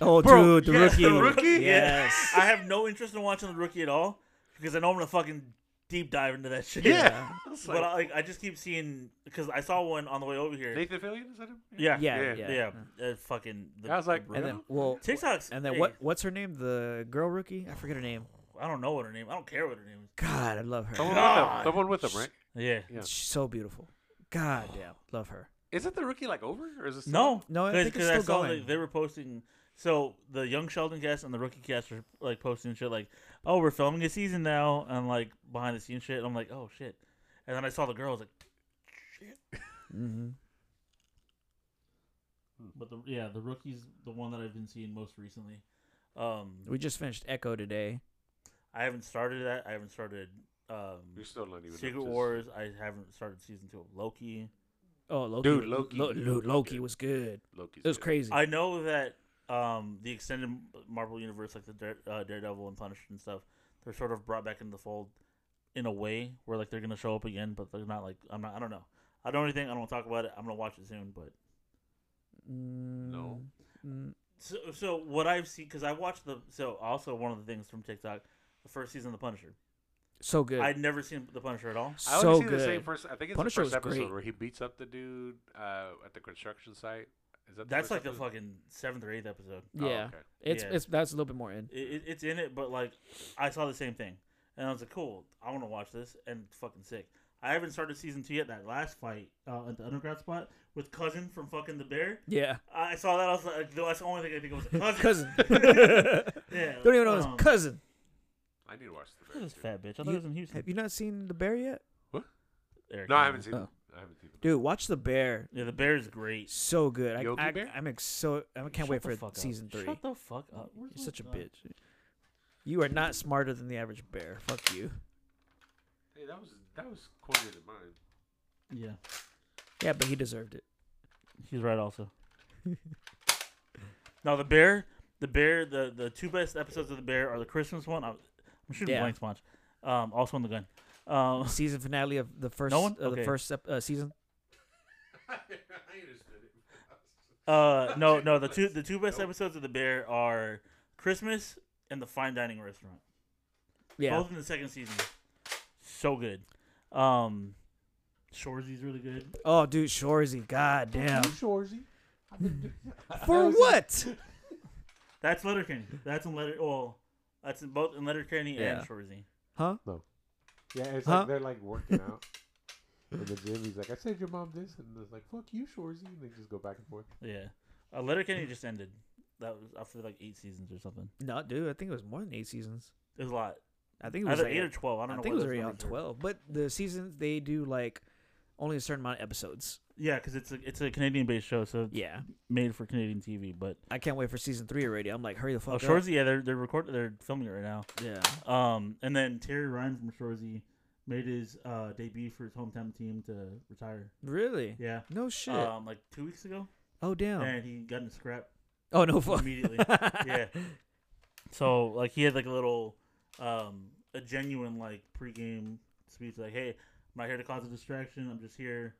[SPEAKER 2] Oh,
[SPEAKER 3] Bro,
[SPEAKER 2] dude, the
[SPEAKER 3] yes,
[SPEAKER 2] rookie.
[SPEAKER 3] The Rookie?
[SPEAKER 2] Yes.
[SPEAKER 1] [laughs] I have no interest in watching the rookie at all because I know I'm gonna fucking deep dive into that shit.
[SPEAKER 3] Yeah. [laughs]
[SPEAKER 1] [laughs]
[SPEAKER 3] It's
[SPEAKER 1] But
[SPEAKER 3] like-
[SPEAKER 1] I, like, I just keep seeing because I saw one on the way over here.
[SPEAKER 3] Nathan Fillion is that him?
[SPEAKER 1] yeah,
[SPEAKER 2] yeah,
[SPEAKER 3] Yeah.
[SPEAKER 2] yeah,
[SPEAKER 1] yeah. uh, fucking. The,
[SPEAKER 3] I was like,
[SPEAKER 2] And then,
[SPEAKER 3] Really?
[SPEAKER 2] well,
[SPEAKER 1] TikToks.
[SPEAKER 2] and then
[SPEAKER 1] hey,
[SPEAKER 2] what? What's her name? The girl rookie? I forget her name.
[SPEAKER 1] I don't know what her name. I don't care what her name is.
[SPEAKER 2] God, I love her.
[SPEAKER 1] Oh,
[SPEAKER 3] The one with him.
[SPEAKER 1] God.
[SPEAKER 3] The one with him, right?
[SPEAKER 1] Yeah.
[SPEAKER 3] Yeah.
[SPEAKER 2] She's so beautiful. God
[SPEAKER 1] [sighs]
[SPEAKER 2] damn, love her.
[SPEAKER 3] Isn't the rookie like over, or is it still
[SPEAKER 1] No,
[SPEAKER 2] No, I
[SPEAKER 1] cause,
[SPEAKER 2] think it's
[SPEAKER 1] 'cause I
[SPEAKER 2] still
[SPEAKER 1] saw
[SPEAKER 2] going.
[SPEAKER 1] They, they were posting. So the young Sheldon cast and the rookie cast were like posting shit like, "Oh, we're filming a season now," and like behind the scenes shit. And I'm like, "Oh shit!" And then I saw the girls like,
[SPEAKER 2] Mm-hmm.
[SPEAKER 1] "But the yeah, the rookie's the one that I've been seeing most recently." Um,
[SPEAKER 2] We just finished Echo today.
[SPEAKER 1] I haven't started that. I haven't started um,
[SPEAKER 3] You're still not even. up
[SPEAKER 1] Secret
[SPEAKER 3] to-
[SPEAKER 1] Wars. I haven't started season two of Loki.
[SPEAKER 2] Oh, Loki.
[SPEAKER 3] Dude, Loki.
[SPEAKER 2] Lo- lo- Loki was good.
[SPEAKER 3] Loki's
[SPEAKER 2] It was
[SPEAKER 3] good.
[SPEAKER 2] crazy.
[SPEAKER 1] I know that um, the extended Marvel universe, like the Dare, uh, Daredevil and Punisher and stuff, they're sort of brought back into the fold in a way where like they're gonna show up again, but they're not like I'm not. I don't know. I don't know anything. I don't want to talk about it. I'm gonna watch it soon, but Mm.
[SPEAKER 2] no. Mm,
[SPEAKER 1] so so what I've seen because I watched the so also one of the things from TikTok, the first season of the Punisher.
[SPEAKER 2] So good.
[SPEAKER 1] I'd never seen the Punisher at all.
[SPEAKER 3] I only
[SPEAKER 2] so
[SPEAKER 3] see
[SPEAKER 2] good.
[SPEAKER 3] the same first. I think it's
[SPEAKER 2] Punisher
[SPEAKER 3] the first
[SPEAKER 2] was
[SPEAKER 3] episode
[SPEAKER 2] great.
[SPEAKER 3] where he beats up the dude uh, at the construction site. Is that the
[SPEAKER 1] That's
[SPEAKER 3] first
[SPEAKER 1] like the
[SPEAKER 3] episode?
[SPEAKER 1] fucking seventh or eighth episode.
[SPEAKER 3] Oh,
[SPEAKER 2] yeah.
[SPEAKER 3] okay.
[SPEAKER 2] It's
[SPEAKER 1] Yeah.
[SPEAKER 2] it's that's a little bit more in.
[SPEAKER 1] It, it, it's in it, but like I saw the same thing, and I was like, cool. I want to watch this, and it's fucking sick.
[SPEAKER 5] I haven't started season two yet. That last fight uh, at the underground spot with cousin from fucking the bear.
[SPEAKER 3] [laughs]
[SPEAKER 2] Yeah.
[SPEAKER 5] I saw that. I was like, that's the only thing I think it was a cousin.
[SPEAKER 2] [laughs] Cousin.
[SPEAKER 5] [laughs] Yeah.
[SPEAKER 2] [laughs] Don't even know his
[SPEAKER 5] um,
[SPEAKER 2] cousin.
[SPEAKER 6] I need to watch the
[SPEAKER 1] Look
[SPEAKER 6] bear.
[SPEAKER 1] at this
[SPEAKER 6] Too.
[SPEAKER 1] fat bitch. I thought it was in Houston.
[SPEAKER 2] Have you not seen The Bear yet?
[SPEAKER 1] Eric,
[SPEAKER 6] No, I haven't seen.
[SPEAKER 2] Oh.
[SPEAKER 6] I haven't seen. The
[SPEAKER 2] Dude, watch The Bear.
[SPEAKER 1] Yeah, the bear is great.
[SPEAKER 2] So good. I,
[SPEAKER 6] Yogi
[SPEAKER 2] I,
[SPEAKER 6] Bear?
[SPEAKER 2] I'm ex- so I can't
[SPEAKER 1] Shut
[SPEAKER 2] wait
[SPEAKER 1] the
[SPEAKER 2] for
[SPEAKER 1] fuck up.
[SPEAKER 2] season three.
[SPEAKER 1] Shut the fuck up. Where's
[SPEAKER 2] You're
[SPEAKER 1] my
[SPEAKER 2] such a
[SPEAKER 1] gun?
[SPEAKER 2] bitch. You are not smarter than the average bear. Fuck you.
[SPEAKER 6] hey, that was that was quoted in mine.
[SPEAKER 1] Yeah,
[SPEAKER 2] Yeah, but he deserved [laughs] it.
[SPEAKER 1] he's right also. [laughs] now the bear, the bear, the the two best episodes of the bear are the Christmas one. I'm, I'm shooting
[SPEAKER 2] Yeah.
[SPEAKER 1] blanks blank sponge. Um, also in the gun. Um, [laughs]
[SPEAKER 2] Season finale of the first
[SPEAKER 1] one?
[SPEAKER 2] of the
[SPEAKER 1] Okay.
[SPEAKER 2] first ep- uh, season.
[SPEAKER 6] I understood it.
[SPEAKER 1] uh, no, no, the two the two best episodes of the bear are Christmas and the fine dining restaurant.
[SPEAKER 2] Yeah.
[SPEAKER 1] Both in the second season. So good. Um, Shorzy's really good.
[SPEAKER 2] Oh, dude, Shorzy. God [laughs] damn.
[SPEAKER 3] You Shorzy. I've been doing- [laughs]
[SPEAKER 2] For what? [laughs]
[SPEAKER 1] That's Letterkenny. That's in Letter. Well, that's in both in Letterkenny
[SPEAKER 2] Yeah.
[SPEAKER 1] and Shorzy.
[SPEAKER 2] Huh?
[SPEAKER 3] Yeah, it's
[SPEAKER 2] Huh?
[SPEAKER 3] like they're like working out. In the gym, he's like, I said your mom this, and it's like, fuck you, Shorzy. And they just go back and forth.
[SPEAKER 1] Yeah. Uh, Letterkenny just ended. That was after like eight seasons or something.
[SPEAKER 2] No, dude. I think it was more than eight seasons.
[SPEAKER 1] It was a lot.
[SPEAKER 2] I think it was
[SPEAKER 1] Either
[SPEAKER 2] like
[SPEAKER 1] eight
[SPEAKER 2] a-
[SPEAKER 1] or twelve. I
[SPEAKER 2] I,
[SPEAKER 1] don't know.
[SPEAKER 2] think it was
[SPEAKER 1] what those
[SPEAKER 2] already on
[SPEAKER 1] numbers are.
[SPEAKER 2] twelve. But the seasons they do like only a certain amount of episodes.
[SPEAKER 1] Yeah, because it's a it's a Canadian based show, so it's
[SPEAKER 2] Yeah.
[SPEAKER 1] made for Canadian TV. But
[SPEAKER 2] I can't wait for season three already. I'm like, hurry the
[SPEAKER 1] oh,
[SPEAKER 2] fuck up.
[SPEAKER 1] Shorzy, yeah, they're they're recording, they're filming it right now.
[SPEAKER 2] Yeah.
[SPEAKER 1] Um, and then Terry Ryan from Shorzy made his uh debut for his hometown team to retire.
[SPEAKER 2] Really?
[SPEAKER 1] Yeah.
[SPEAKER 2] No shit.
[SPEAKER 1] Um, like two weeks ago,
[SPEAKER 2] oh damn.
[SPEAKER 1] and he got in a scrap
[SPEAKER 2] oh no fuck. [laughs]
[SPEAKER 1] immediately. yeah. [laughs] So like he had like a little um a genuine like pregame speech like, Hey, I'm not here to cause a distraction, I'm just here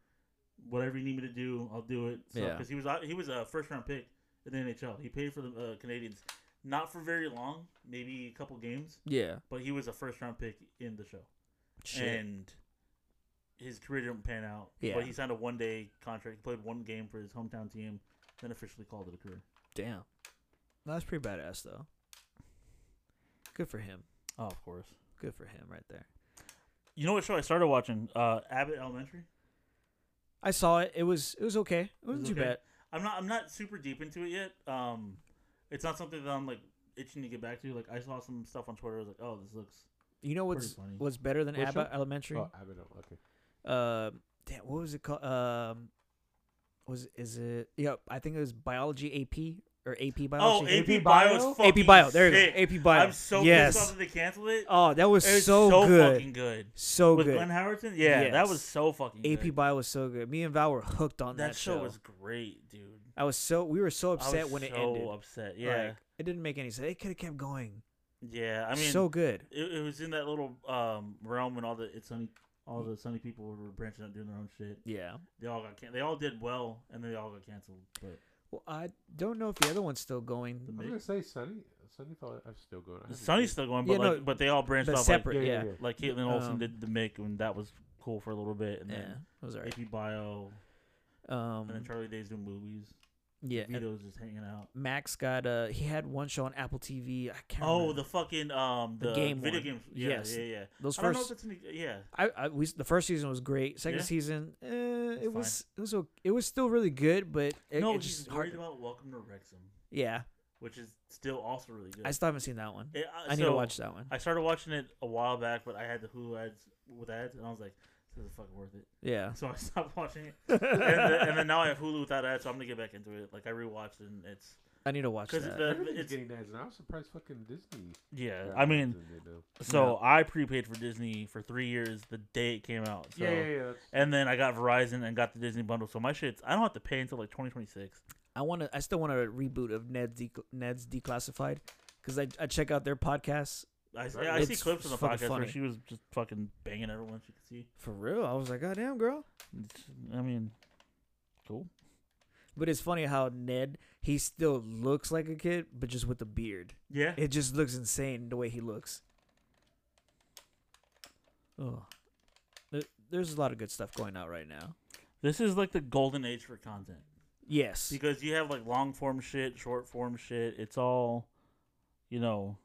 [SPEAKER 1] whatever you need me to do, I'll do it. So,
[SPEAKER 2] Yeah.
[SPEAKER 1] cause he was out- he was a first round pick in the NHL. He played for the uh, Canadians not for very long, maybe a couple games,
[SPEAKER 2] Yeah.
[SPEAKER 1] but he was a first round pick in the show.
[SPEAKER 2] Shit.
[SPEAKER 1] And his career didn't pan out.
[SPEAKER 2] Yeah.
[SPEAKER 1] But he signed a one day contract. He played one game for his hometown team, then officially called it a career.
[SPEAKER 2] Damn. That's pretty badass though. Good for him.
[SPEAKER 1] Oh, of course.
[SPEAKER 2] Good for him right there.
[SPEAKER 1] You know what show I started watching? Uh, Abbott Elementary.
[SPEAKER 2] I saw it. It was it was okay. It wasn't
[SPEAKER 1] was
[SPEAKER 2] too
[SPEAKER 1] okay.
[SPEAKER 2] bad.
[SPEAKER 1] I'm not I'm not super deep into it yet. Um, it's not something that I'm like itching to get back to. Like I saw some stuff on Twitter. I was like, oh, this looks.
[SPEAKER 2] You know what's
[SPEAKER 1] Pretty funny.
[SPEAKER 2] what's better than
[SPEAKER 3] Which
[SPEAKER 2] Abbott
[SPEAKER 3] one?
[SPEAKER 2] Elementary?
[SPEAKER 3] Oh, Abbott, oh, okay.
[SPEAKER 2] Um, damn, what was it called? Um, was is it? Yep, I think it was biology AP or AP
[SPEAKER 1] Oh,
[SPEAKER 2] biology.
[SPEAKER 1] AP, Bio.
[SPEAKER 3] AP Bio?
[SPEAKER 1] is
[SPEAKER 2] AP,
[SPEAKER 1] fucking
[SPEAKER 2] bio. There
[SPEAKER 1] sick.
[SPEAKER 2] you go. AP bio.
[SPEAKER 1] I'm so
[SPEAKER 2] yes.
[SPEAKER 1] pissed off that they canceled it.
[SPEAKER 2] Oh, that was
[SPEAKER 1] It was
[SPEAKER 2] so, good.
[SPEAKER 1] fucking good.
[SPEAKER 2] so
[SPEAKER 1] With
[SPEAKER 2] good.
[SPEAKER 1] Glenn Howerton, yeah, that
[SPEAKER 2] Yes.
[SPEAKER 1] was so fucking.
[SPEAKER 2] AP
[SPEAKER 1] good.
[SPEAKER 2] bio was so good. Me and Val were hooked on that,
[SPEAKER 1] That show was great, dude.
[SPEAKER 2] I was so we were so upset
[SPEAKER 1] I was
[SPEAKER 2] when it
[SPEAKER 1] so
[SPEAKER 2] ended.
[SPEAKER 1] upset. Yeah,
[SPEAKER 2] Like, it didn't make any sense. It could have kept going.
[SPEAKER 1] yeah. I mean,
[SPEAKER 2] so good.
[SPEAKER 1] it, it was in that little um realm when all the it's sunny, all the sunny people were branching out doing their own shit.
[SPEAKER 2] Yeah.
[SPEAKER 1] They all got can- they all did well, and they all got canceled. But
[SPEAKER 2] Well, I don't know if the other one's still
[SPEAKER 1] the
[SPEAKER 2] going.
[SPEAKER 3] I was
[SPEAKER 1] mi-
[SPEAKER 3] gonna say Sunny. Sunny thought I'm still going. I haven't
[SPEAKER 1] Sunny's
[SPEAKER 3] seen
[SPEAKER 1] still going, but
[SPEAKER 2] Yeah,
[SPEAKER 1] like,
[SPEAKER 2] no,
[SPEAKER 1] but they all branched
[SPEAKER 2] But
[SPEAKER 1] off.
[SPEAKER 2] separate,
[SPEAKER 3] Yeah, yeah,
[SPEAKER 2] yeah.
[SPEAKER 3] yeah.
[SPEAKER 1] Like, like Caitlin Olsen
[SPEAKER 2] Um,
[SPEAKER 1] did the Mick, and that was cool for a little bit, and
[SPEAKER 2] Yeah.
[SPEAKER 1] then
[SPEAKER 2] It was alright.
[SPEAKER 1] AP Bio, and
[SPEAKER 2] Um
[SPEAKER 1] then Charlie Day's doing movies.
[SPEAKER 2] yeah. and
[SPEAKER 1] Vito's just hanging out.
[SPEAKER 2] Max got uh he had one show on Apple TV. I can't
[SPEAKER 1] Oh,
[SPEAKER 2] remember.
[SPEAKER 1] the fucking um
[SPEAKER 2] The
[SPEAKER 1] the,
[SPEAKER 2] game
[SPEAKER 1] video
[SPEAKER 2] one.
[SPEAKER 1] games. Yeah,
[SPEAKER 2] Yes.
[SPEAKER 1] yeah, yeah.
[SPEAKER 2] those
[SPEAKER 1] I don't know if it's
[SPEAKER 2] first
[SPEAKER 1] any. Yeah,
[SPEAKER 2] I, I we the first season was great. Second
[SPEAKER 1] Yeah.
[SPEAKER 2] season, eh, it
[SPEAKER 1] fine.
[SPEAKER 2] was it was o- it was still really good, but it,
[SPEAKER 1] no,
[SPEAKER 2] it
[SPEAKER 1] he's
[SPEAKER 2] just
[SPEAKER 1] worried
[SPEAKER 2] hard.
[SPEAKER 1] about Welcome to Wrexham,
[SPEAKER 2] yeah,
[SPEAKER 1] which is still also really good.
[SPEAKER 2] I still haven't seen that one.
[SPEAKER 1] It- uh,
[SPEAKER 2] I need to
[SPEAKER 1] so,
[SPEAKER 2] watch that one.
[SPEAKER 1] I started watching it a while back, but I had the Hulu ads with ads, and I was like, "This is fucking worth it." [laughs]
[SPEAKER 2] yeah,
[SPEAKER 1] So I stopped watching it, and, the, and then now I have Hulu without ads, so I'm gonna get back into it. Like I rewatched it, and it's
[SPEAKER 2] I need to watch
[SPEAKER 1] because
[SPEAKER 2] that.
[SPEAKER 3] it.
[SPEAKER 1] the
[SPEAKER 3] Everything's
[SPEAKER 1] it's
[SPEAKER 3] getting ads now. I'm surprised fucking Disney.
[SPEAKER 1] yeah.
[SPEAKER 3] got
[SPEAKER 1] I
[SPEAKER 3] ads
[SPEAKER 1] mean,
[SPEAKER 3] in there now.
[SPEAKER 1] so I prepaid for Disney for three years the day it came out. So.
[SPEAKER 3] yeah, yeah, yeah. that's-
[SPEAKER 1] And then I got Verizon and got the Disney bundle, so my shit's I don't have to pay until like 2026.
[SPEAKER 2] I want to. I still want a reboot of Ned's Dec Ned's Declassified because I, I check out their podcasts
[SPEAKER 1] I,
[SPEAKER 3] Right.
[SPEAKER 1] I see
[SPEAKER 2] It's
[SPEAKER 1] clips on the
[SPEAKER 2] fucking
[SPEAKER 1] podcast
[SPEAKER 2] funny.
[SPEAKER 1] where she was just fucking banging everyone she could see.
[SPEAKER 2] for real. I was like, God damn, girl.
[SPEAKER 1] It's, I mean, cool.
[SPEAKER 2] But it's funny how Ned he still looks like a kid, but just with a beard.
[SPEAKER 1] Yeah.
[SPEAKER 2] It just looks insane the way he looks. Oh, There- there's a lot of good stuff going out right now.
[SPEAKER 1] This is like the golden age for content
[SPEAKER 2] Yes.
[SPEAKER 1] because you have like long form shit, short form shit. It's all, you know,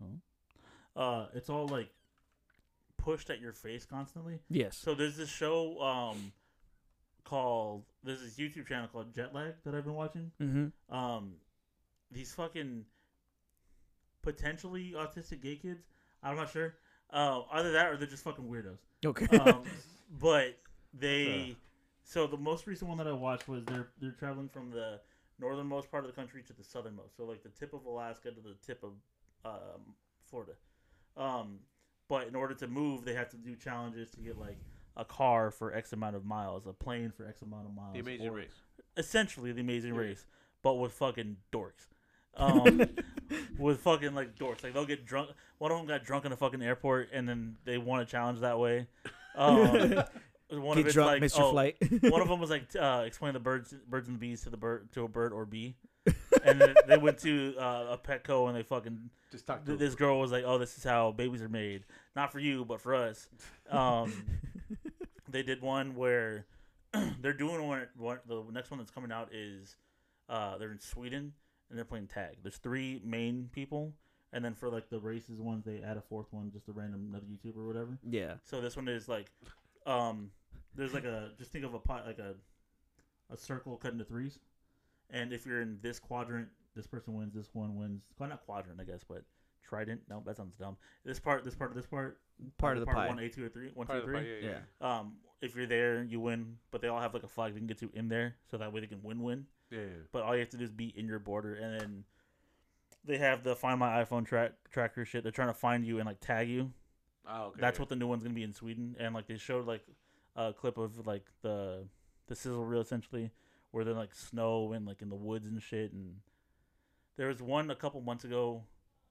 [SPEAKER 1] huh? uh, it's all like pushed at your face constantly.
[SPEAKER 2] Yes.
[SPEAKER 1] So there's this show um called there's this YouTube channel called Jetlag that I've been watching.
[SPEAKER 2] Mm-hmm.
[SPEAKER 1] Um these fucking potentially autistic gay kids, I'm not sure. Uh, either that or they're just fucking weirdos.
[SPEAKER 2] Okay.
[SPEAKER 1] Um, but they so the most recent one that I watched was they're they're traveling from the northernmost part of the country to the southernmost. So like the tip of Alaska to the tip of um, Florida. Um, but in order to move, they have to do challenges to get like a car for X amount of miles, a plane for X amount of miles.
[SPEAKER 7] The Amazing
[SPEAKER 1] or-
[SPEAKER 7] Race.
[SPEAKER 1] Essentially, the Amazing
[SPEAKER 7] Yeah.
[SPEAKER 1] Race, but with fucking
[SPEAKER 2] [laughs]
[SPEAKER 1] dorks. Um, with fucking like dorks. Like they'll get drunk. One of them got drunk in a fucking airport, and then they want to challenge that way.
[SPEAKER 2] [laughs]
[SPEAKER 1] Um, one of
[SPEAKER 2] Get
[SPEAKER 1] it's
[SPEAKER 2] drunk,
[SPEAKER 1] like,
[SPEAKER 2] miss
[SPEAKER 1] oh,
[SPEAKER 2] your flight. [laughs]
[SPEAKER 1] one of them was like, t- uh, explain the birds, birds and the bees to the bird, to a bird or
[SPEAKER 2] [laughs]
[SPEAKER 1] bee, and then they went to uh, a Petco and they fucking.
[SPEAKER 7] Just talk
[SPEAKER 1] th- This girl was like, "Oh, this is how babies are made. Not for you, but for us." Um, they did one where [clears throat] they're doing one. One the next one that's coming out is uh, they're in Sweden and they're playing tag. There's three main people, and then for like the races ones, they add a fourth one, just a random another YouTuber or whatever.
[SPEAKER 2] yeah.
[SPEAKER 1] So this one is like, um, there's like a just think of a pot like a, a circle cut into threes, and if you're in this quadrant, this person wins. This one wins. Well, not quadrant, I guess, but trident. No, that sounds dumb. This part, this part, this part,
[SPEAKER 2] Part of the pie.
[SPEAKER 1] One, A, two, or three. One, two,
[SPEAKER 7] Part of the
[SPEAKER 1] three.
[SPEAKER 7] pie, yeah, yeah.
[SPEAKER 2] Yeah.
[SPEAKER 1] Um, if you're there, you win. But they all have like a flag they can get to in there, so that way they can win-win.
[SPEAKER 3] Yeah, yeah.
[SPEAKER 1] But all you have to do is be in your border, and then they have the find my iPhone track tracker shit. They're trying to find you and like tag you.
[SPEAKER 7] Oh, okay.
[SPEAKER 1] That's
[SPEAKER 7] yeah.
[SPEAKER 1] what the new one's gonna be in Sweden, and like they showed like a clip of like the the sizzle reel essentially, where they're like snow and like in the woods and shit. And there was one a couple months ago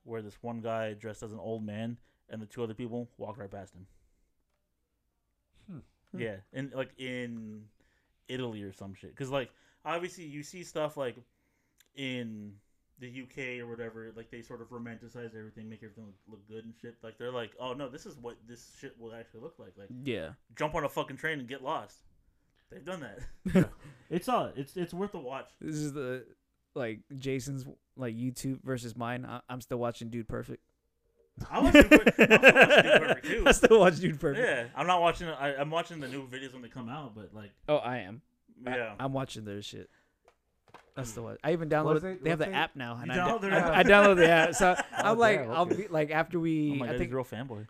[SPEAKER 1] where this one guy dressed as an old man, and the two other people walked right past him.
[SPEAKER 3] Hmm.
[SPEAKER 2] Hmm.
[SPEAKER 1] Yeah, and like in Italy or some shit, because like obviously you see stuff like in the UK or whatever, like they sort of romanticize everything, make everything look, look good and shit. Like they're like, oh no, this is what this shit will actually look like. Like
[SPEAKER 2] Yeah.
[SPEAKER 1] jump on a fucking train and get lost. They've done that.
[SPEAKER 2] [laughs] Yeah.
[SPEAKER 1] it's solid. It's it's worth a watch.
[SPEAKER 2] This is the like Jason's like YouTube versus mine. I- I'm still watching Dude Perfect. [laughs]
[SPEAKER 1] I watch Dude Per- I also watch Dude Perfect, too.
[SPEAKER 2] I still watch Dude Perfect.
[SPEAKER 1] Yeah, I'm not watching. I, I'm watching the new videos when they come out, but like,
[SPEAKER 2] Oh, I am.
[SPEAKER 1] yeah.
[SPEAKER 2] I, am watching their shit. I still watch. I even downloaded.
[SPEAKER 3] they-
[SPEAKER 2] they have the
[SPEAKER 3] Hmm. what's they-
[SPEAKER 2] app now, and I,
[SPEAKER 1] downloaded
[SPEAKER 2] d-
[SPEAKER 1] their
[SPEAKER 2] I,
[SPEAKER 1] app?
[SPEAKER 2] I downloaded the app. So
[SPEAKER 3] [laughs] Oh,
[SPEAKER 2] I'm like,
[SPEAKER 3] damn,
[SPEAKER 2] I'll
[SPEAKER 3] okay.
[SPEAKER 2] be like after
[SPEAKER 1] oh
[SPEAKER 2] we.
[SPEAKER 1] my god,
[SPEAKER 2] I
[SPEAKER 1] he's
[SPEAKER 2] think
[SPEAKER 1] a real fanboy.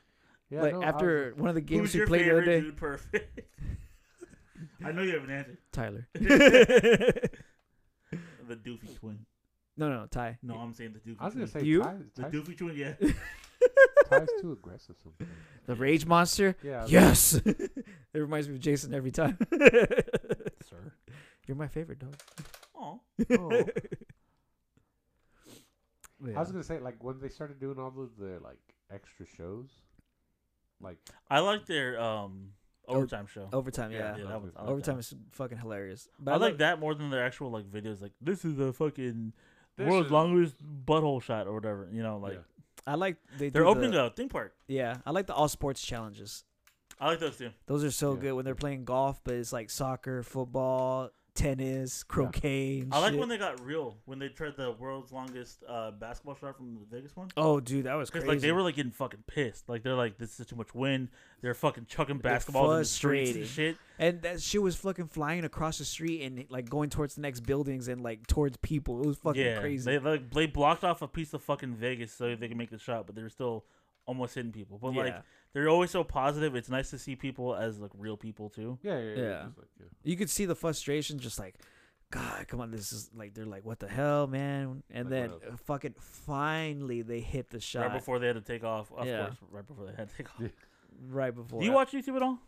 [SPEAKER 3] Yeah,
[SPEAKER 2] like
[SPEAKER 3] no, I
[SPEAKER 2] after one of the games
[SPEAKER 1] Who's
[SPEAKER 2] we
[SPEAKER 1] your
[SPEAKER 2] played the other
[SPEAKER 1] favorite
[SPEAKER 2] day,
[SPEAKER 1] Dude Perfect? [laughs] I know you have an answer.
[SPEAKER 2] Tyler.
[SPEAKER 1] [laughs] The Doofy twin.
[SPEAKER 2] [laughs] No, no, Ty.
[SPEAKER 1] No, I'm saying the Doofy.
[SPEAKER 3] was, I was gonna
[SPEAKER 1] twin.
[SPEAKER 3] say
[SPEAKER 2] You?
[SPEAKER 3] Ty's,
[SPEAKER 1] the
[SPEAKER 3] Ty's,
[SPEAKER 1] Doofy twin. Yeah.
[SPEAKER 3] [laughs] Ty's too [laughs] aggressive sometimes.
[SPEAKER 2] The Rage Monster.
[SPEAKER 3] Yeah. I was-
[SPEAKER 2] Yes. [laughs] it reminds me of Jason every time. [laughs]
[SPEAKER 1] Sir.
[SPEAKER 2] You're my favorite dog.
[SPEAKER 1] Oh.
[SPEAKER 2] [laughs]
[SPEAKER 3] Oh.
[SPEAKER 2] Yeah.
[SPEAKER 3] I was gonna say like when they started doing all of the like extra shows, like
[SPEAKER 1] I like their um overtime show.
[SPEAKER 2] Overtime, Oh, yeah.
[SPEAKER 3] Yeah.
[SPEAKER 1] that was- I like
[SPEAKER 2] Overtime
[SPEAKER 1] that.
[SPEAKER 2] is fucking hilarious. But
[SPEAKER 1] I like that more than their actual like videos. Like this is the fucking
[SPEAKER 7] This
[SPEAKER 1] world's
[SPEAKER 7] is-
[SPEAKER 1] longest butthole shot or whatever. You know, like
[SPEAKER 3] Yeah.
[SPEAKER 2] I like they
[SPEAKER 1] they're
[SPEAKER 2] do
[SPEAKER 1] opening
[SPEAKER 2] the,
[SPEAKER 1] a theme park.
[SPEAKER 2] Yeah, I like the all sports challenges.
[SPEAKER 1] I like those too.
[SPEAKER 2] Those are so
[SPEAKER 3] Yeah.
[SPEAKER 2] good when they're playing golf, but it's like soccer, football, tennis, croquet. and
[SPEAKER 1] I like
[SPEAKER 2] shit.
[SPEAKER 1] when they got real when they tried the world's longest uh, basketball shot from the Vegas one.
[SPEAKER 2] Oh, dude, that was
[SPEAKER 1] Because
[SPEAKER 2] crazy.
[SPEAKER 1] like they were like getting fucking pissed. Like they're like this is too much wind. They're fucking chucking basketballs in the streets and
[SPEAKER 2] frustrated.
[SPEAKER 1] shit.
[SPEAKER 2] and that shit was fucking flying across the street and like going towards the next buildings and like towards people. It was fucking
[SPEAKER 1] yeah,
[SPEAKER 2] crazy.
[SPEAKER 1] they like they blocked off a piece of fucking Vegas so they can make the shot, but they were still almost hitting people. But like
[SPEAKER 2] Yeah.
[SPEAKER 1] they're always so positive. It's nice to see people as like real people too.
[SPEAKER 3] yeah, yeah, yeah.
[SPEAKER 2] Yeah.
[SPEAKER 3] just like, yeah.
[SPEAKER 2] you could see the frustration just like god come on this is like they're like what the hell man and
[SPEAKER 3] Like,
[SPEAKER 2] then
[SPEAKER 3] what
[SPEAKER 2] uh, fucking finally they hit the shot
[SPEAKER 1] Right before they had to take off, of
[SPEAKER 2] Yeah.
[SPEAKER 1] course. Right before they had to take
[SPEAKER 2] [laughs]
[SPEAKER 1] off.
[SPEAKER 3] Yeah.
[SPEAKER 2] right before
[SPEAKER 1] Do you watch YouTube at all?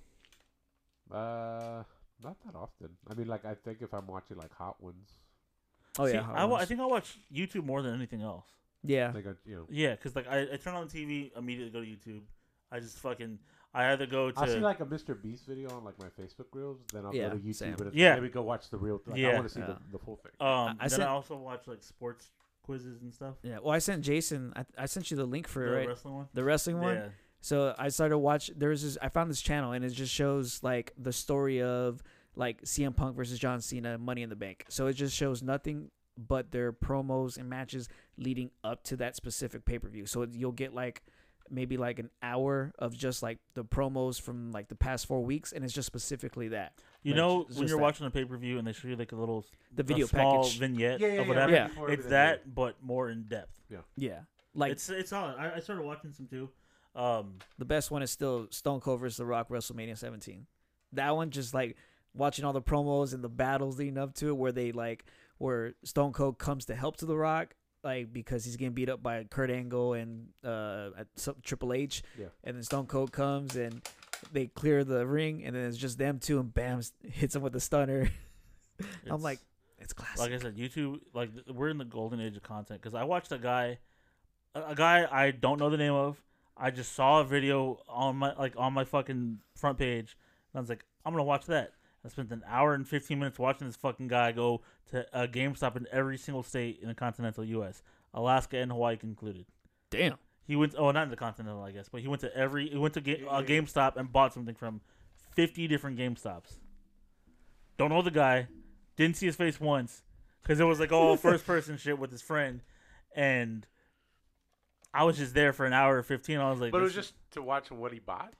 [SPEAKER 3] Uh, not that often. I mean, like I think if I'm watching like hot ones,
[SPEAKER 2] oh
[SPEAKER 1] See,
[SPEAKER 2] yeah
[SPEAKER 1] I, wa- I
[SPEAKER 2] Howard's.
[SPEAKER 1] think I watch YouTube more than anything else.
[SPEAKER 2] yeah
[SPEAKER 3] like I, you know,
[SPEAKER 1] Yeah, because like I, I turn on the TV immediately go to YouTube. I just fucking I either go to
[SPEAKER 3] I'll see like a Mr. Beast video on like my Facebook reels, then I'll
[SPEAKER 2] Yeah,
[SPEAKER 3] go to YouTube
[SPEAKER 2] same.
[SPEAKER 3] and it's
[SPEAKER 1] Yeah.
[SPEAKER 3] like, let me go watch the real. Like, I
[SPEAKER 1] Yeah.
[SPEAKER 3] want to see
[SPEAKER 2] Yeah. Oh,
[SPEAKER 3] the, the full thing.
[SPEAKER 1] um.
[SPEAKER 2] I
[SPEAKER 1] then
[SPEAKER 2] sent-
[SPEAKER 1] I also watch like sports quizzes and stuff.
[SPEAKER 2] yeah well i sent jason i, I sent you the link for
[SPEAKER 1] The
[SPEAKER 2] it, right
[SPEAKER 1] wrestling one.
[SPEAKER 2] the wrestling one
[SPEAKER 1] Yeah.
[SPEAKER 2] so i started watch there's this i found this channel and it just shows like the story of like cm punk versus john cena money in the bank so it just shows nothing but their promos and matches leading up to that specific pay-per-view so it, you'll get like maybe like an hour of just like the promos from like the past four weeks, and it's just specifically that
[SPEAKER 1] You
[SPEAKER 2] Like,
[SPEAKER 1] know,
[SPEAKER 2] it's
[SPEAKER 1] when
[SPEAKER 2] just
[SPEAKER 1] you're
[SPEAKER 2] that.
[SPEAKER 1] watching a pay per view and they show you like a little
[SPEAKER 2] the
[SPEAKER 1] a
[SPEAKER 2] video
[SPEAKER 1] small
[SPEAKER 2] package.
[SPEAKER 1] vignette
[SPEAKER 3] Yeah, yeah,
[SPEAKER 1] of what
[SPEAKER 3] yeah,
[SPEAKER 1] happened.
[SPEAKER 2] Yeah.
[SPEAKER 3] before
[SPEAKER 1] It's
[SPEAKER 3] everything,
[SPEAKER 1] that, but more in depth.
[SPEAKER 2] yeah, like
[SPEAKER 1] it's it's solid. I, I started watching some too. Um,
[SPEAKER 2] the best one is still Stone Cold versus The Rock WrestleMania 17. That one just like watching all the promos and the battles leading up to it, where they like where Stone Cold comes to help to The Rock, like because he's getting beat up by Kurt Angle and uh at some, Triple H,
[SPEAKER 3] Yeah.
[SPEAKER 2] and then Stone Cold comes and they clear the ring, and then it's just them two, and bam, [laughs] s- hits him with a stunner. [laughs] I'm
[SPEAKER 1] it's-
[SPEAKER 2] like, it's classic.
[SPEAKER 1] like I said, YouTube, like th- we're in the golden age of content because I watched a guy, a, a guy I don't know the name of. I just saw a video on my like on my fucking front page, and I was like, I'm gonna watch that. I spent an hour and 15 minutes watching this fucking guy go to a GameStop in every single state in the continental U.S., Alaska and Hawaii included.
[SPEAKER 2] Damn,
[SPEAKER 1] He went, oh, not in the continental, I guess, but he went to every, he went to ga- uh, GameStop and bought something from 50 different GameStops. Don't know the guy, didn't see his face once, because it was
[SPEAKER 8] [laughs]
[SPEAKER 1] like all first person shit with his friend, and I was just there for an hour or 15. I was like,
[SPEAKER 8] But it was
[SPEAKER 1] this is-
[SPEAKER 8] just to watch what he bought.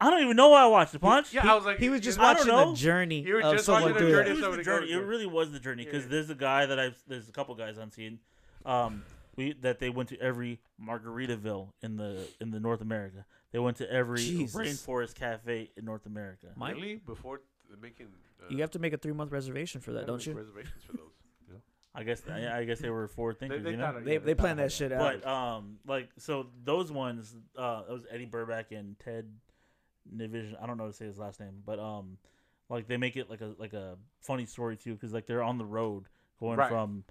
[SPEAKER 1] I don't even know why I watched the punch.
[SPEAKER 8] Yeah, I was like,
[SPEAKER 2] he was just
[SPEAKER 8] I don't
[SPEAKER 2] watching
[SPEAKER 8] know.
[SPEAKER 2] the journey
[SPEAKER 8] You were
[SPEAKER 2] of
[SPEAKER 8] just
[SPEAKER 2] someone
[SPEAKER 8] watching
[SPEAKER 2] do
[SPEAKER 8] the
[SPEAKER 2] it.
[SPEAKER 8] journey.
[SPEAKER 1] It was
[SPEAKER 8] Somebody
[SPEAKER 1] the
[SPEAKER 8] go
[SPEAKER 1] journey. It
[SPEAKER 8] with it.
[SPEAKER 1] really was the journey because
[SPEAKER 8] Yeah.
[SPEAKER 1] there's a guy that I've there's a couple guys on scene, um, we that they went to every Margaritaville in the in the North America. They went to every
[SPEAKER 2] Jesus.
[SPEAKER 1] rainforest cafe in North America.
[SPEAKER 2] Mike,
[SPEAKER 8] Really? Before th- making. Uh,
[SPEAKER 2] you have to make a three month reservation for
[SPEAKER 8] they
[SPEAKER 2] that,
[SPEAKER 8] have,
[SPEAKER 2] don't
[SPEAKER 8] like,
[SPEAKER 2] you?
[SPEAKER 8] Reservations for those.
[SPEAKER 1] I guess I, I guess they were forward
[SPEAKER 8] They-
[SPEAKER 1] thinkers.
[SPEAKER 8] they
[SPEAKER 1] you know?
[SPEAKER 8] thought it-
[SPEAKER 2] They
[SPEAKER 8] yeah,
[SPEAKER 2] they plan
[SPEAKER 8] thought
[SPEAKER 2] that
[SPEAKER 8] about
[SPEAKER 2] shit out.
[SPEAKER 1] But um, like so those ones, uh, it was Eddie Burback and Ted Nivision. I don't know how to say his last name, but um, like they make it like a like a funny story too, because like they're on the road going
[SPEAKER 8] Right.
[SPEAKER 1] from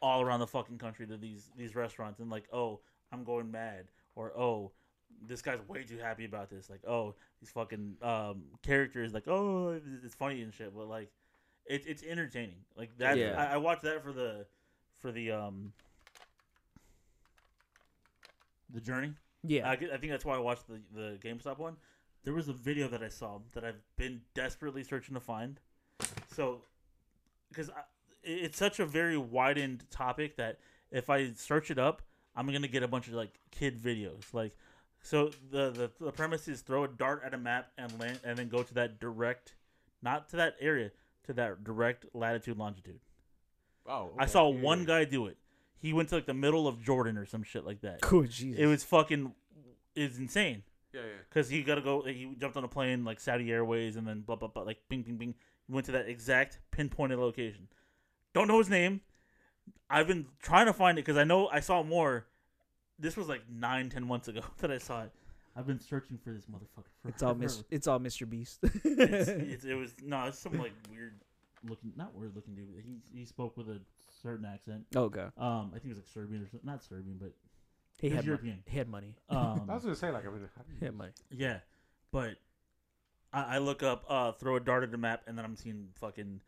[SPEAKER 1] all around the fucking country to these these restaurants, and like oh I'm going mad, or oh this guy's way too happy about this, like oh these fucking um characters, like oh it's funny and shit, but like it's it's entertaining. Like that,
[SPEAKER 2] Yeah.
[SPEAKER 1] I, I watched that for the for the um the journey.
[SPEAKER 2] Yeah,
[SPEAKER 1] I, get- I think that's why I watched the the GameStop one. There was a video that I saw that I've been desperately searching to find. So, because it's such a very widened topic that if I search it up, I'm gonna get a bunch of like kid videos. Like, so the the, the premise is throw a dart at a map and land, and then go to that direct, not to that area, to that direct latitude longitude.
[SPEAKER 8] Oh,
[SPEAKER 1] I
[SPEAKER 8] okay.
[SPEAKER 1] saw
[SPEAKER 8] Yeah,
[SPEAKER 1] one
[SPEAKER 8] yeah.
[SPEAKER 1] guy do it. He went to like the middle of Jordan or some shit like that.
[SPEAKER 2] Cool, Jesus.
[SPEAKER 1] It was fucking, it's insane.
[SPEAKER 8] Yeah, yeah.
[SPEAKER 1] Cause he got to go. He jumped on a plane like Saudi Airways, and then blah blah blah. Like bing bing bing. Went to that exact pinpointed location. Don't know his name. I've been trying to find it because I know I saw more. This was like nine, ten months ago [laughs] that I saw it. I've been searching for this motherfucker. For
[SPEAKER 2] [laughs] it's all mis- it's all Mr.
[SPEAKER 1] [laughs]
[SPEAKER 2] Beast. [laughs]
[SPEAKER 1] it's, it's, it was no, it's some like weird looking, not weird looking dude. He he spoke with a certain accent.
[SPEAKER 2] oh god,
[SPEAKER 1] Um, I think it was like Serbian or something. Not Serbian, but
[SPEAKER 2] he
[SPEAKER 1] He's
[SPEAKER 2] had mon-
[SPEAKER 1] European.
[SPEAKER 2] he had money.
[SPEAKER 3] [laughs]
[SPEAKER 1] um,
[SPEAKER 3] I was gonna say like I mean, how do you-
[SPEAKER 2] He had [laughs] money.
[SPEAKER 1] Yeah, but I, I look up, uh, throw a dart at the map, and then I'm seeing fucking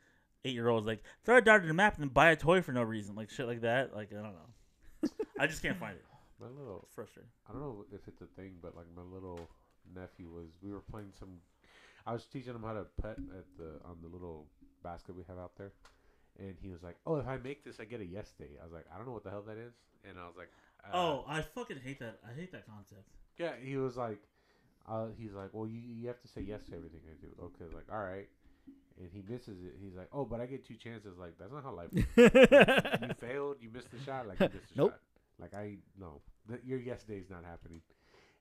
[SPEAKER 1] eight year olds like throw a dart at the map and then buy a toy for no reason, like shit like that. Like I don't know, I just can't find it.
[SPEAKER 3] my little
[SPEAKER 1] It's frustrating.
[SPEAKER 3] I don't know if it's a thing, but like my little nephew was. We were playing some. I was teaching him how to putt at the on the little basket we have out there, and he was like, "Oh, if I make this, I get a yes day." I was like, "I don't know what the hell that is," and I was like, uh,
[SPEAKER 1] oh, I fucking hate that. I hate that concept.
[SPEAKER 3] yeah." He was like, uh, "He's like, well, you you have to say yes to everything I do." Okay, like all right, and he misses it. He's like, "Oh, but I get two chances." Like that's not how life. works.
[SPEAKER 2] [laughs]
[SPEAKER 3] you failed. You missed the shot. Like you missed the
[SPEAKER 2] Nope.
[SPEAKER 3] shot. Like I no, Th- your yes day is not happening.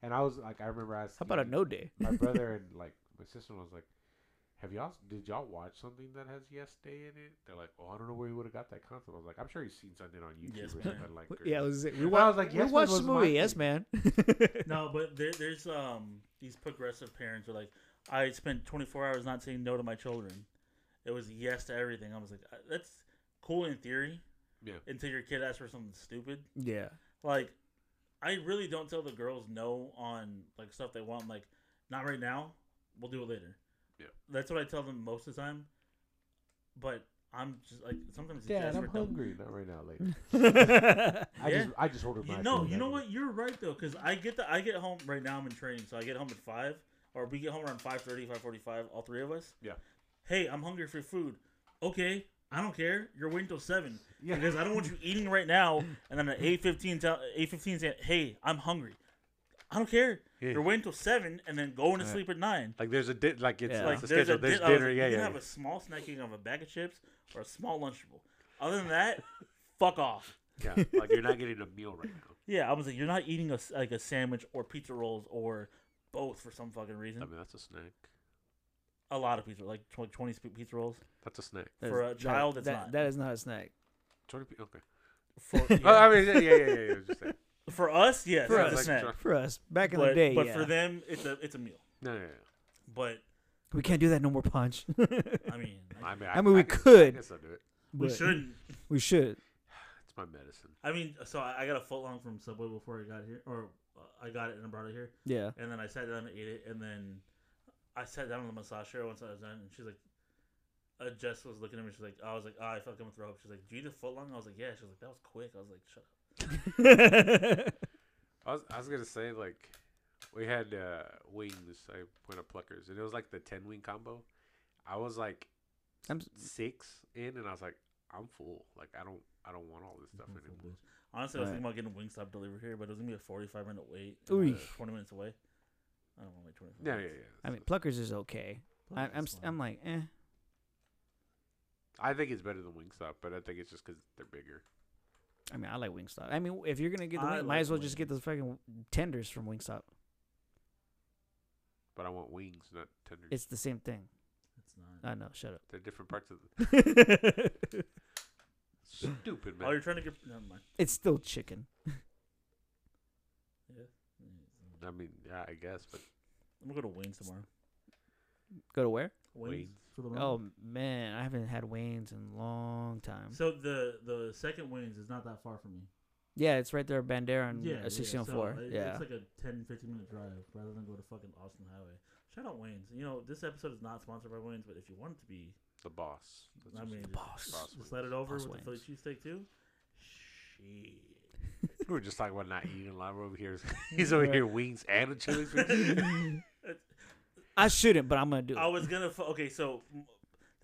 [SPEAKER 3] And I was like, I remember asking.
[SPEAKER 2] How about a no day? [laughs]
[SPEAKER 3] my brother and like my sister was like, "Have y'all did y'all watch something that has yes day in it?" They're like, "Oh, I don't know where you would have got that concept." I was like, "I'm sure you've seen something on YouTube
[SPEAKER 1] Yes,
[SPEAKER 3] or
[SPEAKER 1] man.
[SPEAKER 3] something like." or-
[SPEAKER 2] yeah, it was it. we
[SPEAKER 3] And
[SPEAKER 2] watched.
[SPEAKER 3] I was like,
[SPEAKER 2] we
[SPEAKER 3] "Yes, man
[SPEAKER 2] watched
[SPEAKER 3] was
[SPEAKER 2] the
[SPEAKER 3] my
[SPEAKER 2] movie. Yes,
[SPEAKER 3] thing."
[SPEAKER 2] man. [laughs]
[SPEAKER 1] No, but there, there's um these progressive parents are like, I spent 24 hours not saying no to my children. It was yes to everything. I was like, "Uh, that's cool in theory.
[SPEAKER 8] Yeah.
[SPEAKER 1] Until your kid asks for something stupid.
[SPEAKER 2] yeah,
[SPEAKER 1] like I really don't tell the girls no on like stuff they want. Like, not right now. We'll do it later.
[SPEAKER 8] Yeah.
[SPEAKER 1] that's what I tell them most of the time. But I'm just like sometimes it's
[SPEAKER 3] Dad,
[SPEAKER 1] just for
[SPEAKER 3] I'm
[SPEAKER 1] dumb-
[SPEAKER 3] hungry. Not right now.
[SPEAKER 2] [laughs]
[SPEAKER 3] Later. I
[SPEAKER 1] Yeah.
[SPEAKER 3] just I just ordered my.
[SPEAKER 1] You know,
[SPEAKER 3] food,
[SPEAKER 1] you
[SPEAKER 3] I
[SPEAKER 1] know
[SPEAKER 3] didn't-
[SPEAKER 1] what? You're right though, because I get the I get home right now. I'm in training, so I get home at five, or we get home around 5.30, 5.45, All three of us.
[SPEAKER 8] Yeah.
[SPEAKER 1] Hey, I'm hungry for food. Okay, I don't care. You're waiting till seven
[SPEAKER 3] [laughs] Yeah.
[SPEAKER 1] because I don't want you eating right now. And then at eight fifteen, eight fifteen, saying, "Hey, I'm hungry." I don't care.
[SPEAKER 3] Yeah.
[SPEAKER 1] You're waiting till seven and then going to
[SPEAKER 3] Yeah.
[SPEAKER 1] sleep at nine.
[SPEAKER 3] Like there's a di- like it's,
[SPEAKER 2] Yeah.
[SPEAKER 1] Like
[SPEAKER 3] it's a
[SPEAKER 1] there's
[SPEAKER 3] schedule.
[SPEAKER 1] a
[SPEAKER 3] there's
[SPEAKER 1] di- I was
[SPEAKER 3] dinner.
[SPEAKER 1] like,
[SPEAKER 3] yeah,
[SPEAKER 1] you can
[SPEAKER 3] yeah.
[SPEAKER 1] have a small snack. You can have a bag of chips or a small lunchable. Other than that, [laughs] fuck off.
[SPEAKER 3] yeah.
[SPEAKER 1] [laughs]
[SPEAKER 3] Like you're not getting a meal right now.
[SPEAKER 1] Yeah, I was like, you're not eating a s like a sandwich or pizza rolls or both for some fucking reason.
[SPEAKER 3] I mean that's a snack.
[SPEAKER 1] A lot of pizza, like tw- twenty sp- pizza
[SPEAKER 3] [laughs]
[SPEAKER 1] rolls.
[SPEAKER 3] That's a snack.
[SPEAKER 2] That
[SPEAKER 1] For
[SPEAKER 2] is-
[SPEAKER 1] a child,
[SPEAKER 2] that,
[SPEAKER 1] it's
[SPEAKER 2] that,
[SPEAKER 1] not.
[SPEAKER 2] That is not a snack.
[SPEAKER 3] Twenty. pe- Okay.
[SPEAKER 1] For,
[SPEAKER 3] Oh,
[SPEAKER 1] yeah.
[SPEAKER 3] I mean yeah, yeah, yeah. yeah, yeah just
[SPEAKER 2] [laughs]
[SPEAKER 3] saying.
[SPEAKER 1] for us, yes,
[SPEAKER 2] For
[SPEAKER 1] it's a
[SPEAKER 2] us.
[SPEAKER 1] snack.
[SPEAKER 3] Like,
[SPEAKER 2] For us, back in
[SPEAKER 1] but,
[SPEAKER 2] the day,
[SPEAKER 1] but
[SPEAKER 2] yeah.
[SPEAKER 1] for them, it's a it's a meal.
[SPEAKER 3] no, no, no.
[SPEAKER 1] But
[SPEAKER 2] we can't do that no more. Punch.
[SPEAKER 1] I
[SPEAKER 3] [laughs]
[SPEAKER 1] mean,
[SPEAKER 3] no. I mean,
[SPEAKER 2] I mean, we
[SPEAKER 3] guess- I
[SPEAKER 2] could.
[SPEAKER 3] guess I'll do it.
[SPEAKER 1] we
[SPEAKER 2] But
[SPEAKER 1] shouldn't.
[SPEAKER 2] We should.
[SPEAKER 3] It's my medicine.
[SPEAKER 1] I mean, so I, I got a foot long from Subway before I got here, or uh, I got it and I brought it here,
[SPEAKER 2] Yeah.
[SPEAKER 1] [laughs] and then I sat down and ate it, and then I sat down on the massage chair once I was done, and she's like, uh, Jess was looking at me, she's like, I was like, oh, I felt like I'm gonna throw up. She's like, Do you need a foot long? I was like, Yeah. She was like, That was quick. I was like, Shut up.
[SPEAKER 3] I was, I was gonna say like we had uh, wings. I went to Pluckers, and it was like the ten wing combo. I was like
[SPEAKER 2] I'm s-
[SPEAKER 3] six in, and I was like, I'm full. Like I don't, I don't want all this stuff
[SPEAKER 1] I'm full,
[SPEAKER 3] anymore.
[SPEAKER 1] bitch. Honestly, I was
[SPEAKER 2] Right.
[SPEAKER 1] thinking about getting Wingstop delivered here, but it was gonna be a 45 minute wait. and
[SPEAKER 2] Ooh.
[SPEAKER 1] we're Twenty minutes away. I don't want to wait 25.
[SPEAKER 3] Yeah, yeah,
[SPEAKER 1] minutes.
[SPEAKER 3] yeah.
[SPEAKER 2] I mean, Pluckers is okay. I, I'm s- I'm like eh.
[SPEAKER 3] I think it's better than Wingstop, but I think it's just because they're bigger.
[SPEAKER 2] I mean, I like Wingstop. I mean, if you're gonna get the,
[SPEAKER 1] I
[SPEAKER 2] wing, might
[SPEAKER 1] like
[SPEAKER 2] as well just
[SPEAKER 1] wings.
[SPEAKER 2] get the fucking tenders from Wingstop.
[SPEAKER 3] But I want wings, not tenders.
[SPEAKER 2] It's the same thing.
[SPEAKER 1] It's not.
[SPEAKER 2] I know. Shut
[SPEAKER 3] [laughs] they're different
[SPEAKER 2] [laughs]
[SPEAKER 3] parts of the
[SPEAKER 2] up.
[SPEAKER 3] stupid
[SPEAKER 1] Oh,
[SPEAKER 3] man.
[SPEAKER 1] you're trying to get. Never mind.
[SPEAKER 2] it's still chicken.
[SPEAKER 1] Yeah. Mm.
[SPEAKER 3] I mean, yeah, I guess, but
[SPEAKER 1] I'm gonna go to Wayne's tomorrow.
[SPEAKER 2] Go to where?
[SPEAKER 1] Wayne's
[SPEAKER 3] Wayne's.
[SPEAKER 1] for the
[SPEAKER 2] Oh man, I haven't had Wayne's in a long time.
[SPEAKER 1] So the the second Wayne's is not that far from me.
[SPEAKER 2] yeah, it's right there, at Bandera on yeah,
[SPEAKER 1] so
[SPEAKER 2] 1604.
[SPEAKER 1] it-
[SPEAKER 2] yeah,
[SPEAKER 1] It's like a 10, 15 minute drive rather than go to fucking Austin Highway. Shout out Wayne's. You know, this episode is not sponsored by Wayne's, but if you want it to be,
[SPEAKER 3] the boss. That's
[SPEAKER 1] I
[SPEAKER 3] just-
[SPEAKER 1] mean, just,
[SPEAKER 2] boss. [laughs]
[SPEAKER 3] boss
[SPEAKER 1] just let it over
[SPEAKER 2] Boss
[SPEAKER 1] with the Philly
[SPEAKER 2] Wayne's.
[SPEAKER 1] cheesesteak too. Shit.
[SPEAKER 3] [laughs] we were just talking about not eating a lot over here. He's over here wings and
[SPEAKER 1] [laughs]
[SPEAKER 3] a chili. Cheese.
[SPEAKER 2] [laughs] I shouldn't, but I'm gonna do it.
[SPEAKER 1] I was gonna. Fu- okay, so m-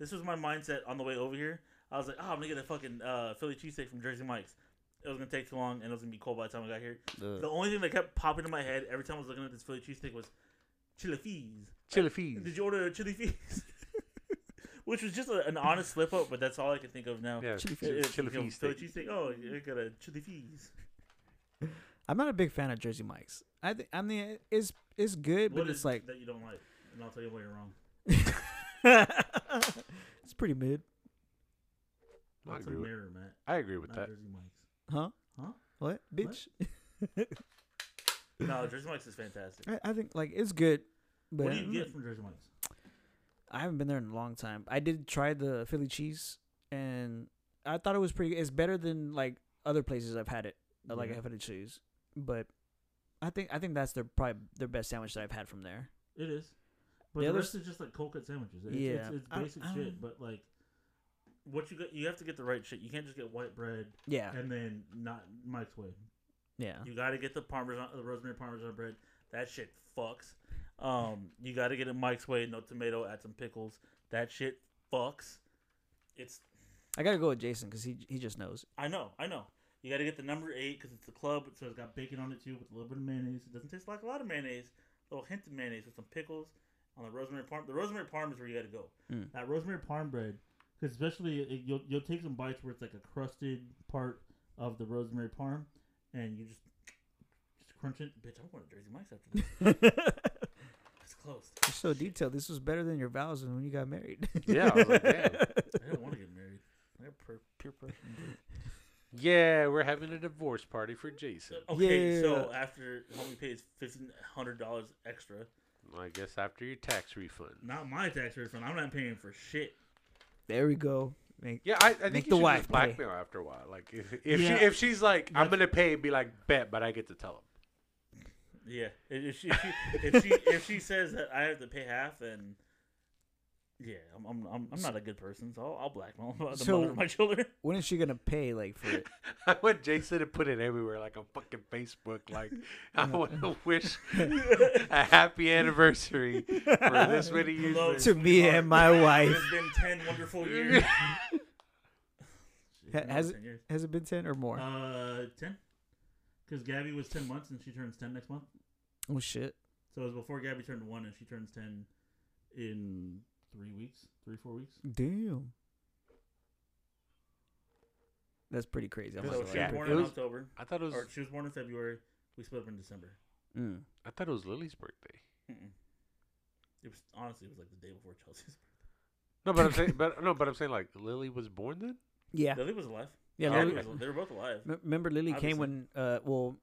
[SPEAKER 1] this was my mindset on the way over here. I was like, oh, I'm gonna get a fucking uh, Philly cheesesteak from Jersey Mike's. It was gonna take too long, and it was gonna be cold by the time I got here. The only thing that kept popping in my head every time I was looking at this Philly cheesesteak was chili fees.
[SPEAKER 3] chili fees.
[SPEAKER 1] Did you order a chili fees? [laughs] Which was just a, an honest slip up, but that's all I can think of now.
[SPEAKER 3] Yeah,
[SPEAKER 2] Chili
[SPEAKER 3] chili,
[SPEAKER 2] fees.
[SPEAKER 3] chili,
[SPEAKER 1] It's, you know,
[SPEAKER 3] fees.
[SPEAKER 1] Philly
[SPEAKER 3] steak.
[SPEAKER 1] cheesesteak. Oh, you got a chili fees.
[SPEAKER 2] I'm not a big fan of Jersey Mike's. I think I mean it's it's good, but
[SPEAKER 1] What
[SPEAKER 2] it's
[SPEAKER 1] is
[SPEAKER 2] like
[SPEAKER 1] that you don't like, and I'll tell you why you're wrong.
[SPEAKER 2] [laughs] it's pretty mid,
[SPEAKER 3] I
[SPEAKER 1] That's a
[SPEAKER 3] agree with-
[SPEAKER 1] mirror, Matt.
[SPEAKER 3] I agree with
[SPEAKER 1] Not
[SPEAKER 3] that.
[SPEAKER 1] Jersey Mike's.
[SPEAKER 2] huh?
[SPEAKER 1] Huh?
[SPEAKER 2] What, bitch?
[SPEAKER 1] No, Jersey Mike's is
[SPEAKER 2] [laughs]
[SPEAKER 1] fantastic.
[SPEAKER 2] I, I think like it's good, but
[SPEAKER 1] What do you
[SPEAKER 2] I'm
[SPEAKER 1] get
[SPEAKER 2] not-
[SPEAKER 1] from Jersey Mike's?
[SPEAKER 2] I haven't been there in a long time. I did try the Philly cheese, and I thought it was pretty. It's better than like other places I've had it, uh, like
[SPEAKER 1] Yeah.
[SPEAKER 2] I've had it cheese. But I think I think that's their probably their best sandwich that I've had from there.
[SPEAKER 1] It is. But
[SPEAKER 2] The
[SPEAKER 1] the,
[SPEAKER 2] other
[SPEAKER 1] rest is just like cold cut sandwiches. It's,
[SPEAKER 2] Yeah.
[SPEAKER 1] it's, it's
[SPEAKER 2] I-
[SPEAKER 1] basic
[SPEAKER 2] I don't-
[SPEAKER 1] shit, but like what you got, you have to get the right shit. You can't just get white bread
[SPEAKER 2] Yeah,
[SPEAKER 1] and then not Mike's way.
[SPEAKER 2] yeah.
[SPEAKER 1] You got to get the parmesan, the rosemary parmesan bread. That shit fucks. Um, you got to get it Mike's way. No tomato. Add some pickles. That shit fucks. It's
[SPEAKER 2] I gotta go with Jason because he he just [laughs] knows.
[SPEAKER 1] I know, I know. You got to get the number eight because it's the club, so it's got bacon on it too, with a little bit of mayonnaise. It doesn't taste like a lot of mayonnaise. A little hint of mayonnaise with some pickles on the rosemary parm. The rosemary parm is where you got to go.
[SPEAKER 2] Mm.
[SPEAKER 1] That rosemary parm bread, because especially it, you'll you'll take some bites where it's like a crusted part of the rosemary parm, and you just just crunch it. Bitch, I want a Jersey Mike's after this.
[SPEAKER 2] You're
[SPEAKER 1] It's closed.
[SPEAKER 2] so detailed. This was better than your vows when you got married.
[SPEAKER 3] Yeah, I was like, damn.
[SPEAKER 1] I don't want to get
[SPEAKER 2] [laughs]
[SPEAKER 1] married. I got pure, pure pressure.
[SPEAKER 3] Yeah, we're having a divorce party for Jason.
[SPEAKER 1] Okay,
[SPEAKER 2] Yeah.
[SPEAKER 1] so after homie pays fifteen hundred dollars extra.
[SPEAKER 3] I guess after your tax refund.
[SPEAKER 1] Not my tax refund. I'm not paying for shit.
[SPEAKER 2] [laughs] There we go. Make-
[SPEAKER 3] Yeah, I, I think
[SPEAKER 2] Make
[SPEAKER 3] you
[SPEAKER 2] the
[SPEAKER 3] should
[SPEAKER 2] wife
[SPEAKER 3] just
[SPEAKER 2] pay.
[SPEAKER 3] blackmail after a while. Like if if,
[SPEAKER 1] Yeah.
[SPEAKER 3] she, if she's like, I'm gonna pay, be like, bet, but I get to tell him. [laughs]
[SPEAKER 1] Yeah. If she if she, if she if she says that I have to pay half, then yeah, I'm I'm I'm, I'm not a good person, so I'll, I'll blackmail the
[SPEAKER 2] So-
[SPEAKER 1] mother of my
[SPEAKER 2] [laughs]
[SPEAKER 1] children.
[SPEAKER 2] When is she gonna pay like for it?
[SPEAKER 3] I want Jason to put it everywhere, like on fucking Facebook. Like [laughs] I
[SPEAKER 2] [laughs]
[SPEAKER 3] want to wish a happy anniversary for this many years.
[SPEAKER 1] Hello.
[SPEAKER 3] later.
[SPEAKER 2] to me and
[SPEAKER 3] [laughs]
[SPEAKER 2] my wife.
[SPEAKER 1] It's been ten wonderful years.
[SPEAKER 2] Ha- has
[SPEAKER 1] Another
[SPEAKER 2] it
[SPEAKER 1] 10 years.
[SPEAKER 2] has it been ten or more?
[SPEAKER 1] Uh, ten. Because Gabby was ten months and she turns ten next month.
[SPEAKER 2] Oh shit.
[SPEAKER 1] So it was before Gabby turned one, and she turns ten in three weeks, three four weeks.
[SPEAKER 2] Damn. That's pretty crazy. I'm
[SPEAKER 9] This
[SPEAKER 2] not
[SPEAKER 1] So
[SPEAKER 9] is
[SPEAKER 2] gonna
[SPEAKER 1] she
[SPEAKER 9] Yeah.
[SPEAKER 1] was
[SPEAKER 2] lie.
[SPEAKER 1] born
[SPEAKER 9] It
[SPEAKER 1] in
[SPEAKER 9] was-
[SPEAKER 1] October,
[SPEAKER 9] I thought it was
[SPEAKER 1] or she was born in February. We split up in December.
[SPEAKER 2] Mm.
[SPEAKER 9] I thought it was Lily's birthday.
[SPEAKER 1] Mm-mm. It was honestly it was like the day before Chelsea's.
[SPEAKER 9] No, but I'm saying, but no, but I'm saying like Lily was born then.
[SPEAKER 2] Yeah.
[SPEAKER 1] Lily was alive.
[SPEAKER 2] Yeah.
[SPEAKER 9] Oh,
[SPEAKER 2] Lily,
[SPEAKER 9] okay.
[SPEAKER 1] was- they were both alive.
[SPEAKER 2] m- remember, Lily
[SPEAKER 1] Obviously.
[SPEAKER 2] came when. Uh, well,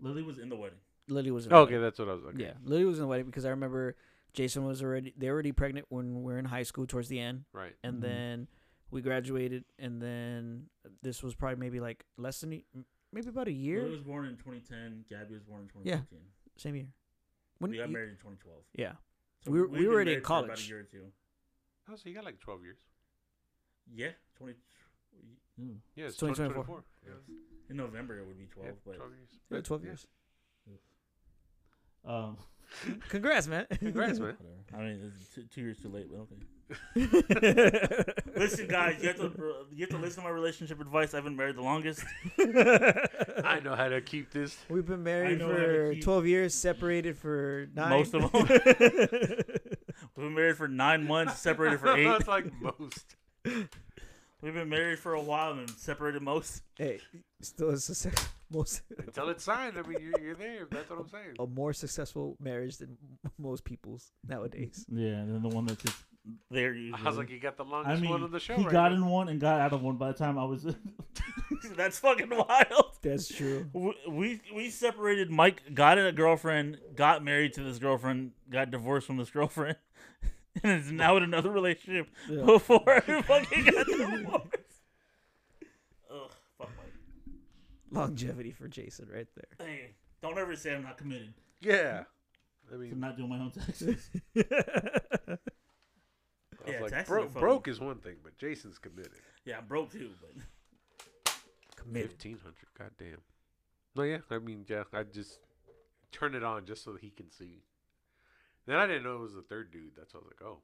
[SPEAKER 1] Lily was in the wedding.
[SPEAKER 2] Lily was. in the
[SPEAKER 9] Oh, okay,
[SPEAKER 2] wedding.
[SPEAKER 9] that's what I was. Okay.
[SPEAKER 2] Yeah, Lily was in the wedding because I remember Jason was already. They were already pregnant when we were in high school towards the end,
[SPEAKER 9] Right.
[SPEAKER 2] and
[SPEAKER 10] Mhm.
[SPEAKER 2] then we graduated, and then this was probably maybe like less than a- maybe about a year,
[SPEAKER 1] Lily was born in 2010. Gabby was born in
[SPEAKER 2] Yeah.
[SPEAKER 1] 2015.
[SPEAKER 2] same year.
[SPEAKER 1] We got
[SPEAKER 2] you-
[SPEAKER 1] married in 2012.
[SPEAKER 2] Yeah.
[SPEAKER 1] So
[SPEAKER 2] We were-
[SPEAKER 1] we've
[SPEAKER 2] we
[SPEAKER 1] been
[SPEAKER 2] were already in
[SPEAKER 1] married for About
[SPEAKER 2] college.
[SPEAKER 1] a year or two.
[SPEAKER 9] Oh, so you got like 12 years.
[SPEAKER 1] Yeah, 20.
[SPEAKER 9] Yeah, it's
[SPEAKER 2] 2024.
[SPEAKER 9] 2024. Yeah,
[SPEAKER 1] In November it would be 12,
[SPEAKER 9] yeah,
[SPEAKER 1] but
[SPEAKER 9] 12 years.
[SPEAKER 2] Yeah,
[SPEAKER 9] But,
[SPEAKER 2] 12
[SPEAKER 9] yeah.
[SPEAKER 2] years.
[SPEAKER 1] um, [laughs]
[SPEAKER 2] Congrats, man.
[SPEAKER 9] Congrats, man.
[SPEAKER 1] whatever. I mean, it's two, two years too late, but okay.
[SPEAKER 2] Listen,
[SPEAKER 1] Listen, guys, you have to you have to listen to my relationship advice. I've been married the longest.
[SPEAKER 9] [laughs] I know how to keep this.
[SPEAKER 2] [laughs] We've been married
[SPEAKER 1] know how to
[SPEAKER 2] for
[SPEAKER 1] keep-
[SPEAKER 2] 12 years, separated for nine.
[SPEAKER 1] Most of [laughs] them. We've been married for nine months,
[SPEAKER 9] [laughs]
[SPEAKER 1] separated for eight. [laughs]
[SPEAKER 9] That's like most.
[SPEAKER 1] We've been married for a while and separated most.
[SPEAKER 2] [laughs] hey, still is a success, [laughs] most
[SPEAKER 9] Until it's signed. I mean, you're, you're there. That's what I'm saying.
[SPEAKER 2] a more successful marriage than [laughs] m- most people's
[SPEAKER 1] [laughs]
[SPEAKER 2] nowadays.
[SPEAKER 1] Yeah, and then the one that's just there usually.
[SPEAKER 9] I was like, you got the longest
[SPEAKER 1] I mean,
[SPEAKER 9] one on the show.
[SPEAKER 1] he
[SPEAKER 9] right
[SPEAKER 1] got
[SPEAKER 9] now.
[SPEAKER 1] in one and got out of one by the time I was. [laughs] That's fucking wild.
[SPEAKER 2] That's true.
[SPEAKER 1] W- We we separated. Mike got a girlfriend, got married to this girlfriend, got divorced from this girlfriend, [laughs] and is now in another relationship
[SPEAKER 2] Yeah.
[SPEAKER 1] [laughs] before I fucking got divorced. [laughs] Ugh, fuck Mike.
[SPEAKER 2] Longevity for Jason, right there.
[SPEAKER 1] Hey, don't ever say I'm not committed.
[SPEAKER 9] Yeah. I
[SPEAKER 1] I'm
[SPEAKER 9] mean,
[SPEAKER 1] not doing my own [laughs] taxes.
[SPEAKER 9] I was
[SPEAKER 1] yeah,
[SPEAKER 9] like,
[SPEAKER 1] taxes
[SPEAKER 9] bro-
[SPEAKER 1] are fucking-
[SPEAKER 9] broke is one thing, but Jason's committed.
[SPEAKER 1] Yeah, I'm broke too, but
[SPEAKER 2] Committed.
[SPEAKER 9] 1500 Goddamn. No, yeah. I mean, yeah. I just turn it on just so he can see. Then I didn't know it was the third dude. That's why I was like, oh.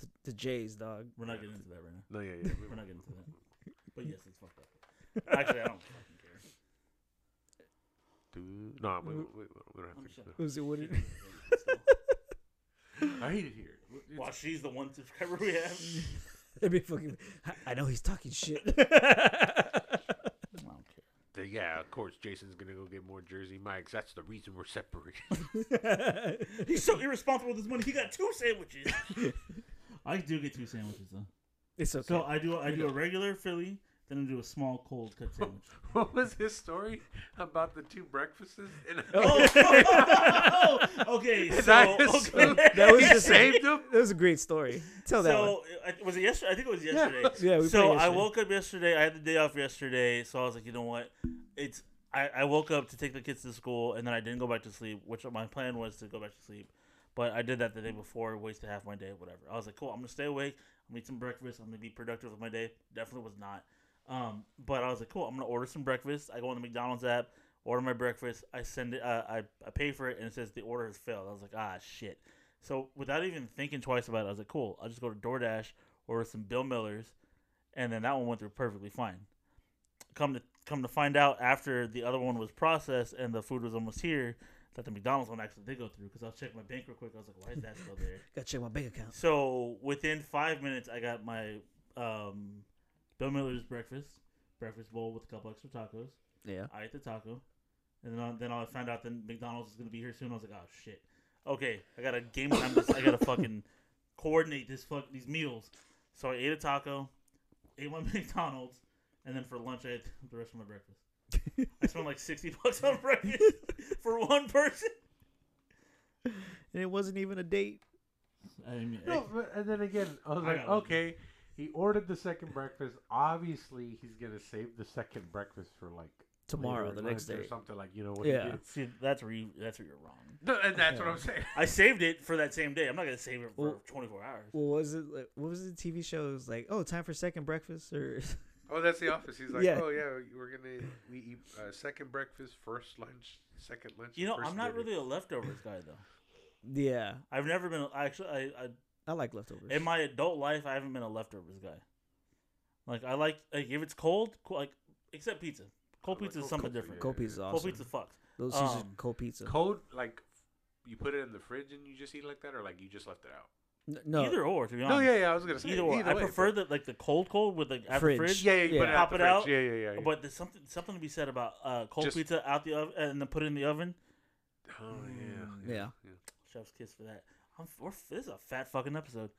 [SPEAKER 2] The, the Jays, dog.
[SPEAKER 1] we're not getting into that right now.
[SPEAKER 9] No, yeah, yeah. we-
[SPEAKER 1] We're not getting into that. But yes, it's fucked up. Actually, I don't fucking care.
[SPEAKER 9] Dude. No, we, we, we we don't
[SPEAKER 1] Let me
[SPEAKER 9] have to.
[SPEAKER 1] shut up.
[SPEAKER 2] Was it what
[SPEAKER 1] Oh, Shit,
[SPEAKER 2] it?
[SPEAKER 9] I hate it here. It's-
[SPEAKER 1] Well, she's the [laughs] one subscriber we have.
[SPEAKER 2] [laughs] It'd be fucking. I- I know he's
[SPEAKER 1] [laughs]
[SPEAKER 2] talking shit.
[SPEAKER 1] I don't care.
[SPEAKER 9] the- yeah, of course, Jason's gonna go get more Jersey Mike's. That's the reason we're separated. [laughs]
[SPEAKER 1] He's so irresponsible with his money. He got two sandwiches. I do get two sandwiches though.
[SPEAKER 2] it's okay.
[SPEAKER 1] So I do I do a regular Philly, then I do a small cold cut sandwich.
[SPEAKER 9] what was his story about the two breakfasts? And
[SPEAKER 1] oh, [laughs] okay.
[SPEAKER 3] [laughs]
[SPEAKER 9] and
[SPEAKER 1] So
[SPEAKER 9] I
[SPEAKER 1] okay.
[SPEAKER 9] assumed
[SPEAKER 2] That was
[SPEAKER 9] he
[SPEAKER 2] just-
[SPEAKER 9] saved him.
[SPEAKER 2] that was a great story. Tell that one.
[SPEAKER 1] so I- was it yesterday? I think it was yesterday.
[SPEAKER 2] [laughs] Yeah, we
[SPEAKER 1] so
[SPEAKER 2] played
[SPEAKER 1] I
[SPEAKER 2] yesterday.
[SPEAKER 1] woke up yesterday. I had the day off yesterday, so I was like, you know what? It's I, I woke up to take the kids to school, and then I didn't go back to sleep, which my plan was to go back to sleep, but I did that the day before, wasted half my day, whatever. I was like, cool, I'm gonna stay awake. I'm gonna eat some breakfast. I'm gonna be productive with my day. Definitely was not. Um, but I was like, cool, I'm gonna order some breakfast. I go on the McDonald's app, order my breakfast. I send it. Uh, I I pay for it, and it says the order has failed. I was like, ah, shit. So without even thinking twice about it, I was like, cool, I'll just go to DoorDash, order some Bill Millers, and then that one went through perfectly fine. Come to come to find out after the other one was processed and the food was almost here that the McDonald's one actually did go through because I was checking my bank real quick. I was like, why is that still there?
[SPEAKER 2] Gotta check my bank account.
[SPEAKER 1] So within five minutes, I got my um, Bill Miller's breakfast breakfast bowl with a couple extra tacos.
[SPEAKER 2] Yeah.
[SPEAKER 1] I ate the taco, and then I, then I found out that McDonald's is gonna be here soon. I was like, oh shit. Okay, I gotta game time this. I gotta fucking [laughs] coordinate this fuck these meals. So I ate a taco, ate my [laughs] McDonald's, and then for lunch I ate [laughs] the rest of my breakfast. I spent like sixty bucks on breakfast [laughs] for one person.
[SPEAKER 2] And it wasn't even a date.
[SPEAKER 1] I mean,
[SPEAKER 3] No, but, and then again, I was
[SPEAKER 1] I
[SPEAKER 3] like,
[SPEAKER 1] got lucky.
[SPEAKER 3] okay, he ordered the second breakfast. Obviously, he's gonna save the second breakfast for like
[SPEAKER 2] Tomorrow,
[SPEAKER 3] later
[SPEAKER 2] the
[SPEAKER 3] lunch
[SPEAKER 2] next
[SPEAKER 3] or
[SPEAKER 2] day.
[SPEAKER 3] something like you know what?
[SPEAKER 2] Yeah.
[SPEAKER 3] Yeah.
[SPEAKER 1] see, that's where you that's where you're wrong.
[SPEAKER 9] No, and that's what I'm saying. [laughs]
[SPEAKER 1] I saved it for that same day. I'm not gonna save it for
[SPEAKER 2] Well-
[SPEAKER 1] 24 hours.
[SPEAKER 2] What was it? Like, what was the TV show? It was like, oh, time for second breakfast or [laughs]
[SPEAKER 9] Oh, that's the office. He's like,
[SPEAKER 2] Yeah.
[SPEAKER 9] oh yeah, we're gonna we eat uh, second breakfast, first lunch, second lunch.
[SPEAKER 1] You know,
[SPEAKER 9] first
[SPEAKER 1] I'm not
[SPEAKER 9] dinner."
[SPEAKER 1] really a leftovers guy though.
[SPEAKER 2] yeah.
[SPEAKER 1] I've never been actually. I, I
[SPEAKER 2] I like leftovers.
[SPEAKER 1] in my adult life, I haven't been a leftovers guy. Like I like like if it's cold, cool, like except pizza. Cold
[SPEAKER 9] Like,
[SPEAKER 1] pizza
[SPEAKER 9] oh,
[SPEAKER 1] is something
[SPEAKER 9] cold pizza,
[SPEAKER 1] different.
[SPEAKER 2] Cold pizza is
[SPEAKER 1] Cold
[SPEAKER 2] awesome.
[SPEAKER 1] pizza fucks.
[SPEAKER 2] Little Caesar's
[SPEAKER 1] Um,
[SPEAKER 2] cold pizza.
[SPEAKER 3] Cold, like you put it in the fridge and you just eat it like that, or like you just left it out.
[SPEAKER 2] N- no,
[SPEAKER 1] Either or, to be
[SPEAKER 3] No,
[SPEAKER 1] honest.
[SPEAKER 3] yeah, yeah. I was gonna say
[SPEAKER 1] Either or. I
[SPEAKER 3] way,
[SPEAKER 1] prefer
[SPEAKER 3] but-
[SPEAKER 1] the like the cold cold with the at
[SPEAKER 2] Fridge.
[SPEAKER 1] the fridge.
[SPEAKER 3] Yeah, yeah, you put
[SPEAKER 2] Yeah.
[SPEAKER 3] it
[SPEAKER 1] Pop
[SPEAKER 3] out the
[SPEAKER 1] it
[SPEAKER 3] fridge. Yeah, yeah, yeah. yeah.
[SPEAKER 1] But there's something something to be said about uh, cold
[SPEAKER 3] Just-
[SPEAKER 1] pizza out the oven and then put it in the oven.
[SPEAKER 3] oh yeah,
[SPEAKER 2] Mm, Yeah.
[SPEAKER 1] Chef's kiss for that. I'm, we're, this is a fat fucking episode.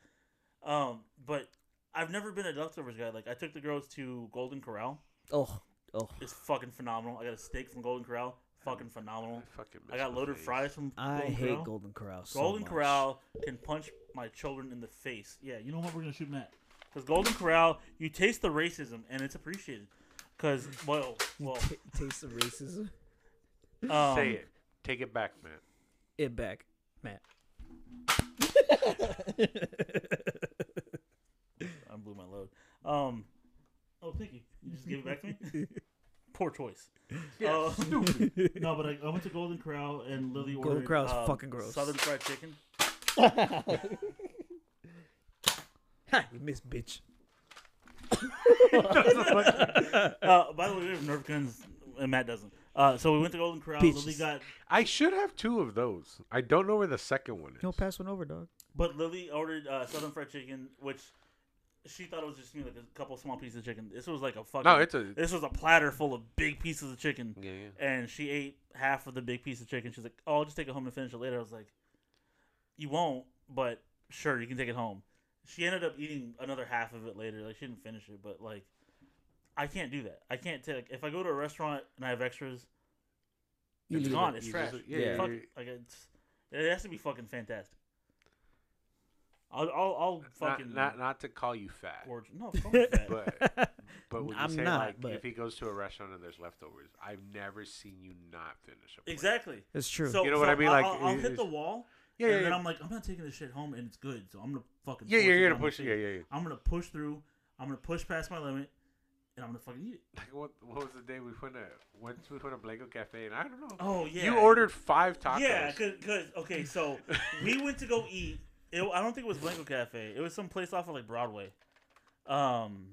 [SPEAKER 1] Um, but I've never been a leftovers guy. Like I took the girls to Golden Corral.
[SPEAKER 2] Oh, oh.
[SPEAKER 1] It's fucking phenomenal. I got a steak from Golden Corral. Fucking phenomenal.
[SPEAKER 3] fucking
[SPEAKER 1] I got
[SPEAKER 3] miss
[SPEAKER 1] loaded
[SPEAKER 3] buffets.
[SPEAKER 1] fries from
[SPEAKER 2] I
[SPEAKER 1] Golden
[SPEAKER 2] hate
[SPEAKER 1] Corral.
[SPEAKER 2] Golden Corral. So
[SPEAKER 1] Golden
[SPEAKER 2] much.
[SPEAKER 1] Corral can punch my children in the face. Yeah, you know what? We're gonna shoot Matt because Golden Corral, you taste the racism and it's appreciated. Cause well,
[SPEAKER 2] [laughs]
[SPEAKER 1] well,
[SPEAKER 2] T- taste of racism.
[SPEAKER 1] um,
[SPEAKER 3] Say it. Take it back, man.
[SPEAKER 2] It back, Matt.
[SPEAKER 1] I blew my load. Um, oh, thank you. You just gave it back to me.
[SPEAKER 2] [laughs]
[SPEAKER 1] Poor choice. Uh, [laughs] no, but I, I went to Golden Corral and Lily
[SPEAKER 2] Golden
[SPEAKER 1] ordered
[SPEAKER 2] Corral's
[SPEAKER 1] um,
[SPEAKER 2] fucking gross.
[SPEAKER 1] Southern fried
[SPEAKER 2] [laughs]
[SPEAKER 1] chicken.
[SPEAKER 2] ha, you missed, bitch.
[SPEAKER 1] Uh, by the way, we have Nerf guns and Matt doesn't. Uh, so we went to Golden Corral. Lily
[SPEAKER 2] Bitches.
[SPEAKER 1] got,
[SPEAKER 3] I should have two of those. I don't know where the second one is.
[SPEAKER 2] Don't pass one over, dog.
[SPEAKER 1] but Lily ordered uh, Southern fried chicken, which. She thought it was just me, like a couple small pieces of chicken. This was like a fucking.
[SPEAKER 3] No, it's a
[SPEAKER 1] This was a platter full of big pieces of chicken.
[SPEAKER 3] yeah, yeah.
[SPEAKER 1] And she ate half of the big piece of chicken. She's like, "Oh, I'll just take it home and finish it later." I was like, "You won't, but sure, you can take it home." She ended up eating another half of it later. Like she didn't finish it, but like, I can't do that. I can't take if I go to a restaurant and I have extras.
[SPEAKER 2] You
[SPEAKER 1] it's
[SPEAKER 2] leave
[SPEAKER 1] gone.
[SPEAKER 2] [laughs]
[SPEAKER 3] it.
[SPEAKER 1] It's
[SPEAKER 3] You
[SPEAKER 1] trash.
[SPEAKER 3] just- yeah, Yeah.
[SPEAKER 1] Fuck,
[SPEAKER 3] you-
[SPEAKER 1] like it's, it has to be fucking fantastic. I'll I'll, I'll fucking
[SPEAKER 3] Not, not not to call you fat,
[SPEAKER 1] gorge. No, fuck that.
[SPEAKER 3] but
[SPEAKER 2] it.
[SPEAKER 3] but when you
[SPEAKER 2] I'm
[SPEAKER 3] say
[SPEAKER 2] not,
[SPEAKER 3] like
[SPEAKER 2] but-
[SPEAKER 3] if he goes to a restaurant and there's leftovers, I've never seen you not finish a
[SPEAKER 1] [laughs]
[SPEAKER 3] plate.
[SPEAKER 1] exactly.
[SPEAKER 2] it's true.
[SPEAKER 1] So,
[SPEAKER 3] You know what I mean?
[SPEAKER 1] I'll,
[SPEAKER 3] Like,
[SPEAKER 1] I'll, I'll
[SPEAKER 3] it-
[SPEAKER 1] hit the
[SPEAKER 3] it's-
[SPEAKER 1] wall.
[SPEAKER 3] Yeah,
[SPEAKER 1] and
[SPEAKER 3] yeah,
[SPEAKER 1] then
[SPEAKER 3] yeah.
[SPEAKER 1] I'm like, I'm not taking this shit home, and it's good, so I'm gonna fucking.
[SPEAKER 3] yeah,
[SPEAKER 1] force
[SPEAKER 3] yeah,
[SPEAKER 1] it
[SPEAKER 3] you're
[SPEAKER 1] down
[SPEAKER 3] gonna
[SPEAKER 1] my
[SPEAKER 3] push it.
[SPEAKER 1] shit.
[SPEAKER 3] Yeah, yeah, yeah.
[SPEAKER 1] I'm gonna push through. I'm gonna push past my limit, and I'm gonna fucking eat it.
[SPEAKER 3] Like, what, what was the day we went to once we went to Blanco Cafe and I don't know.
[SPEAKER 1] Oh yeah.
[SPEAKER 3] You ordered five tacos.
[SPEAKER 1] Yeah, cause, 'cause- okay,
[SPEAKER 3] [laughs]
[SPEAKER 1] so we went to go eat. It, I don't think it was Blanco Cafe. It was some place off of like Broadway, um,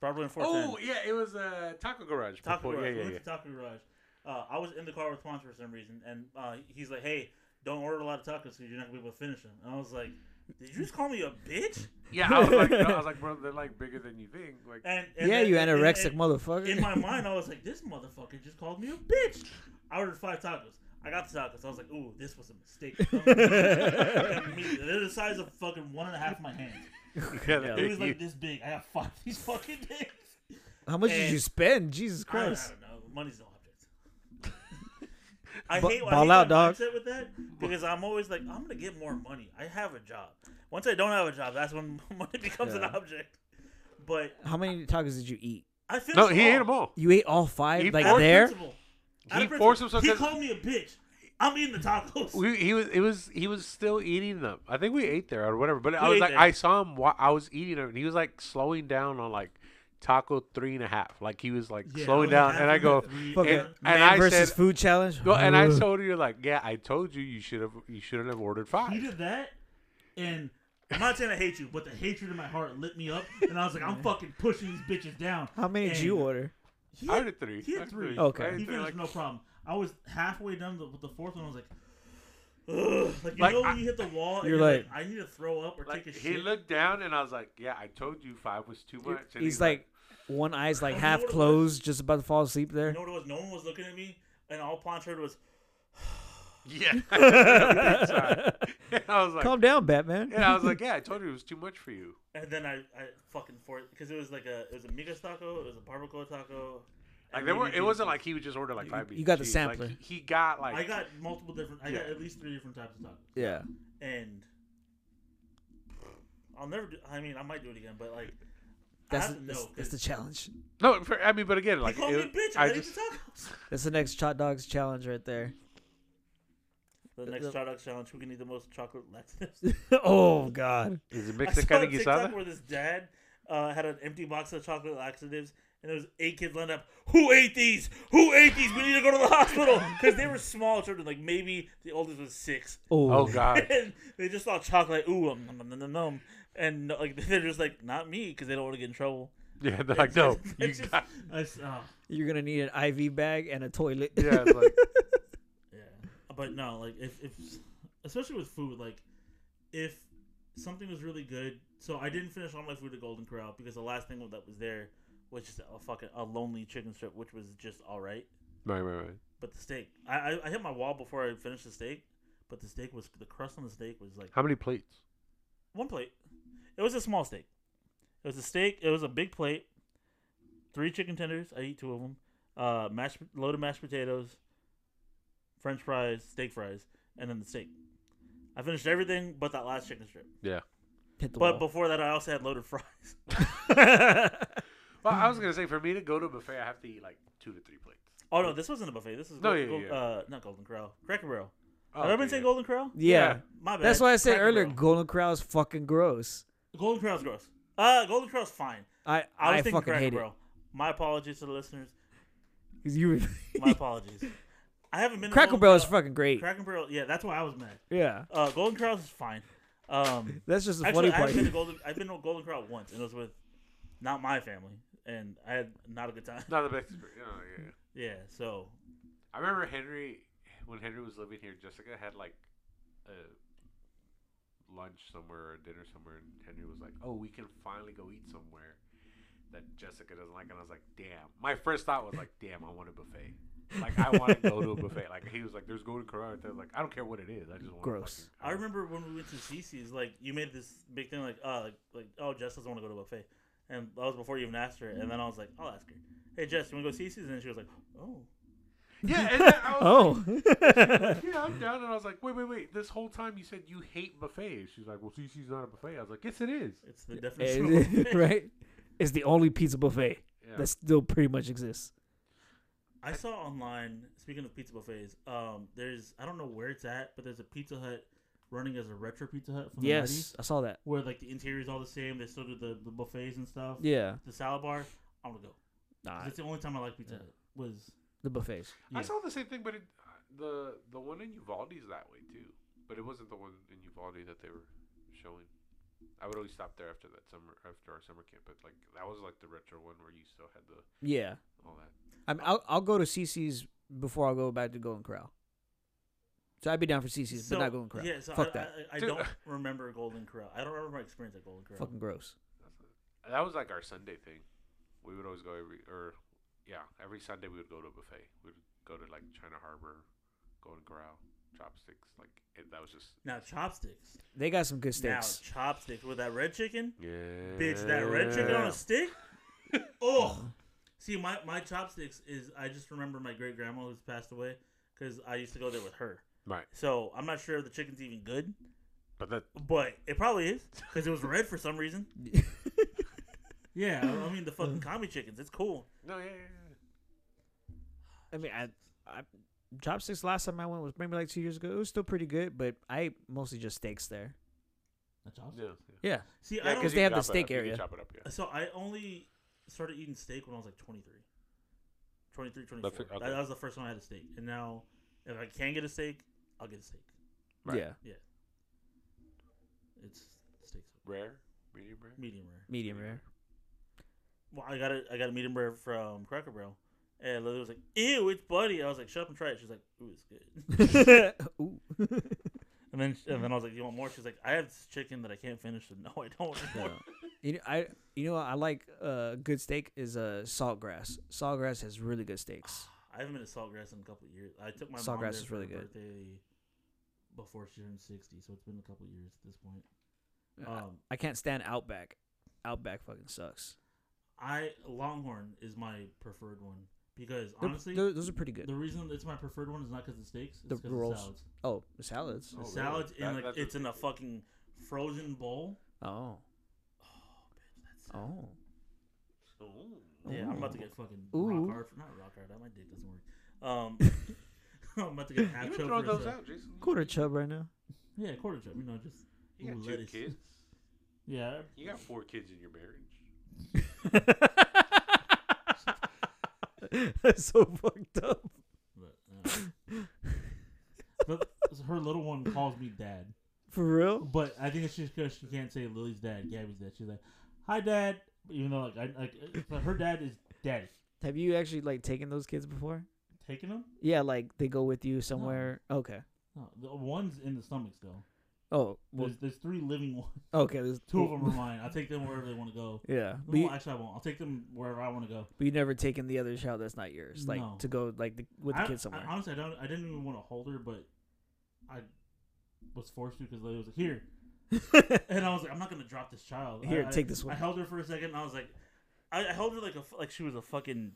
[SPEAKER 1] Broadway and 410.
[SPEAKER 3] Oh yeah, it was a taco garage.
[SPEAKER 1] Taco
[SPEAKER 3] before-
[SPEAKER 1] Garage.
[SPEAKER 3] Yeah,
[SPEAKER 1] we
[SPEAKER 3] yeah,
[SPEAKER 1] went
[SPEAKER 3] yeah.
[SPEAKER 1] to Taco Garage. Uh, I was in the car with Juan for some reason, and uh, he's like, "Hey, don't order a lot of tacos because you're not gonna be able to finish them." And I was like, "Did you just call me a bitch?"
[SPEAKER 3] Yeah, I was
[SPEAKER 1] [laughs]
[SPEAKER 3] like, I was like, bro, they're like bigger than you think. Like, [laughs]
[SPEAKER 1] And, and
[SPEAKER 2] yeah,
[SPEAKER 1] then-
[SPEAKER 2] you
[SPEAKER 1] and- and-
[SPEAKER 2] anorexic
[SPEAKER 1] and
[SPEAKER 2] motherfucker.
[SPEAKER 1] In my mind, I was like, "This motherfucker just called me a bitch." I ordered five tacos. I got the tacos. I was like, "Ooh, this was a
[SPEAKER 2] [laughs]
[SPEAKER 1] mistake." Immediately, They're the size of fucking one and a half of my hand.
[SPEAKER 3] yeah,
[SPEAKER 2] yeah.
[SPEAKER 3] like,
[SPEAKER 1] It was
[SPEAKER 3] you-
[SPEAKER 1] like this big. I got five of these fucking things.
[SPEAKER 2] [laughs] How much did
[SPEAKER 1] and-
[SPEAKER 2] you spend? Jesus
[SPEAKER 1] I don't,
[SPEAKER 2] Christ.
[SPEAKER 1] I don't know. Money's no
[SPEAKER 2] [laughs]
[SPEAKER 1] object. I
[SPEAKER 2] Ba-
[SPEAKER 1] hate, I
[SPEAKER 2] ball
[SPEAKER 1] hate
[SPEAKER 2] out,
[SPEAKER 1] my
[SPEAKER 2] dog.
[SPEAKER 1] mindset with that because I'm always like, I'm gonna get more money. I have a job. Once I don't have a job, that's when [laughs] money becomes an
[SPEAKER 2] Yeah.
[SPEAKER 1] object. But
[SPEAKER 2] How many tacos did you eat?
[SPEAKER 1] I feel
[SPEAKER 3] no, he ate them all.
[SPEAKER 2] You ate all five?
[SPEAKER 3] He
[SPEAKER 2] like
[SPEAKER 3] forced-
[SPEAKER 2] there?
[SPEAKER 1] Principle.
[SPEAKER 3] He
[SPEAKER 1] Out of principle.
[SPEAKER 3] forced himself
[SPEAKER 1] He
[SPEAKER 3] 'cause-
[SPEAKER 1] called me a bitch. I'm eating the tacos.
[SPEAKER 3] We, he was it was he was still eating them. I think we ate there or whatever. But
[SPEAKER 1] We
[SPEAKER 3] I was
[SPEAKER 1] ate
[SPEAKER 3] like,
[SPEAKER 1] there.
[SPEAKER 3] I saw him. While I was eating them, and he was like slowing down on like taco three and a half. Like he was like
[SPEAKER 1] Yeah,
[SPEAKER 3] slowing
[SPEAKER 1] I was
[SPEAKER 3] down,
[SPEAKER 1] happy
[SPEAKER 3] and I
[SPEAKER 1] with
[SPEAKER 3] go,
[SPEAKER 1] the three.
[SPEAKER 2] Fuck
[SPEAKER 3] and,
[SPEAKER 2] it.
[SPEAKER 3] and
[SPEAKER 2] Man
[SPEAKER 3] I
[SPEAKER 2] versus
[SPEAKER 3] said,
[SPEAKER 2] food challenge?
[SPEAKER 3] well, and I
[SPEAKER 2] Ugh.
[SPEAKER 3] told you like, yeah, I told you you should have you shouldn't have ordered
[SPEAKER 1] He
[SPEAKER 3] five.
[SPEAKER 1] did that, and I'm not saying I hate you, but the hatred in my heart lit me up, and I was like,
[SPEAKER 2] [laughs]
[SPEAKER 1] I'm fucking pushing these bitches down.
[SPEAKER 2] How many did you
[SPEAKER 1] And
[SPEAKER 2] order?
[SPEAKER 1] He
[SPEAKER 3] I
[SPEAKER 1] had,
[SPEAKER 3] ordered three.
[SPEAKER 1] he
[SPEAKER 3] I
[SPEAKER 1] had
[SPEAKER 3] ordered
[SPEAKER 1] three.
[SPEAKER 2] Okay.
[SPEAKER 3] I ordered
[SPEAKER 1] He
[SPEAKER 3] three,
[SPEAKER 1] finished
[SPEAKER 3] like-
[SPEAKER 1] no problem. I was halfway done with the fourth one. I was like, Ugh. like you
[SPEAKER 3] Like,
[SPEAKER 1] know when
[SPEAKER 3] I-
[SPEAKER 1] you hit the wall, and
[SPEAKER 2] You're
[SPEAKER 1] you're like,
[SPEAKER 2] like-
[SPEAKER 1] I need to throw up or
[SPEAKER 3] Like,
[SPEAKER 1] take a
[SPEAKER 3] he
[SPEAKER 1] shit.
[SPEAKER 3] looked down and I was like, "Yeah, I told you five was too much." And
[SPEAKER 2] He's like, one eye's
[SPEAKER 1] I
[SPEAKER 2] like
[SPEAKER 1] don't know [laughs]
[SPEAKER 2] half
[SPEAKER 1] what it was.
[SPEAKER 2] closed, just about to fall asleep there.
[SPEAKER 1] you know what it was? No [laughs] one was looking at me, and all Ponch heard was,
[SPEAKER 3] "Yeah."
[SPEAKER 1] [laughs]
[SPEAKER 3] [laughs] and I was
[SPEAKER 2] [laughs]
[SPEAKER 3] like,
[SPEAKER 2] Calm down, Batman.
[SPEAKER 3] and I was like, "Yeah, I told you it was too much for you."
[SPEAKER 1] and then I, I fucking for because it was like a it was a migas taco, it was a barbacoa taco.
[SPEAKER 3] Like
[SPEAKER 1] and
[SPEAKER 3] there were,
[SPEAKER 1] maybe
[SPEAKER 3] it wasn't
[SPEAKER 1] cheese.
[SPEAKER 3] like he was just ordering like
[SPEAKER 2] You-
[SPEAKER 3] five.
[SPEAKER 2] you
[SPEAKER 3] pieces
[SPEAKER 2] got
[SPEAKER 3] of
[SPEAKER 2] the
[SPEAKER 3] cheese.
[SPEAKER 2] sampler.
[SPEAKER 3] Like, he, he got like
[SPEAKER 1] I got multiple different. I got
[SPEAKER 3] Yeah.
[SPEAKER 1] at least three different types of tacos.
[SPEAKER 2] [laughs] Yeah.
[SPEAKER 1] and I'll never do. I mean, I might do it again, but like,
[SPEAKER 2] That's,
[SPEAKER 1] I have to
[SPEAKER 2] that's,
[SPEAKER 1] know,
[SPEAKER 2] that's the
[SPEAKER 1] 'cause
[SPEAKER 2] challenge.
[SPEAKER 3] no. For, I mean, but again, like
[SPEAKER 1] he called
[SPEAKER 3] it-
[SPEAKER 1] me a bitch. I,
[SPEAKER 3] I
[SPEAKER 1] gotta
[SPEAKER 3] just
[SPEAKER 1] eat the tacos.
[SPEAKER 2] That's the next Chot Dogs challenge
[SPEAKER 1] [laughs]
[SPEAKER 2] right there.
[SPEAKER 1] The
[SPEAKER 2] The-
[SPEAKER 1] next
[SPEAKER 2] the-
[SPEAKER 1] Stardock challenge: Who can eat the most chocolate laxatives?
[SPEAKER 2] [laughs] oh, God.
[SPEAKER 3] is it
[SPEAKER 1] [laughs] I saw
[SPEAKER 3] Mexican
[SPEAKER 1] a TikTok
[SPEAKER 3] guisada?
[SPEAKER 1] where this dad uh, had an empty box of chocolate laxatives, and there was eight kids lined up. Who ate these? Who ate these? We need to go to the hospital because they were small children. Like maybe the oldest was six,
[SPEAKER 2] Oh,
[SPEAKER 3] Oh god,
[SPEAKER 1] [laughs]
[SPEAKER 3] [laughs]
[SPEAKER 1] and they just saw chocolate. Ooh, um, nom, nom, nom, nom, nom. and like [laughs] they're just like, not me, because they don't want to get in trouble. [laughs]
[SPEAKER 3] yeah. They're like, no, you
[SPEAKER 1] It's just-
[SPEAKER 3] got.
[SPEAKER 1] it's, uh,
[SPEAKER 2] You're going to need an IV bag and a toilet.
[SPEAKER 1] [laughs]
[SPEAKER 3] Yeah, it's like
[SPEAKER 1] but no, like if, if especially with food, like if something was really good, so I didn't finish all my food at Golden Corral because the last thing that was there was just a fucking a lonely chicken strip, which was just all right.
[SPEAKER 3] Right, right, right.
[SPEAKER 1] But the steak, I I, I hit my wall before I finished the steak, but the steak was the crust on the steak was like
[SPEAKER 3] How many plates?
[SPEAKER 1] one plate. It was a small steak. It was a steak. It was a big plate. Three chicken tenders. I eat two of them. Uh, mashed loaded mashed potatoes, French fries, steak fries, and then the steak. I finished everything but that last chicken strip.
[SPEAKER 3] Yeah.
[SPEAKER 2] [laughs] Hit the
[SPEAKER 1] But
[SPEAKER 2] wall.
[SPEAKER 1] before that, I also had loaded [laughs] fries.
[SPEAKER 3] Well, I was gonna say for me to go to a buffet, I have to eat like two to three plates.
[SPEAKER 1] Oh no, this wasn't a buffet. This is
[SPEAKER 3] No,
[SPEAKER 1] Gold-
[SPEAKER 3] yeah,
[SPEAKER 1] Gold-
[SPEAKER 3] yeah.
[SPEAKER 1] Uh, not Golden Corral, Cracker Barrel.
[SPEAKER 3] Oh,
[SPEAKER 1] Have I been
[SPEAKER 3] okay,
[SPEAKER 1] saying
[SPEAKER 3] yeah.
[SPEAKER 1] Golden Corral?
[SPEAKER 2] yeah.
[SPEAKER 3] yeah.
[SPEAKER 1] My bad.
[SPEAKER 2] That's why I said
[SPEAKER 1] Cracker
[SPEAKER 2] earlier
[SPEAKER 1] Barrel.
[SPEAKER 2] Golden Corral is fucking gross.
[SPEAKER 1] Golden Corral's gross. Uh, Golden Corral's fine.
[SPEAKER 2] I
[SPEAKER 1] I
[SPEAKER 2] I,
[SPEAKER 1] was thinking
[SPEAKER 2] fucking
[SPEAKER 1] Cracker
[SPEAKER 2] hate it.
[SPEAKER 1] Barrel. My apologies to the listeners.
[SPEAKER 2] 'Cause [laughs] You
[SPEAKER 1] My apologies. I haven't been to
[SPEAKER 2] [laughs] Cracker
[SPEAKER 1] Golden
[SPEAKER 2] Barrel is
[SPEAKER 1] Corral-
[SPEAKER 2] fucking great.
[SPEAKER 1] Cracker Barrel, yeah, that's why I was mad.
[SPEAKER 2] Yeah,
[SPEAKER 1] Uh, Golden Corral is fine.
[SPEAKER 2] [laughs]
[SPEAKER 1] Um,
[SPEAKER 2] that's just the
[SPEAKER 1] actually,
[SPEAKER 2] funny
[SPEAKER 1] I've
[SPEAKER 2] part.
[SPEAKER 1] been to Golden. I've been to Golden Corral once, and it was with not my family, and I had not a good time.
[SPEAKER 3] Not the best. experience. Oh, yeah. yeah.
[SPEAKER 1] [laughs] Yeah, so
[SPEAKER 3] I remember Henry when Henry was living here. Jessica had like a lunch somewhere or dinner somewhere, and Henry was like, "Oh, we can finally go eat somewhere that Jessica doesn't like." And I was like, "Damn!" My first thought was like, "Damn, I want a buffet. Like, I want to go to a buffet." Like he was like, "There's Golden Corral." right there." I was like, "I don't care what it is. I just want."
[SPEAKER 2] Gross.
[SPEAKER 1] I
[SPEAKER 3] Fucking,
[SPEAKER 1] remember when we went to CC's, like you made this big thing, like, uh, like, like oh, Jess doesn't want to go to a buffet, and that was before you even asked her, and then I was like, I'll ask her. Hey, Jess, you want to go to CC's? And then she was like, Oh,
[SPEAKER 3] Yeah, and then I
[SPEAKER 1] [laughs]
[SPEAKER 3] was
[SPEAKER 2] oh,
[SPEAKER 3] like, yeah, I'm down. And I was like, "Wait, wait, wait! This whole time you said you hate buffets." She's like, "Well, CC's not a buffet." I was like, "Yes, it is."
[SPEAKER 1] it's the definition. of a
[SPEAKER 2] It-
[SPEAKER 1] buffet.
[SPEAKER 2] [laughs] right? It's the only pizza buffet
[SPEAKER 3] Yeah.
[SPEAKER 2] that still pretty much exists.
[SPEAKER 1] I saw online. Speaking of pizza buffets, um, there's I don't know where it's at, but there's a Pizza Hut running as a retro Pizza Hut from the 90s.
[SPEAKER 2] Yes, I saw that.
[SPEAKER 1] where like the interior is all the same. They still do the, the buffets and stuff.
[SPEAKER 2] Yeah,
[SPEAKER 1] The salad bar. I'm gonna go. 'Cause
[SPEAKER 2] nah,
[SPEAKER 1] It's the only time I like pizza.
[SPEAKER 2] Yeah.
[SPEAKER 1] Hut Was
[SPEAKER 2] the buffets.
[SPEAKER 3] I
[SPEAKER 1] Yeah.
[SPEAKER 3] saw the same thing, but it, the the one in Uvalde's that way too. But it wasn't the one in Uvalde that they were showing. I would always stop there after that summer, after our summer camp. But like that was like the retro one where you still had the
[SPEAKER 2] Yeah,
[SPEAKER 3] all that.
[SPEAKER 2] I'm, I'll I'll go to CC's before I'll go back to Golden Corral. So I'd be down for CC's,
[SPEAKER 1] so,
[SPEAKER 2] but not Golden Corral.
[SPEAKER 1] Yeah, so
[SPEAKER 2] Fuck
[SPEAKER 1] I,
[SPEAKER 2] that.
[SPEAKER 1] I, I, I
[SPEAKER 3] Dude.
[SPEAKER 1] don't remember Golden Corral. I don't remember my experience at Golden Corral.
[SPEAKER 2] fucking gross.
[SPEAKER 3] That's it. That was like our Sunday thing. We would always go every or yeah every Sunday we would go to a buffet. We'd go to like China Harbor, Golden Corral, Chopsticks. Like it, that was just
[SPEAKER 1] Now chopsticks.
[SPEAKER 2] They got some good steaks.
[SPEAKER 1] Now chopsticks with that red chicken.
[SPEAKER 3] yeah.
[SPEAKER 1] Bitch, that red chicken on a stick. oh. See, my, my chopsticks is I just remember my great grandma who's passed away because I used to go there with her.
[SPEAKER 3] right,
[SPEAKER 1] So I'm not sure if the chicken's even good,
[SPEAKER 3] but that
[SPEAKER 1] but it probably is because it was red for some reason. Yeah, I I mean the fucking kami chickens. It's cool.
[SPEAKER 3] no yeah yeah. yeah.
[SPEAKER 2] I mean, I, I chopsticks. Last time I went was maybe like two years ago. It was still pretty good, but I ate mostly just steaks there.
[SPEAKER 3] Yeah, yeah.
[SPEAKER 2] Yeah,
[SPEAKER 1] See,
[SPEAKER 3] Yeah,
[SPEAKER 1] I don't.
[SPEAKER 3] 'cause
[SPEAKER 2] they
[SPEAKER 3] you
[SPEAKER 2] have
[SPEAKER 3] can
[SPEAKER 2] the
[SPEAKER 3] chop it
[SPEAKER 2] steak
[SPEAKER 3] up, you can
[SPEAKER 2] area.
[SPEAKER 3] chop it up, yeah.
[SPEAKER 1] So I only started eating steak when I was like 23, 23, 24.
[SPEAKER 3] That's it, okay.
[SPEAKER 1] That, that was the first time I had a steak, and now if I can get a steak, I'll get a steak.
[SPEAKER 3] Right.
[SPEAKER 2] yeah,
[SPEAKER 1] It's steaks
[SPEAKER 3] Rare, medium rare.
[SPEAKER 1] medium rare.
[SPEAKER 2] medium rare.
[SPEAKER 1] Well, I got it. I got a medium rare from Cracker Barrel, and Lily was like, "Ew, it's buddy." I was like, "Shut up and try it." She's like, "Ooh, it's good." [laughs]
[SPEAKER 2] [laughs] Ooh.
[SPEAKER 1] And then and then I was like, "You want more?" She's like, "I have this chicken that I can't finish, so no, I don't." want more."
[SPEAKER 2] Yeah. [laughs] You know, I you know what I like uh good steak is uh saltgrass. Saltgrass has really good steaks.
[SPEAKER 1] [laughs] I haven't been to Saltgrass in a couple of years. I took my mom
[SPEAKER 2] Saltgrass
[SPEAKER 1] there
[SPEAKER 2] is
[SPEAKER 1] for
[SPEAKER 2] really
[SPEAKER 1] her
[SPEAKER 2] good.
[SPEAKER 1] birthday before she turned sixty, so it's been a couple of years at this point.
[SPEAKER 2] I-
[SPEAKER 1] Um,
[SPEAKER 2] I can't stand Outback. Outback fucking sucks.
[SPEAKER 1] I Longhorn is my preferred one because
[SPEAKER 2] They're-
[SPEAKER 1] honestly,
[SPEAKER 2] they're- those are pretty good.
[SPEAKER 1] the reason it's my preferred one is not because of steaks,
[SPEAKER 2] The
[SPEAKER 1] it's because
[SPEAKER 2] rolls.
[SPEAKER 1] of salads.
[SPEAKER 2] Oh, the salads.
[SPEAKER 1] The
[SPEAKER 3] Oh, really?
[SPEAKER 1] salads
[SPEAKER 3] That-
[SPEAKER 1] and like
[SPEAKER 3] that's
[SPEAKER 1] it's in a
[SPEAKER 3] ridiculous.
[SPEAKER 1] fucking frozen bowl.
[SPEAKER 2] Oh, oh,
[SPEAKER 1] Yeah, I'm about to get fucking
[SPEAKER 2] Ooh.
[SPEAKER 1] rock hard. For, not rock hard. My dick doesn't work. Um,
[SPEAKER 2] [laughs]
[SPEAKER 1] [laughs] I'm about to get half
[SPEAKER 3] You
[SPEAKER 1] chub.
[SPEAKER 3] can throw
[SPEAKER 1] for a
[SPEAKER 3] those
[SPEAKER 1] sec.
[SPEAKER 3] out, Jason.
[SPEAKER 2] quarter chub right [laughs] now.
[SPEAKER 1] Yeah, quarter chub. You know, just
[SPEAKER 3] You
[SPEAKER 1] ooh,
[SPEAKER 3] got two
[SPEAKER 1] lettuce.
[SPEAKER 3] kids.
[SPEAKER 1] Yeah,
[SPEAKER 3] You got four kids in your marriage.
[SPEAKER 2] That's so fucked up.
[SPEAKER 1] But, uh,
[SPEAKER 3] [laughs]
[SPEAKER 1] but her little one calls me dad.
[SPEAKER 2] For real?
[SPEAKER 1] But I think it's just because she can't say Lily's dad, Gabby's dad. She's like, "Hi, dad," even though like I like uh, but her dad is daddy.
[SPEAKER 2] Have you actually like taken those kids before?
[SPEAKER 1] taking them?
[SPEAKER 2] Yeah, like they go with you somewhere. Okay.
[SPEAKER 1] No, the one's in the stomach still.
[SPEAKER 2] Oh, well,
[SPEAKER 1] There's, there's three living ones.
[SPEAKER 2] okay. There's
[SPEAKER 1] Two of them are mine. I take them wherever they want to go.
[SPEAKER 2] Yeah, but
[SPEAKER 1] No,
[SPEAKER 2] you,
[SPEAKER 1] actually, I won't. I'll take them wherever I want to go.
[SPEAKER 2] but you never taken the other child that's not yours, like
[SPEAKER 1] No.
[SPEAKER 2] to go like the, with the
[SPEAKER 1] I-
[SPEAKER 2] kid somewhere.
[SPEAKER 1] I, honestly, I don't. I didn't even want to hold her, but I was forced to because Lily was like, "Here," [laughs] and I was like, "I'm not gonna drop this child."
[SPEAKER 2] Here,
[SPEAKER 1] I, I-
[SPEAKER 2] take this one.
[SPEAKER 1] I held her for a second, and I was like, I, I held her like a f- like she was a fucking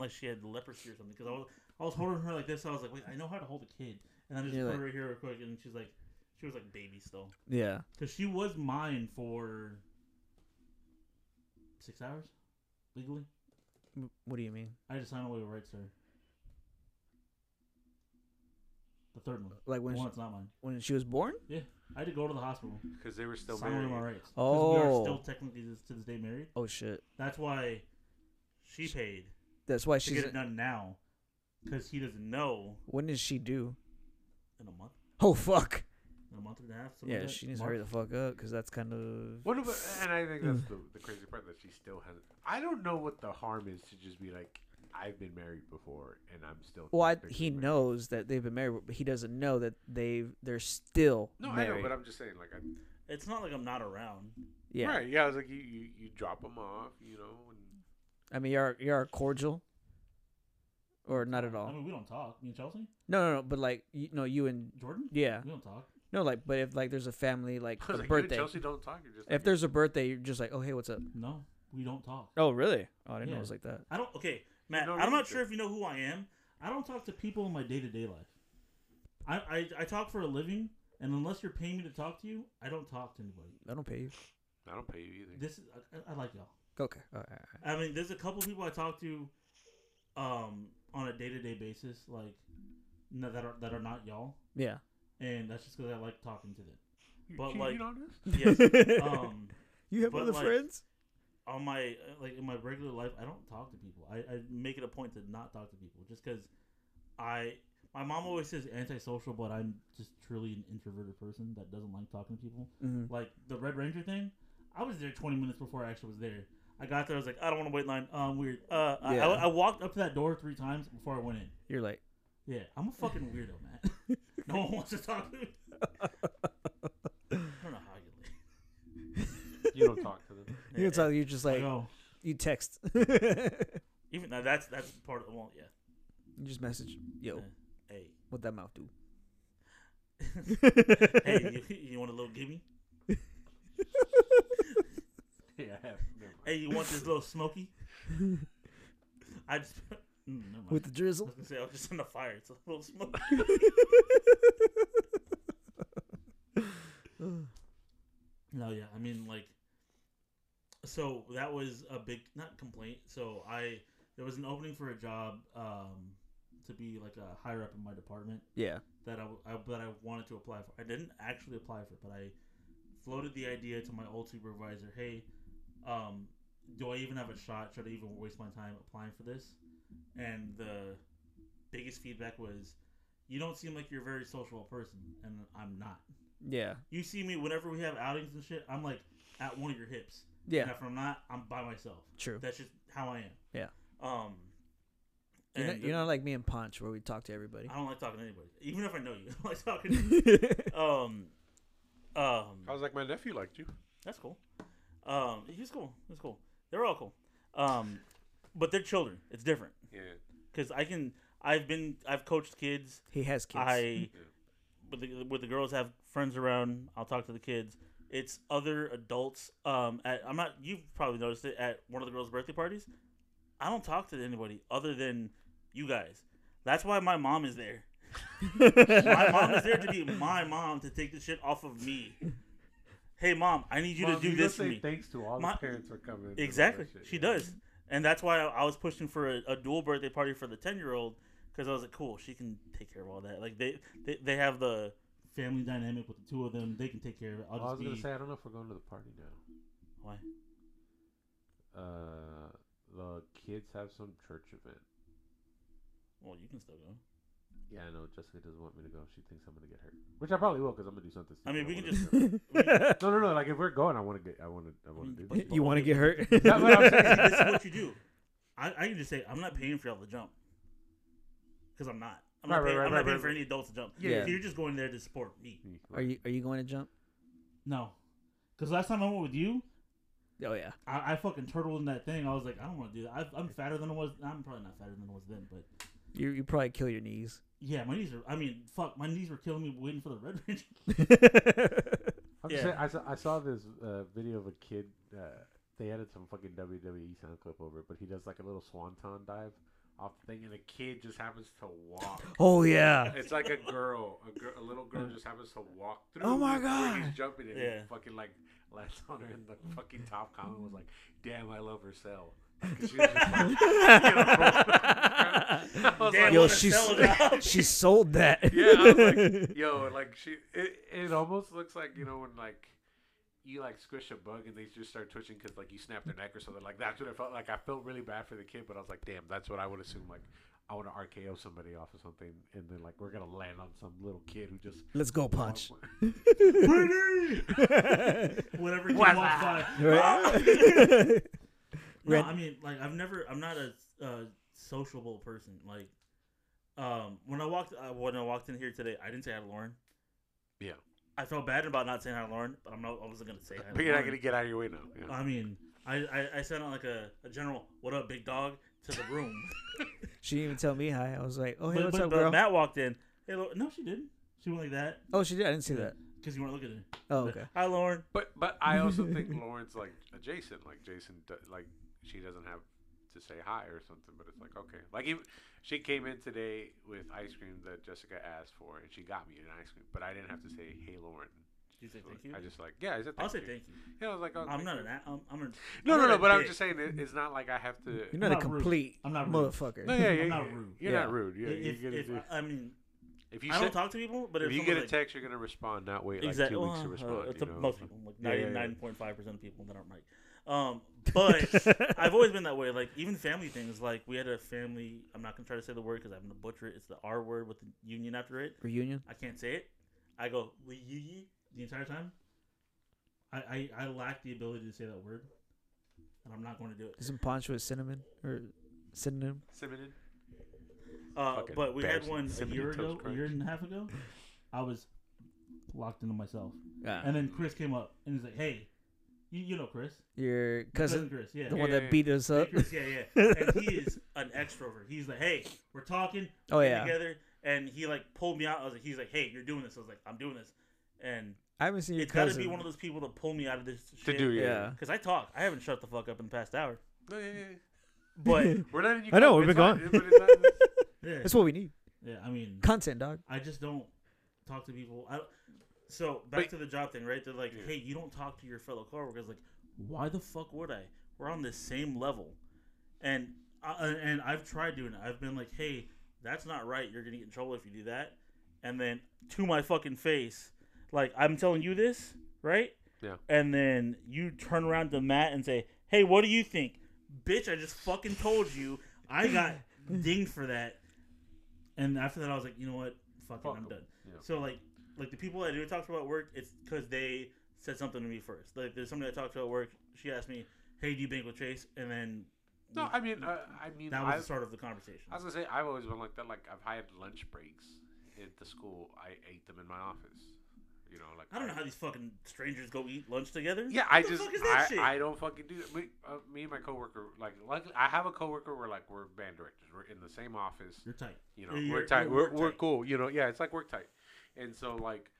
[SPEAKER 1] like she had leprosy or something because I was I was holding her like this. I was like, "Wait, I know how to hold a kid," and I just
[SPEAKER 2] You're
[SPEAKER 1] put
[SPEAKER 2] like-
[SPEAKER 1] her here real quick, and she's like, she was like baby still
[SPEAKER 2] [laughs] yeah.
[SPEAKER 1] because she was mine for six hours legally.
[SPEAKER 2] M- What do you mean?
[SPEAKER 1] I just signed away with rights to her. The third one.
[SPEAKER 2] Like
[SPEAKER 1] The
[SPEAKER 2] when
[SPEAKER 1] one
[SPEAKER 2] she,
[SPEAKER 1] that's not mine.
[SPEAKER 2] when she was born?
[SPEAKER 1] I had to go to the hospital.
[SPEAKER 9] because they were still
[SPEAKER 1] sign away
[SPEAKER 9] married.
[SPEAKER 1] my rights. 'Cause We are
[SPEAKER 2] Oh.
[SPEAKER 1] still technically this- to this day married.
[SPEAKER 2] Oh shit.
[SPEAKER 1] That's why she paid
[SPEAKER 2] That's why
[SPEAKER 1] to
[SPEAKER 2] she's.
[SPEAKER 1] get it done now. Because he doesn't know
[SPEAKER 2] When did she do?
[SPEAKER 1] in a month,
[SPEAKER 2] Oh fuck.
[SPEAKER 1] in a month and a half. something
[SPEAKER 2] Yeah,
[SPEAKER 1] like that.
[SPEAKER 2] she needs to hurry the
[SPEAKER 1] March.
[SPEAKER 2] fuck up because that's kind of.
[SPEAKER 9] What about, and I think
[SPEAKER 2] Mm.
[SPEAKER 9] that's the, the crazy part that she still has. I don't know what the harm is to just be like, I've been married before and I'm still.
[SPEAKER 2] Well, I,
[SPEAKER 9] technically
[SPEAKER 2] he
[SPEAKER 9] married."
[SPEAKER 2] knows that they've been married, but he doesn't know that they they're still
[SPEAKER 9] No,
[SPEAKER 2] married.
[SPEAKER 9] I know, but I'm just saying, like, I,
[SPEAKER 1] It's not like I'm not around.
[SPEAKER 2] yeah,
[SPEAKER 9] right? Yeah, I was like, you, you, you drop them off, you know, and
[SPEAKER 2] I mean, you're you're cordial, or not at
[SPEAKER 1] I
[SPEAKER 2] all.
[SPEAKER 1] mean, we don't talk. Me and Chelsea,
[SPEAKER 2] No, no, no. But like, you, no, you and
[SPEAKER 1] Jordan,
[SPEAKER 2] yeah,
[SPEAKER 1] we don't talk.
[SPEAKER 2] no, like, but if like there's a family
[SPEAKER 3] [laughs]
[SPEAKER 2] like
[SPEAKER 9] I was
[SPEAKER 2] a
[SPEAKER 9] like, you and
[SPEAKER 2] birthday,
[SPEAKER 9] Chelsea don't talk. You're just
[SPEAKER 2] if
[SPEAKER 9] like,
[SPEAKER 2] there's a birthday, you're just like, oh hey, what's up?
[SPEAKER 1] No, we don't talk.
[SPEAKER 2] Oh really? Oh, I didn't know
[SPEAKER 1] Yeah.
[SPEAKER 2] it was like that.
[SPEAKER 1] I don't. Okay, Matt.
[SPEAKER 9] No
[SPEAKER 1] I'm
[SPEAKER 9] reason
[SPEAKER 1] not
[SPEAKER 9] to.
[SPEAKER 1] sure if you know who I am. I don't talk to people in my day to day life. I, I I talk for a living, and unless you're paying me to talk to you, I don't talk to anybody.
[SPEAKER 2] I don't pay you.
[SPEAKER 9] I don't pay you either.
[SPEAKER 1] This is I, I like y'all.
[SPEAKER 2] Okay. All right, all right.
[SPEAKER 1] I mean, there's a couple people I talk to, um, on a day to day basis, like no, that are that are not y'all,
[SPEAKER 2] Yeah.
[SPEAKER 1] and that's just because I like talking to them.
[SPEAKER 9] You
[SPEAKER 1] But,
[SPEAKER 9] cheating
[SPEAKER 1] like-
[SPEAKER 9] on
[SPEAKER 1] [laughs]
[SPEAKER 9] us?
[SPEAKER 2] [laughs]
[SPEAKER 1] Yes. um,
[SPEAKER 2] you have
[SPEAKER 1] but,
[SPEAKER 2] other
[SPEAKER 1] like-
[SPEAKER 2] friends?
[SPEAKER 1] on my uh, like in my regular life, I don't talk to people. I, I make it a point to not talk to people just because I my mom always says antisocial, but I'm just truly an introverted person that doesn't like talking to people.
[SPEAKER 2] hmm
[SPEAKER 1] Like the Red Ranger thing, I was there 20 minutes before I actually was there. I got there, I was like, I don't want to wait in line. Um, weird. Uh, I-
[SPEAKER 2] Yeah.
[SPEAKER 1] I, I walked up to that door three times before I went in.
[SPEAKER 2] You're like,
[SPEAKER 1] Yeah, I'm a fucking weirdo, man. [laughs] no one wants to talk to me. I don't know how I get laid.
[SPEAKER 9] You don't talk to them.
[SPEAKER 2] you're, talking, you're just
[SPEAKER 1] Like,
[SPEAKER 2] like,
[SPEAKER 1] oh,
[SPEAKER 2] you text. [laughs] you
[SPEAKER 1] even though that's that's part of well, yeah.
[SPEAKER 2] just message, yo,
[SPEAKER 1] Hey.
[SPEAKER 2] what that mouth do?
[SPEAKER 1] [laughs] hey, you, you want a little gimme?
[SPEAKER 9] [laughs] yeah, I have. Never mind.
[SPEAKER 1] Hey, you want this little smoky? I just. [laughs] Mm, never mind.
[SPEAKER 2] [laughs] With the
[SPEAKER 1] I
[SPEAKER 2] drizzle?
[SPEAKER 1] was gonna say I was just in the fire. It's a little smoky. no, yeah, I mean like. So that was a big not complaint. So I there was an opening for a job um, to be like a higher up in my department.
[SPEAKER 2] [laughs] Yeah.
[SPEAKER 1] that I, w- I- that I wanted to apply for. I didn't actually apply for it, but I floated the idea to my old supervisor. Hey, um, do I even have a shot? Should I even waste my time applying for this? And the biggest feedback was, you don't seem like you're a very social person, and I'm not.
[SPEAKER 2] Yeah.
[SPEAKER 1] You see me whenever we have outings and shit. I'm like at one of your hips. And
[SPEAKER 2] Yeah.
[SPEAKER 1] if I'm not, I'm by myself.
[SPEAKER 2] True.
[SPEAKER 1] That's just how I am.
[SPEAKER 2] Yeah.
[SPEAKER 1] Um.
[SPEAKER 2] You're
[SPEAKER 1] and
[SPEAKER 2] not, you're not like me and Punch where we talk to everybody.
[SPEAKER 1] I don't like talking to anybody, even if I know you. [laughs] I don't like talking. To um, um,
[SPEAKER 9] I was like, my nephew liked you.
[SPEAKER 1] that's cool. Um, he's cool. He's cool. They're all cool. Um, but they're children. It's different
[SPEAKER 9] Yeah,
[SPEAKER 1] because I can. I've been. I've coached kids.
[SPEAKER 2] [laughs] he has kids. [laughs]
[SPEAKER 1] I with the, with the girls have friends around. I'll talk to the kids. It's other adults. Um, at I'm not. You've probably noticed it at one of the girls' birthday parties. I don't talk to anybody other than you guys. That's why my mom is there. My mom is there to be my mom to take the shit off of me. Hey, mom, I need you
[SPEAKER 9] Mom,
[SPEAKER 1] to do
[SPEAKER 9] you
[SPEAKER 1] this
[SPEAKER 9] say
[SPEAKER 1] for me.
[SPEAKER 9] Thanks to all
[SPEAKER 1] My-
[SPEAKER 9] the parents for coming. and all that
[SPEAKER 1] Exactly,
[SPEAKER 9] shit,
[SPEAKER 1] she
[SPEAKER 9] yeah.
[SPEAKER 1] does, and that's why I, I was pushing for a, a dual birthday party for the ten year old because I was like, cool, she can take care of all that. Like they, they, they have the family dynamic with the two of them. They can take care of it. I'll
[SPEAKER 9] Well, I was
[SPEAKER 1] just
[SPEAKER 9] gonna
[SPEAKER 1] be
[SPEAKER 9] say, I don't know if we're going to the party now.
[SPEAKER 1] why
[SPEAKER 9] Uh, the kids have some church event.
[SPEAKER 1] Well, you can still go.
[SPEAKER 9] Yeah, I know. Jessica doesn't want me to go. She thinks I'm gonna get hurt, which I probably will because I'm gonna do something.
[SPEAKER 1] I mean,
[SPEAKER 9] stupid.
[SPEAKER 1] we
[SPEAKER 9] wanna
[SPEAKER 1] can
[SPEAKER 9] get hurt.
[SPEAKER 2] you
[SPEAKER 9] [laughs] No, no, no. Like if we're going, I want to get. I want to. I want to do.
[SPEAKER 1] You- [laughs]
[SPEAKER 9] This.
[SPEAKER 1] you-
[SPEAKER 2] want to get hurt?
[SPEAKER 9] No, but I'm saying
[SPEAKER 1] this is what you do. I, I can just say I'm not paying for y'all to jump. because I'm not. I'm
[SPEAKER 11] Right,
[SPEAKER 1] not
[SPEAKER 11] right,
[SPEAKER 1] paying,
[SPEAKER 11] right,
[SPEAKER 1] I'm not
[SPEAKER 11] right,
[SPEAKER 1] paying
[SPEAKER 11] right,
[SPEAKER 1] for
[SPEAKER 11] right.
[SPEAKER 1] any adults to jump.
[SPEAKER 2] Yeah.
[SPEAKER 1] You're just going there to support me.
[SPEAKER 2] [laughs]
[SPEAKER 1] [laughs]
[SPEAKER 2] Are you are you going to jump?
[SPEAKER 1] No, because last time I went with you,
[SPEAKER 2] Oh yeah.
[SPEAKER 1] I, I fucking turtled in that thing. I was like, I don't want to do that. I, I'm fatter than I was. I'm probably not fatter than I was then, but
[SPEAKER 2] You you probably kill your knees.
[SPEAKER 1] yeah, my knees are. I mean, fuck, my knees were killing me waiting for the red range. [laughs]
[SPEAKER 12] I'm
[SPEAKER 1] Yeah.
[SPEAKER 12] just saying, I saw, I saw this uh, video of a kid. Uh, they added some fucking
[SPEAKER 3] E
[SPEAKER 12] WWE sound clip over it, but he does like a little swanton dive off the thing, and a kid just happens to walk.
[SPEAKER 2] [laughs] oh yeah.
[SPEAKER 3] It's like a girl, a, girl, a little girl just happens to walk through.
[SPEAKER 2] Oh my
[SPEAKER 3] where
[SPEAKER 2] God.
[SPEAKER 3] He's jumping and
[SPEAKER 1] Yeah.
[SPEAKER 3] he fucking like lands on her, and the fucking top comment was like, "Damn, I love her cell." [laughs] 'Cause she was just [laughs] like- I was
[SPEAKER 1] Damn,
[SPEAKER 3] like,
[SPEAKER 2] Yo,
[SPEAKER 1] wanna
[SPEAKER 2] she's
[SPEAKER 1] sell it out.
[SPEAKER 2] [laughs] she sold that.
[SPEAKER 3] yeah, I was like, yo, like she, it, it almost looks like you know when like you like squish a bug and they just start twitching because like you snap their neck or something. Like that's what it felt like. I felt really bad for the kid, but I was like, damn, that's what I would assume. Like I want to RKO somebody off of something, and then like we're gonna land on some little kid who just
[SPEAKER 2] [laughs] Let's
[SPEAKER 1] [laughs]
[SPEAKER 2] go punch.
[SPEAKER 1] Whatever you walk by.
[SPEAKER 2] Right?
[SPEAKER 1] No,
[SPEAKER 2] Red-
[SPEAKER 1] I mean, like I've never. I'm not a uh, sociable person. Like, um, when I walked uh, when I walked in here today, I didn't say hi to Lauren.
[SPEAKER 3] [laughs] Yeah.
[SPEAKER 1] I felt bad about not saying hi to Lauren, but I'm not. I wasn't gonna say hi.
[SPEAKER 3] But
[SPEAKER 1] to
[SPEAKER 3] you're not
[SPEAKER 1] Lauren.
[SPEAKER 3] gonna get out of your way now. Yeah.
[SPEAKER 1] I mean, I I, I sent out like a, a general "What up, big dog?" to the room.
[SPEAKER 2] [laughs] she didn't even tell me hi. I was like, oh [laughs] hey,
[SPEAKER 1] but
[SPEAKER 2] what's
[SPEAKER 1] but,
[SPEAKER 2] up,
[SPEAKER 1] but
[SPEAKER 2] girl?
[SPEAKER 1] Matt walked in. Hey, Lau- no, she didn't. She went like that
[SPEAKER 2] oh, she did. I didn't see that.
[SPEAKER 1] because you weren't looking at her.
[SPEAKER 2] Oh okay.
[SPEAKER 1] Hi, Lauren.
[SPEAKER 3] But but I also
[SPEAKER 1] [laughs]
[SPEAKER 3] think Lauren's like adjacent. Like Jason, do, like she doesn't have to say hi or something. But it's like okay. Like even, she came in today with ice cream that Jessica asked for, and she got me an ice cream. But I didn't have to say hey Lauren.
[SPEAKER 1] Did you say
[SPEAKER 3] So
[SPEAKER 1] thank you?
[SPEAKER 3] I just like yeah. I said thank
[SPEAKER 1] I'll say
[SPEAKER 3] you.
[SPEAKER 1] thank you.
[SPEAKER 3] Yeah, I was like oh,
[SPEAKER 1] I'm
[SPEAKER 3] thank
[SPEAKER 1] not
[SPEAKER 3] you.
[SPEAKER 1] an. a- I'm, I'm an.
[SPEAKER 3] No no
[SPEAKER 1] I'm
[SPEAKER 3] no.
[SPEAKER 1] not a
[SPEAKER 3] But I'm
[SPEAKER 1] dick.
[SPEAKER 3] just saying it, it's not like I have to.
[SPEAKER 2] You're not,
[SPEAKER 1] not
[SPEAKER 2] a
[SPEAKER 1] rude.
[SPEAKER 2] complete
[SPEAKER 1] I'm not rude.
[SPEAKER 2] motherfucker.
[SPEAKER 3] no, yeah, yeah,
[SPEAKER 1] I'm not
[SPEAKER 3] yeah,
[SPEAKER 1] rude.
[SPEAKER 3] You're
[SPEAKER 2] Yeah.
[SPEAKER 3] not rude. Yeah,
[SPEAKER 1] If,
[SPEAKER 3] you're gonna
[SPEAKER 1] if,
[SPEAKER 3] do,
[SPEAKER 1] I, I mean,
[SPEAKER 3] if you
[SPEAKER 1] I don't
[SPEAKER 3] send,
[SPEAKER 1] talk to people, but
[SPEAKER 3] if
[SPEAKER 1] if,
[SPEAKER 3] you
[SPEAKER 1] someone's
[SPEAKER 3] get a
[SPEAKER 1] like,
[SPEAKER 3] text, you're gonna respond. Not wait like
[SPEAKER 1] Exactly.
[SPEAKER 3] two weeks to
[SPEAKER 1] Well,
[SPEAKER 3] respond.
[SPEAKER 1] uh, to
[SPEAKER 3] you know?
[SPEAKER 1] most people, like
[SPEAKER 3] Yeah, yeah, yeah.
[SPEAKER 1] 99.5 percent of people that aren't Mike. Um, but I've always been that way. Like even family things. Like we had a family. I'm not gonna try to say the word because I'm gonna butcher it. It's the R word with the union after it.
[SPEAKER 2] [laughs] Reunion.
[SPEAKER 1] I can't say it. I go reunion the entire time. I, I I lack the ability to say that word, and I'm not going to do it.
[SPEAKER 2] Isn't poncho a cinnamon or synonym?
[SPEAKER 3] Cinnamon.
[SPEAKER 1] Uh,
[SPEAKER 3] Fucking
[SPEAKER 1] but we had
[SPEAKER 3] embarrassing.
[SPEAKER 1] one a
[SPEAKER 3] Cinnamon
[SPEAKER 1] year
[SPEAKER 3] Toast
[SPEAKER 1] ago, a
[SPEAKER 3] Crunch.
[SPEAKER 1] year and a half ago. I was locked into myself,
[SPEAKER 3] Uh,
[SPEAKER 2] Yeah.
[SPEAKER 1] and then Chris came up and he's like, "Hey, you you know Chris."
[SPEAKER 2] Your
[SPEAKER 1] cousin
[SPEAKER 2] cousin,
[SPEAKER 1] Chris, yeah.
[SPEAKER 2] the one
[SPEAKER 3] Yeah,
[SPEAKER 2] that
[SPEAKER 3] yeah,
[SPEAKER 2] beat us
[SPEAKER 1] Hey,
[SPEAKER 2] up.
[SPEAKER 1] Chris, yeah, yeah. And he is an extrovert. He's like, hey, we're talking
[SPEAKER 2] Oh
[SPEAKER 1] we're
[SPEAKER 2] yeah.
[SPEAKER 1] together. And he like pulled me out. I was like, he's like, hey, you're doing this. I was like, I'm doing this. And
[SPEAKER 2] [laughs] I haven't seen your
[SPEAKER 1] it's got to
[SPEAKER 2] cousin.
[SPEAKER 1] be one of those people to pull me out of this
[SPEAKER 3] To
[SPEAKER 1] shit.
[SPEAKER 3] do yeah.
[SPEAKER 2] yeah.
[SPEAKER 1] Because I talk. I haven't shut the fuck up in the past
[SPEAKER 2] [laughs]
[SPEAKER 1] hour.
[SPEAKER 3] No, yeah, yeah, yeah.
[SPEAKER 1] But
[SPEAKER 3] We're not in your
[SPEAKER 2] I know
[SPEAKER 3] group.
[SPEAKER 2] we've been
[SPEAKER 3] It's
[SPEAKER 2] gone.
[SPEAKER 3] not- but it's not-
[SPEAKER 1] [laughs] yeah,
[SPEAKER 2] That's what we need.
[SPEAKER 1] yeah, I mean,
[SPEAKER 2] Content, dog.
[SPEAKER 1] I just don't talk to people. I, so back
[SPEAKER 3] But-
[SPEAKER 1] to the job thing, right? They're like,
[SPEAKER 3] Yeah.
[SPEAKER 1] hey, you don't talk to your fellow coworkers. Like, why the fuck would I? We're on the same level, and I, and I've tried doing it. I've been like, hey, that's not right. You're gonna get in trouble if you do that. And then to my fucking face, like I'm telling you this, right?
[SPEAKER 3] Yeah.
[SPEAKER 1] And then you turn around to Matt and say, hey, what do you think, bitch? I just fucking told you. I got
[SPEAKER 3] [laughs]
[SPEAKER 1] dinged for that. And after that, I was like, you know what? Fuck,
[SPEAKER 3] Fuck
[SPEAKER 1] it, I'm
[SPEAKER 3] 'em.
[SPEAKER 1] done.
[SPEAKER 3] Yeah.
[SPEAKER 1] So like, like the people I do talk to about work, it's because they said something to me first. Like there's somebody I talked to at work. She asked me, "Hey, do you bank with Chase?" And then
[SPEAKER 3] No, I mean, uh, I mean,
[SPEAKER 1] that was
[SPEAKER 3] I've,
[SPEAKER 1] the start of the conversation.
[SPEAKER 3] I was gonna say I've always been like that. Like I've had lunch breaks at the school. I ate them in my office. You know, like
[SPEAKER 1] I don't know how these fucking strangers go eat lunch together.
[SPEAKER 3] Yeah,
[SPEAKER 1] What
[SPEAKER 3] I
[SPEAKER 1] the
[SPEAKER 3] just
[SPEAKER 1] fuck is
[SPEAKER 3] I,
[SPEAKER 1] that shit?
[SPEAKER 3] I don't fucking do that. Me, uh, me and my coworker, like, luckily I have a coworker. We're like we're band directors. We're in the same office.
[SPEAKER 1] You're tight.
[SPEAKER 3] You know,
[SPEAKER 1] You're-
[SPEAKER 3] we're tight.
[SPEAKER 1] you're
[SPEAKER 3] We're,
[SPEAKER 1] work
[SPEAKER 3] we're
[SPEAKER 1] tight.
[SPEAKER 3] cool. You know, yeah, it's like work tight. And so like,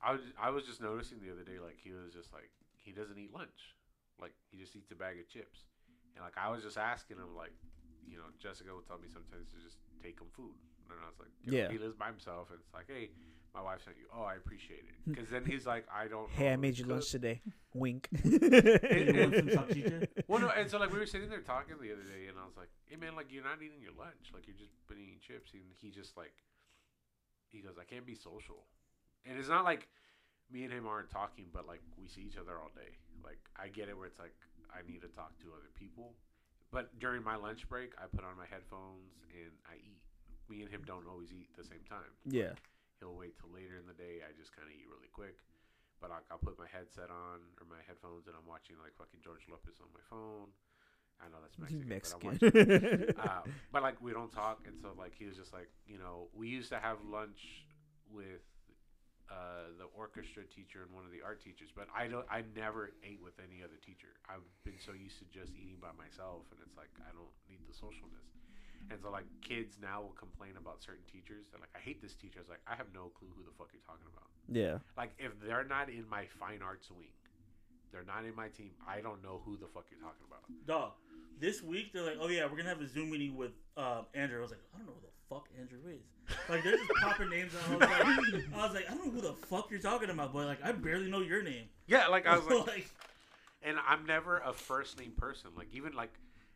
[SPEAKER 3] I was I was just noticing the other day, like he was just like he doesn't eat lunch, like he just eats a bag of chips, and like I was just asking him, like, you know, Jessica will tell me sometimes to just take him food, and I was like, you know,
[SPEAKER 2] Yeah.
[SPEAKER 3] he lives by himself, and it's like, hey, my wife sent you. Oh, I appreciate it, because then he's like, I don't.
[SPEAKER 2] Hmm. Hey, I
[SPEAKER 3] normally
[SPEAKER 2] made you
[SPEAKER 3] cook."
[SPEAKER 2] lunch today.
[SPEAKER 1] [laughs]
[SPEAKER 2] Wink.
[SPEAKER 1] You want some salchicha?
[SPEAKER 3] Well, no, and so like we were sitting there talking the other day, and I was like, "Hey, man, like you're not eating your lunch, like you're just been eating chips." And he just like, he goes, "I can't be social," and it's not like me and him aren't talking, but like we see each other all day. Like I get it, where it's like I need to talk to other people, but during my lunch break, I put on my headphones and I eat. Me and him don't always eat at the same time.
[SPEAKER 2] [laughs] yeah.
[SPEAKER 3] He'll wait till later in the day. I just kind of eat really quick. But like, I'll put my headset on or my headphones and I'm watching like fucking George Lopez on my phone. I know that's Mexican. But I'm
[SPEAKER 2] Mexican.
[SPEAKER 3] watching
[SPEAKER 2] [laughs]
[SPEAKER 3] uh, but like we don't talk, and so like he was just like, you know, we used to have lunch with uh, the orchestra teacher and one of the art teachers, but I don't, I never ate with any other teacher. I've been so used to just eating by myself, and it's like I don't need the socialness. And so like kids now will complain about certain teachers. They're like, I hate this teacher. I was like, I have no clue who the fuck you're talking about.
[SPEAKER 2] yeah.
[SPEAKER 3] Like if they're not in my fine arts wing, they're not in my team. I don't know who the fuck you're talking about.
[SPEAKER 1] Dog, this week they're like, oh yeah, we're gonna have a Zoom meeting with uh, Andrew. I was like, I don't know who the fuck Andrew is. Like they're just popping names out. I was, like, I was like, I don't know who the fuck you're talking about, but like I barely know your name.
[SPEAKER 3] Yeah,
[SPEAKER 1] [laughs]
[SPEAKER 3] like I was like,
[SPEAKER 1] like
[SPEAKER 3] and I'm never a first name person. Like even like,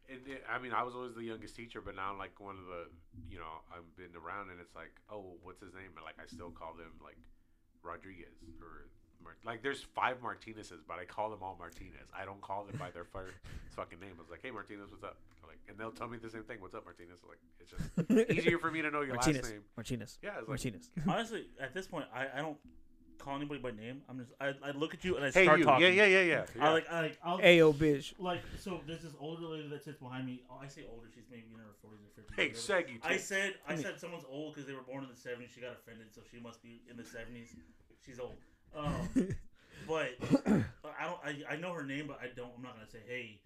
[SPEAKER 3] and it, I mean, I was always the youngest teacher, but now I'm like one of the, you know, I've been around, and it's like, oh, what's his name? And like, I still call them like Rodriguez or Mar- like, there's five Martinez's, but I call them all Martinez. I don't call them by their first [laughs] fucking name. I was like, hey Martinez, what's up? Like, and they'll tell me the same thing. What's up, Martinez? Like,
[SPEAKER 1] [laughs]
[SPEAKER 3] it's just
[SPEAKER 2] [laughs]
[SPEAKER 3] easier for me to know your
[SPEAKER 2] Martinez.
[SPEAKER 3] last name.
[SPEAKER 2] Martinez.
[SPEAKER 3] Yeah, it's like,
[SPEAKER 2] Martinez.
[SPEAKER 1] honestly, at this point, I, I don't call anybody by name. I'm just I, I look at you and I
[SPEAKER 3] hey
[SPEAKER 1] start
[SPEAKER 3] you,
[SPEAKER 1] talking.
[SPEAKER 3] yeah, yeah, yeah, yeah. yeah.
[SPEAKER 1] I like I like I'll
[SPEAKER 2] Ayo,
[SPEAKER 1] [laughs]
[SPEAKER 2] bitch.
[SPEAKER 1] like so there's this older lady that sits behind me. Oh, I say older, she's maybe in her forties or fifties.
[SPEAKER 3] hey, Seg, you.
[SPEAKER 1] I
[SPEAKER 3] too.
[SPEAKER 1] said I said someone's old because they were born in the seventies. She got offended, so she must be in the seventies. She's old. Um,
[SPEAKER 3] [coughs]
[SPEAKER 1] but I don't. I, I know her name, but I don't. I'm not gonna say hey.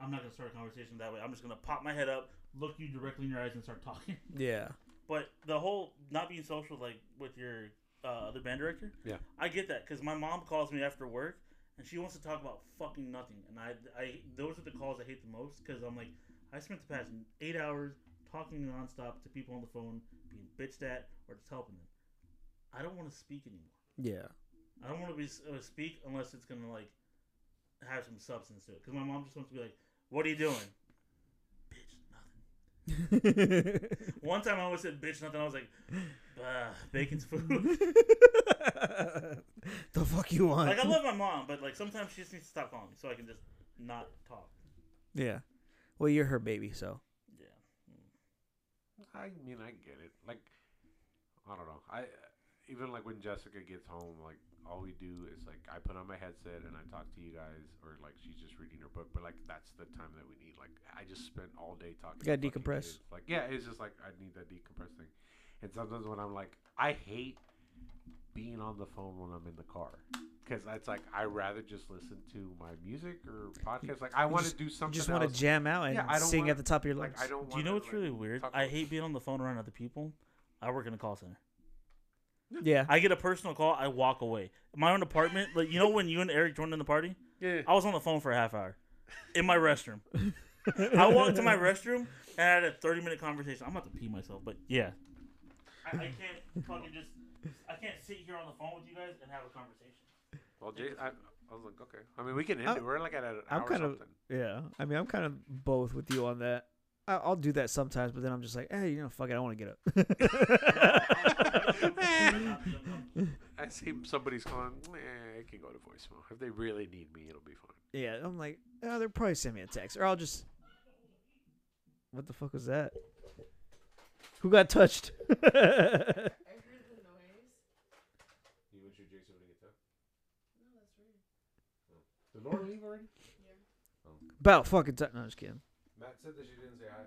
[SPEAKER 1] I'm not gonna start a conversation that way. I'm just gonna pop my head up, look you directly in your eyes, and start talking.
[SPEAKER 2] Yeah.
[SPEAKER 1] But the whole not being social, like with your uh, other band director,
[SPEAKER 3] Yeah.
[SPEAKER 1] I get that because my mom calls me after work and she wants to talk about fucking nothing, and I, I those are the calls I hate the most because I'm like, I spent the past eight hours talking nonstop to people on the phone, being bitched at or just helping them. I don't want to speak anymore. [laughs]
[SPEAKER 2] Yeah.
[SPEAKER 1] I don't want to be uh, speak unless it's gonna like have some substance to it. Because my mom just wants to be like, "What are you doing?" Bitch, nothing. One time I always said bitch nothing. I was like, "Bah, bacon's
[SPEAKER 3] [laughs]
[SPEAKER 1] food.
[SPEAKER 2] the fuck you
[SPEAKER 1] [laughs]
[SPEAKER 2] want?
[SPEAKER 1] like I love my mom, but like sometimes she just needs to stop calling me so I can just not talk.
[SPEAKER 2] yeah. Well, you're her baby, so.
[SPEAKER 1] Yeah.
[SPEAKER 3] I mean, I get it. Like, I don't know. I even like when Jessica gets home, like all we do is like I put on my headset and I talk to you guys, or like she's just reading her book. But like that's the time that we need. Like I just spent all day talking.
[SPEAKER 2] You gotta
[SPEAKER 3] to fucking
[SPEAKER 2] decompress.
[SPEAKER 3] kids. Like yeah, it's just like I need that decompress thing. And sometimes when I'm like, I hate being on the phone when I'm in the car. Because that's like I rather just listen to my music or podcast. Like I want to
[SPEAKER 2] just-
[SPEAKER 3] do
[SPEAKER 2] You
[SPEAKER 3] something.
[SPEAKER 2] just want to
[SPEAKER 3] else.
[SPEAKER 2] jam out and
[SPEAKER 3] Yeah, I don't
[SPEAKER 2] sing
[SPEAKER 3] wanna-
[SPEAKER 2] at the top of your lungs.
[SPEAKER 3] Like I don't.
[SPEAKER 1] Do you know
[SPEAKER 3] wanna,
[SPEAKER 1] what's
[SPEAKER 3] like,
[SPEAKER 1] really weird?
[SPEAKER 3] talk
[SPEAKER 1] I
[SPEAKER 3] about-
[SPEAKER 1] hate being on the phone around other people. I work in a call center.
[SPEAKER 2] yeah.
[SPEAKER 1] [laughs] I get a personal call, I walk away. My own apartment, like you know when you and Eric joined in the party?
[SPEAKER 3] Yeah.
[SPEAKER 1] I was on the phone for a half hour in my restroom. I walked to my restroom and I had a 30 minute conversation. I'm about to pee myself, but yeah. I, I can't fucking just, I can't sit here on the phone with you guys and have a conversation.
[SPEAKER 3] Well, Jay, I, I was like, okay. I mean, we can end
[SPEAKER 2] I-
[SPEAKER 3] it. We're like at an
[SPEAKER 2] I'm
[SPEAKER 3] hour
[SPEAKER 2] kind of
[SPEAKER 3] something.
[SPEAKER 2] yeah. I mean, I'm kind of both with you on that. I, I'll do that sometimes, but then I'm just like, hey, you know, fuck it, I want to get up.
[SPEAKER 3] I see somebody's calling. Eh, it can go to voicemail. If they really need me, it'll be fine.
[SPEAKER 2] [laughs] yeah, I'm like, oh, they'll probably send me a text, or I'll just. What the fuck was that? Who got touched?
[SPEAKER 13] I heard the noise.
[SPEAKER 3] You introduce him to get that?
[SPEAKER 13] No, that's weird.
[SPEAKER 3] Did Laura Oh. leave already?
[SPEAKER 13] Yeah.
[SPEAKER 2] About fucking time. No, I'm just kidding.
[SPEAKER 3] Matt said that she didn't say hi.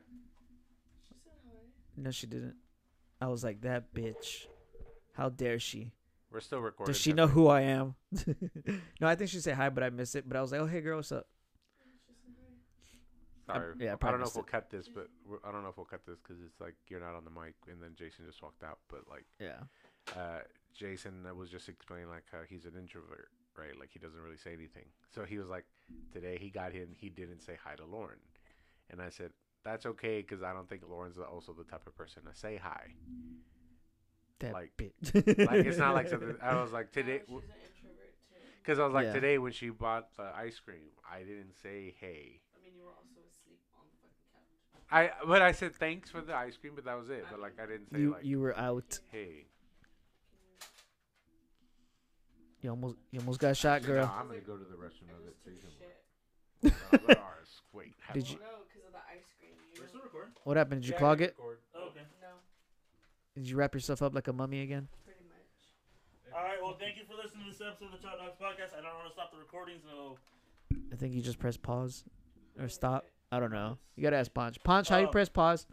[SPEAKER 13] She said hi.
[SPEAKER 2] No, she didn't. I was like, that bitch. How dare she?
[SPEAKER 3] We're still recording.
[SPEAKER 2] Does she know who I am? [laughs] no, I think she said hi, but I missed it. But I was like, oh, hey, girl, what's up?
[SPEAKER 13] She said hi.
[SPEAKER 3] Sorry.
[SPEAKER 2] yeah, I
[SPEAKER 3] I
[SPEAKER 2] probably
[SPEAKER 3] don't know
[SPEAKER 2] missed
[SPEAKER 3] if we'll
[SPEAKER 2] it.
[SPEAKER 3] cut this, but we're, I don't know if we'll cut this because it's like you're not on the mic, and then Jason just walked out. But like,
[SPEAKER 2] Yeah.
[SPEAKER 3] uh, Jason was just explaining like how he's an introvert, right? Like he doesn't really say anything. So he was like, today he got in, he didn't say hi to Lauren, and I said that's okay because I don't think Lauren's also the type of person to say hi.
[SPEAKER 2] That
[SPEAKER 3] Like-
[SPEAKER 2] bitch.
[SPEAKER 3] Like it's not like
[SPEAKER 2] [laughs]
[SPEAKER 3] something. I was like
[SPEAKER 13] Yeah,
[SPEAKER 3] today
[SPEAKER 13] she's an introvert too.
[SPEAKER 3] because I was like
[SPEAKER 2] Yeah.
[SPEAKER 3] today when she bought the ice cream, I didn't say hey.
[SPEAKER 13] I mean, you were also asleep on the fucking couch.
[SPEAKER 3] I but I said thanks for the ice cream, but that was it. But like I didn't say
[SPEAKER 2] you
[SPEAKER 3] like
[SPEAKER 2] you were out.
[SPEAKER 3] hey.
[SPEAKER 2] You almost you almost got shot, girl.
[SPEAKER 3] No, I'm gonna go to the restroom.
[SPEAKER 13] I just took a shit.
[SPEAKER 3] But, uh, Wait, have
[SPEAKER 2] Did
[SPEAKER 3] fun.
[SPEAKER 2] you-
[SPEAKER 13] No, because of the ice cream. You know?
[SPEAKER 1] recording.
[SPEAKER 2] What happened? Did you clog it?
[SPEAKER 1] Oh, Okay.
[SPEAKER 13] No,
[SPEAKER 2] Did you wrap yourself up like a mummy again?
[SPEAKER 13] pretty much.
[SPEAKER 1] All right. Well, thank you for listening to this episode of the Chop Dogs Podcast. I don't want to stop the recording, so
[SPEAKER 2] I think you just pressed pause or stop. Oh. I don't know. You gotta ask Ponch. Ponch, how you press pause?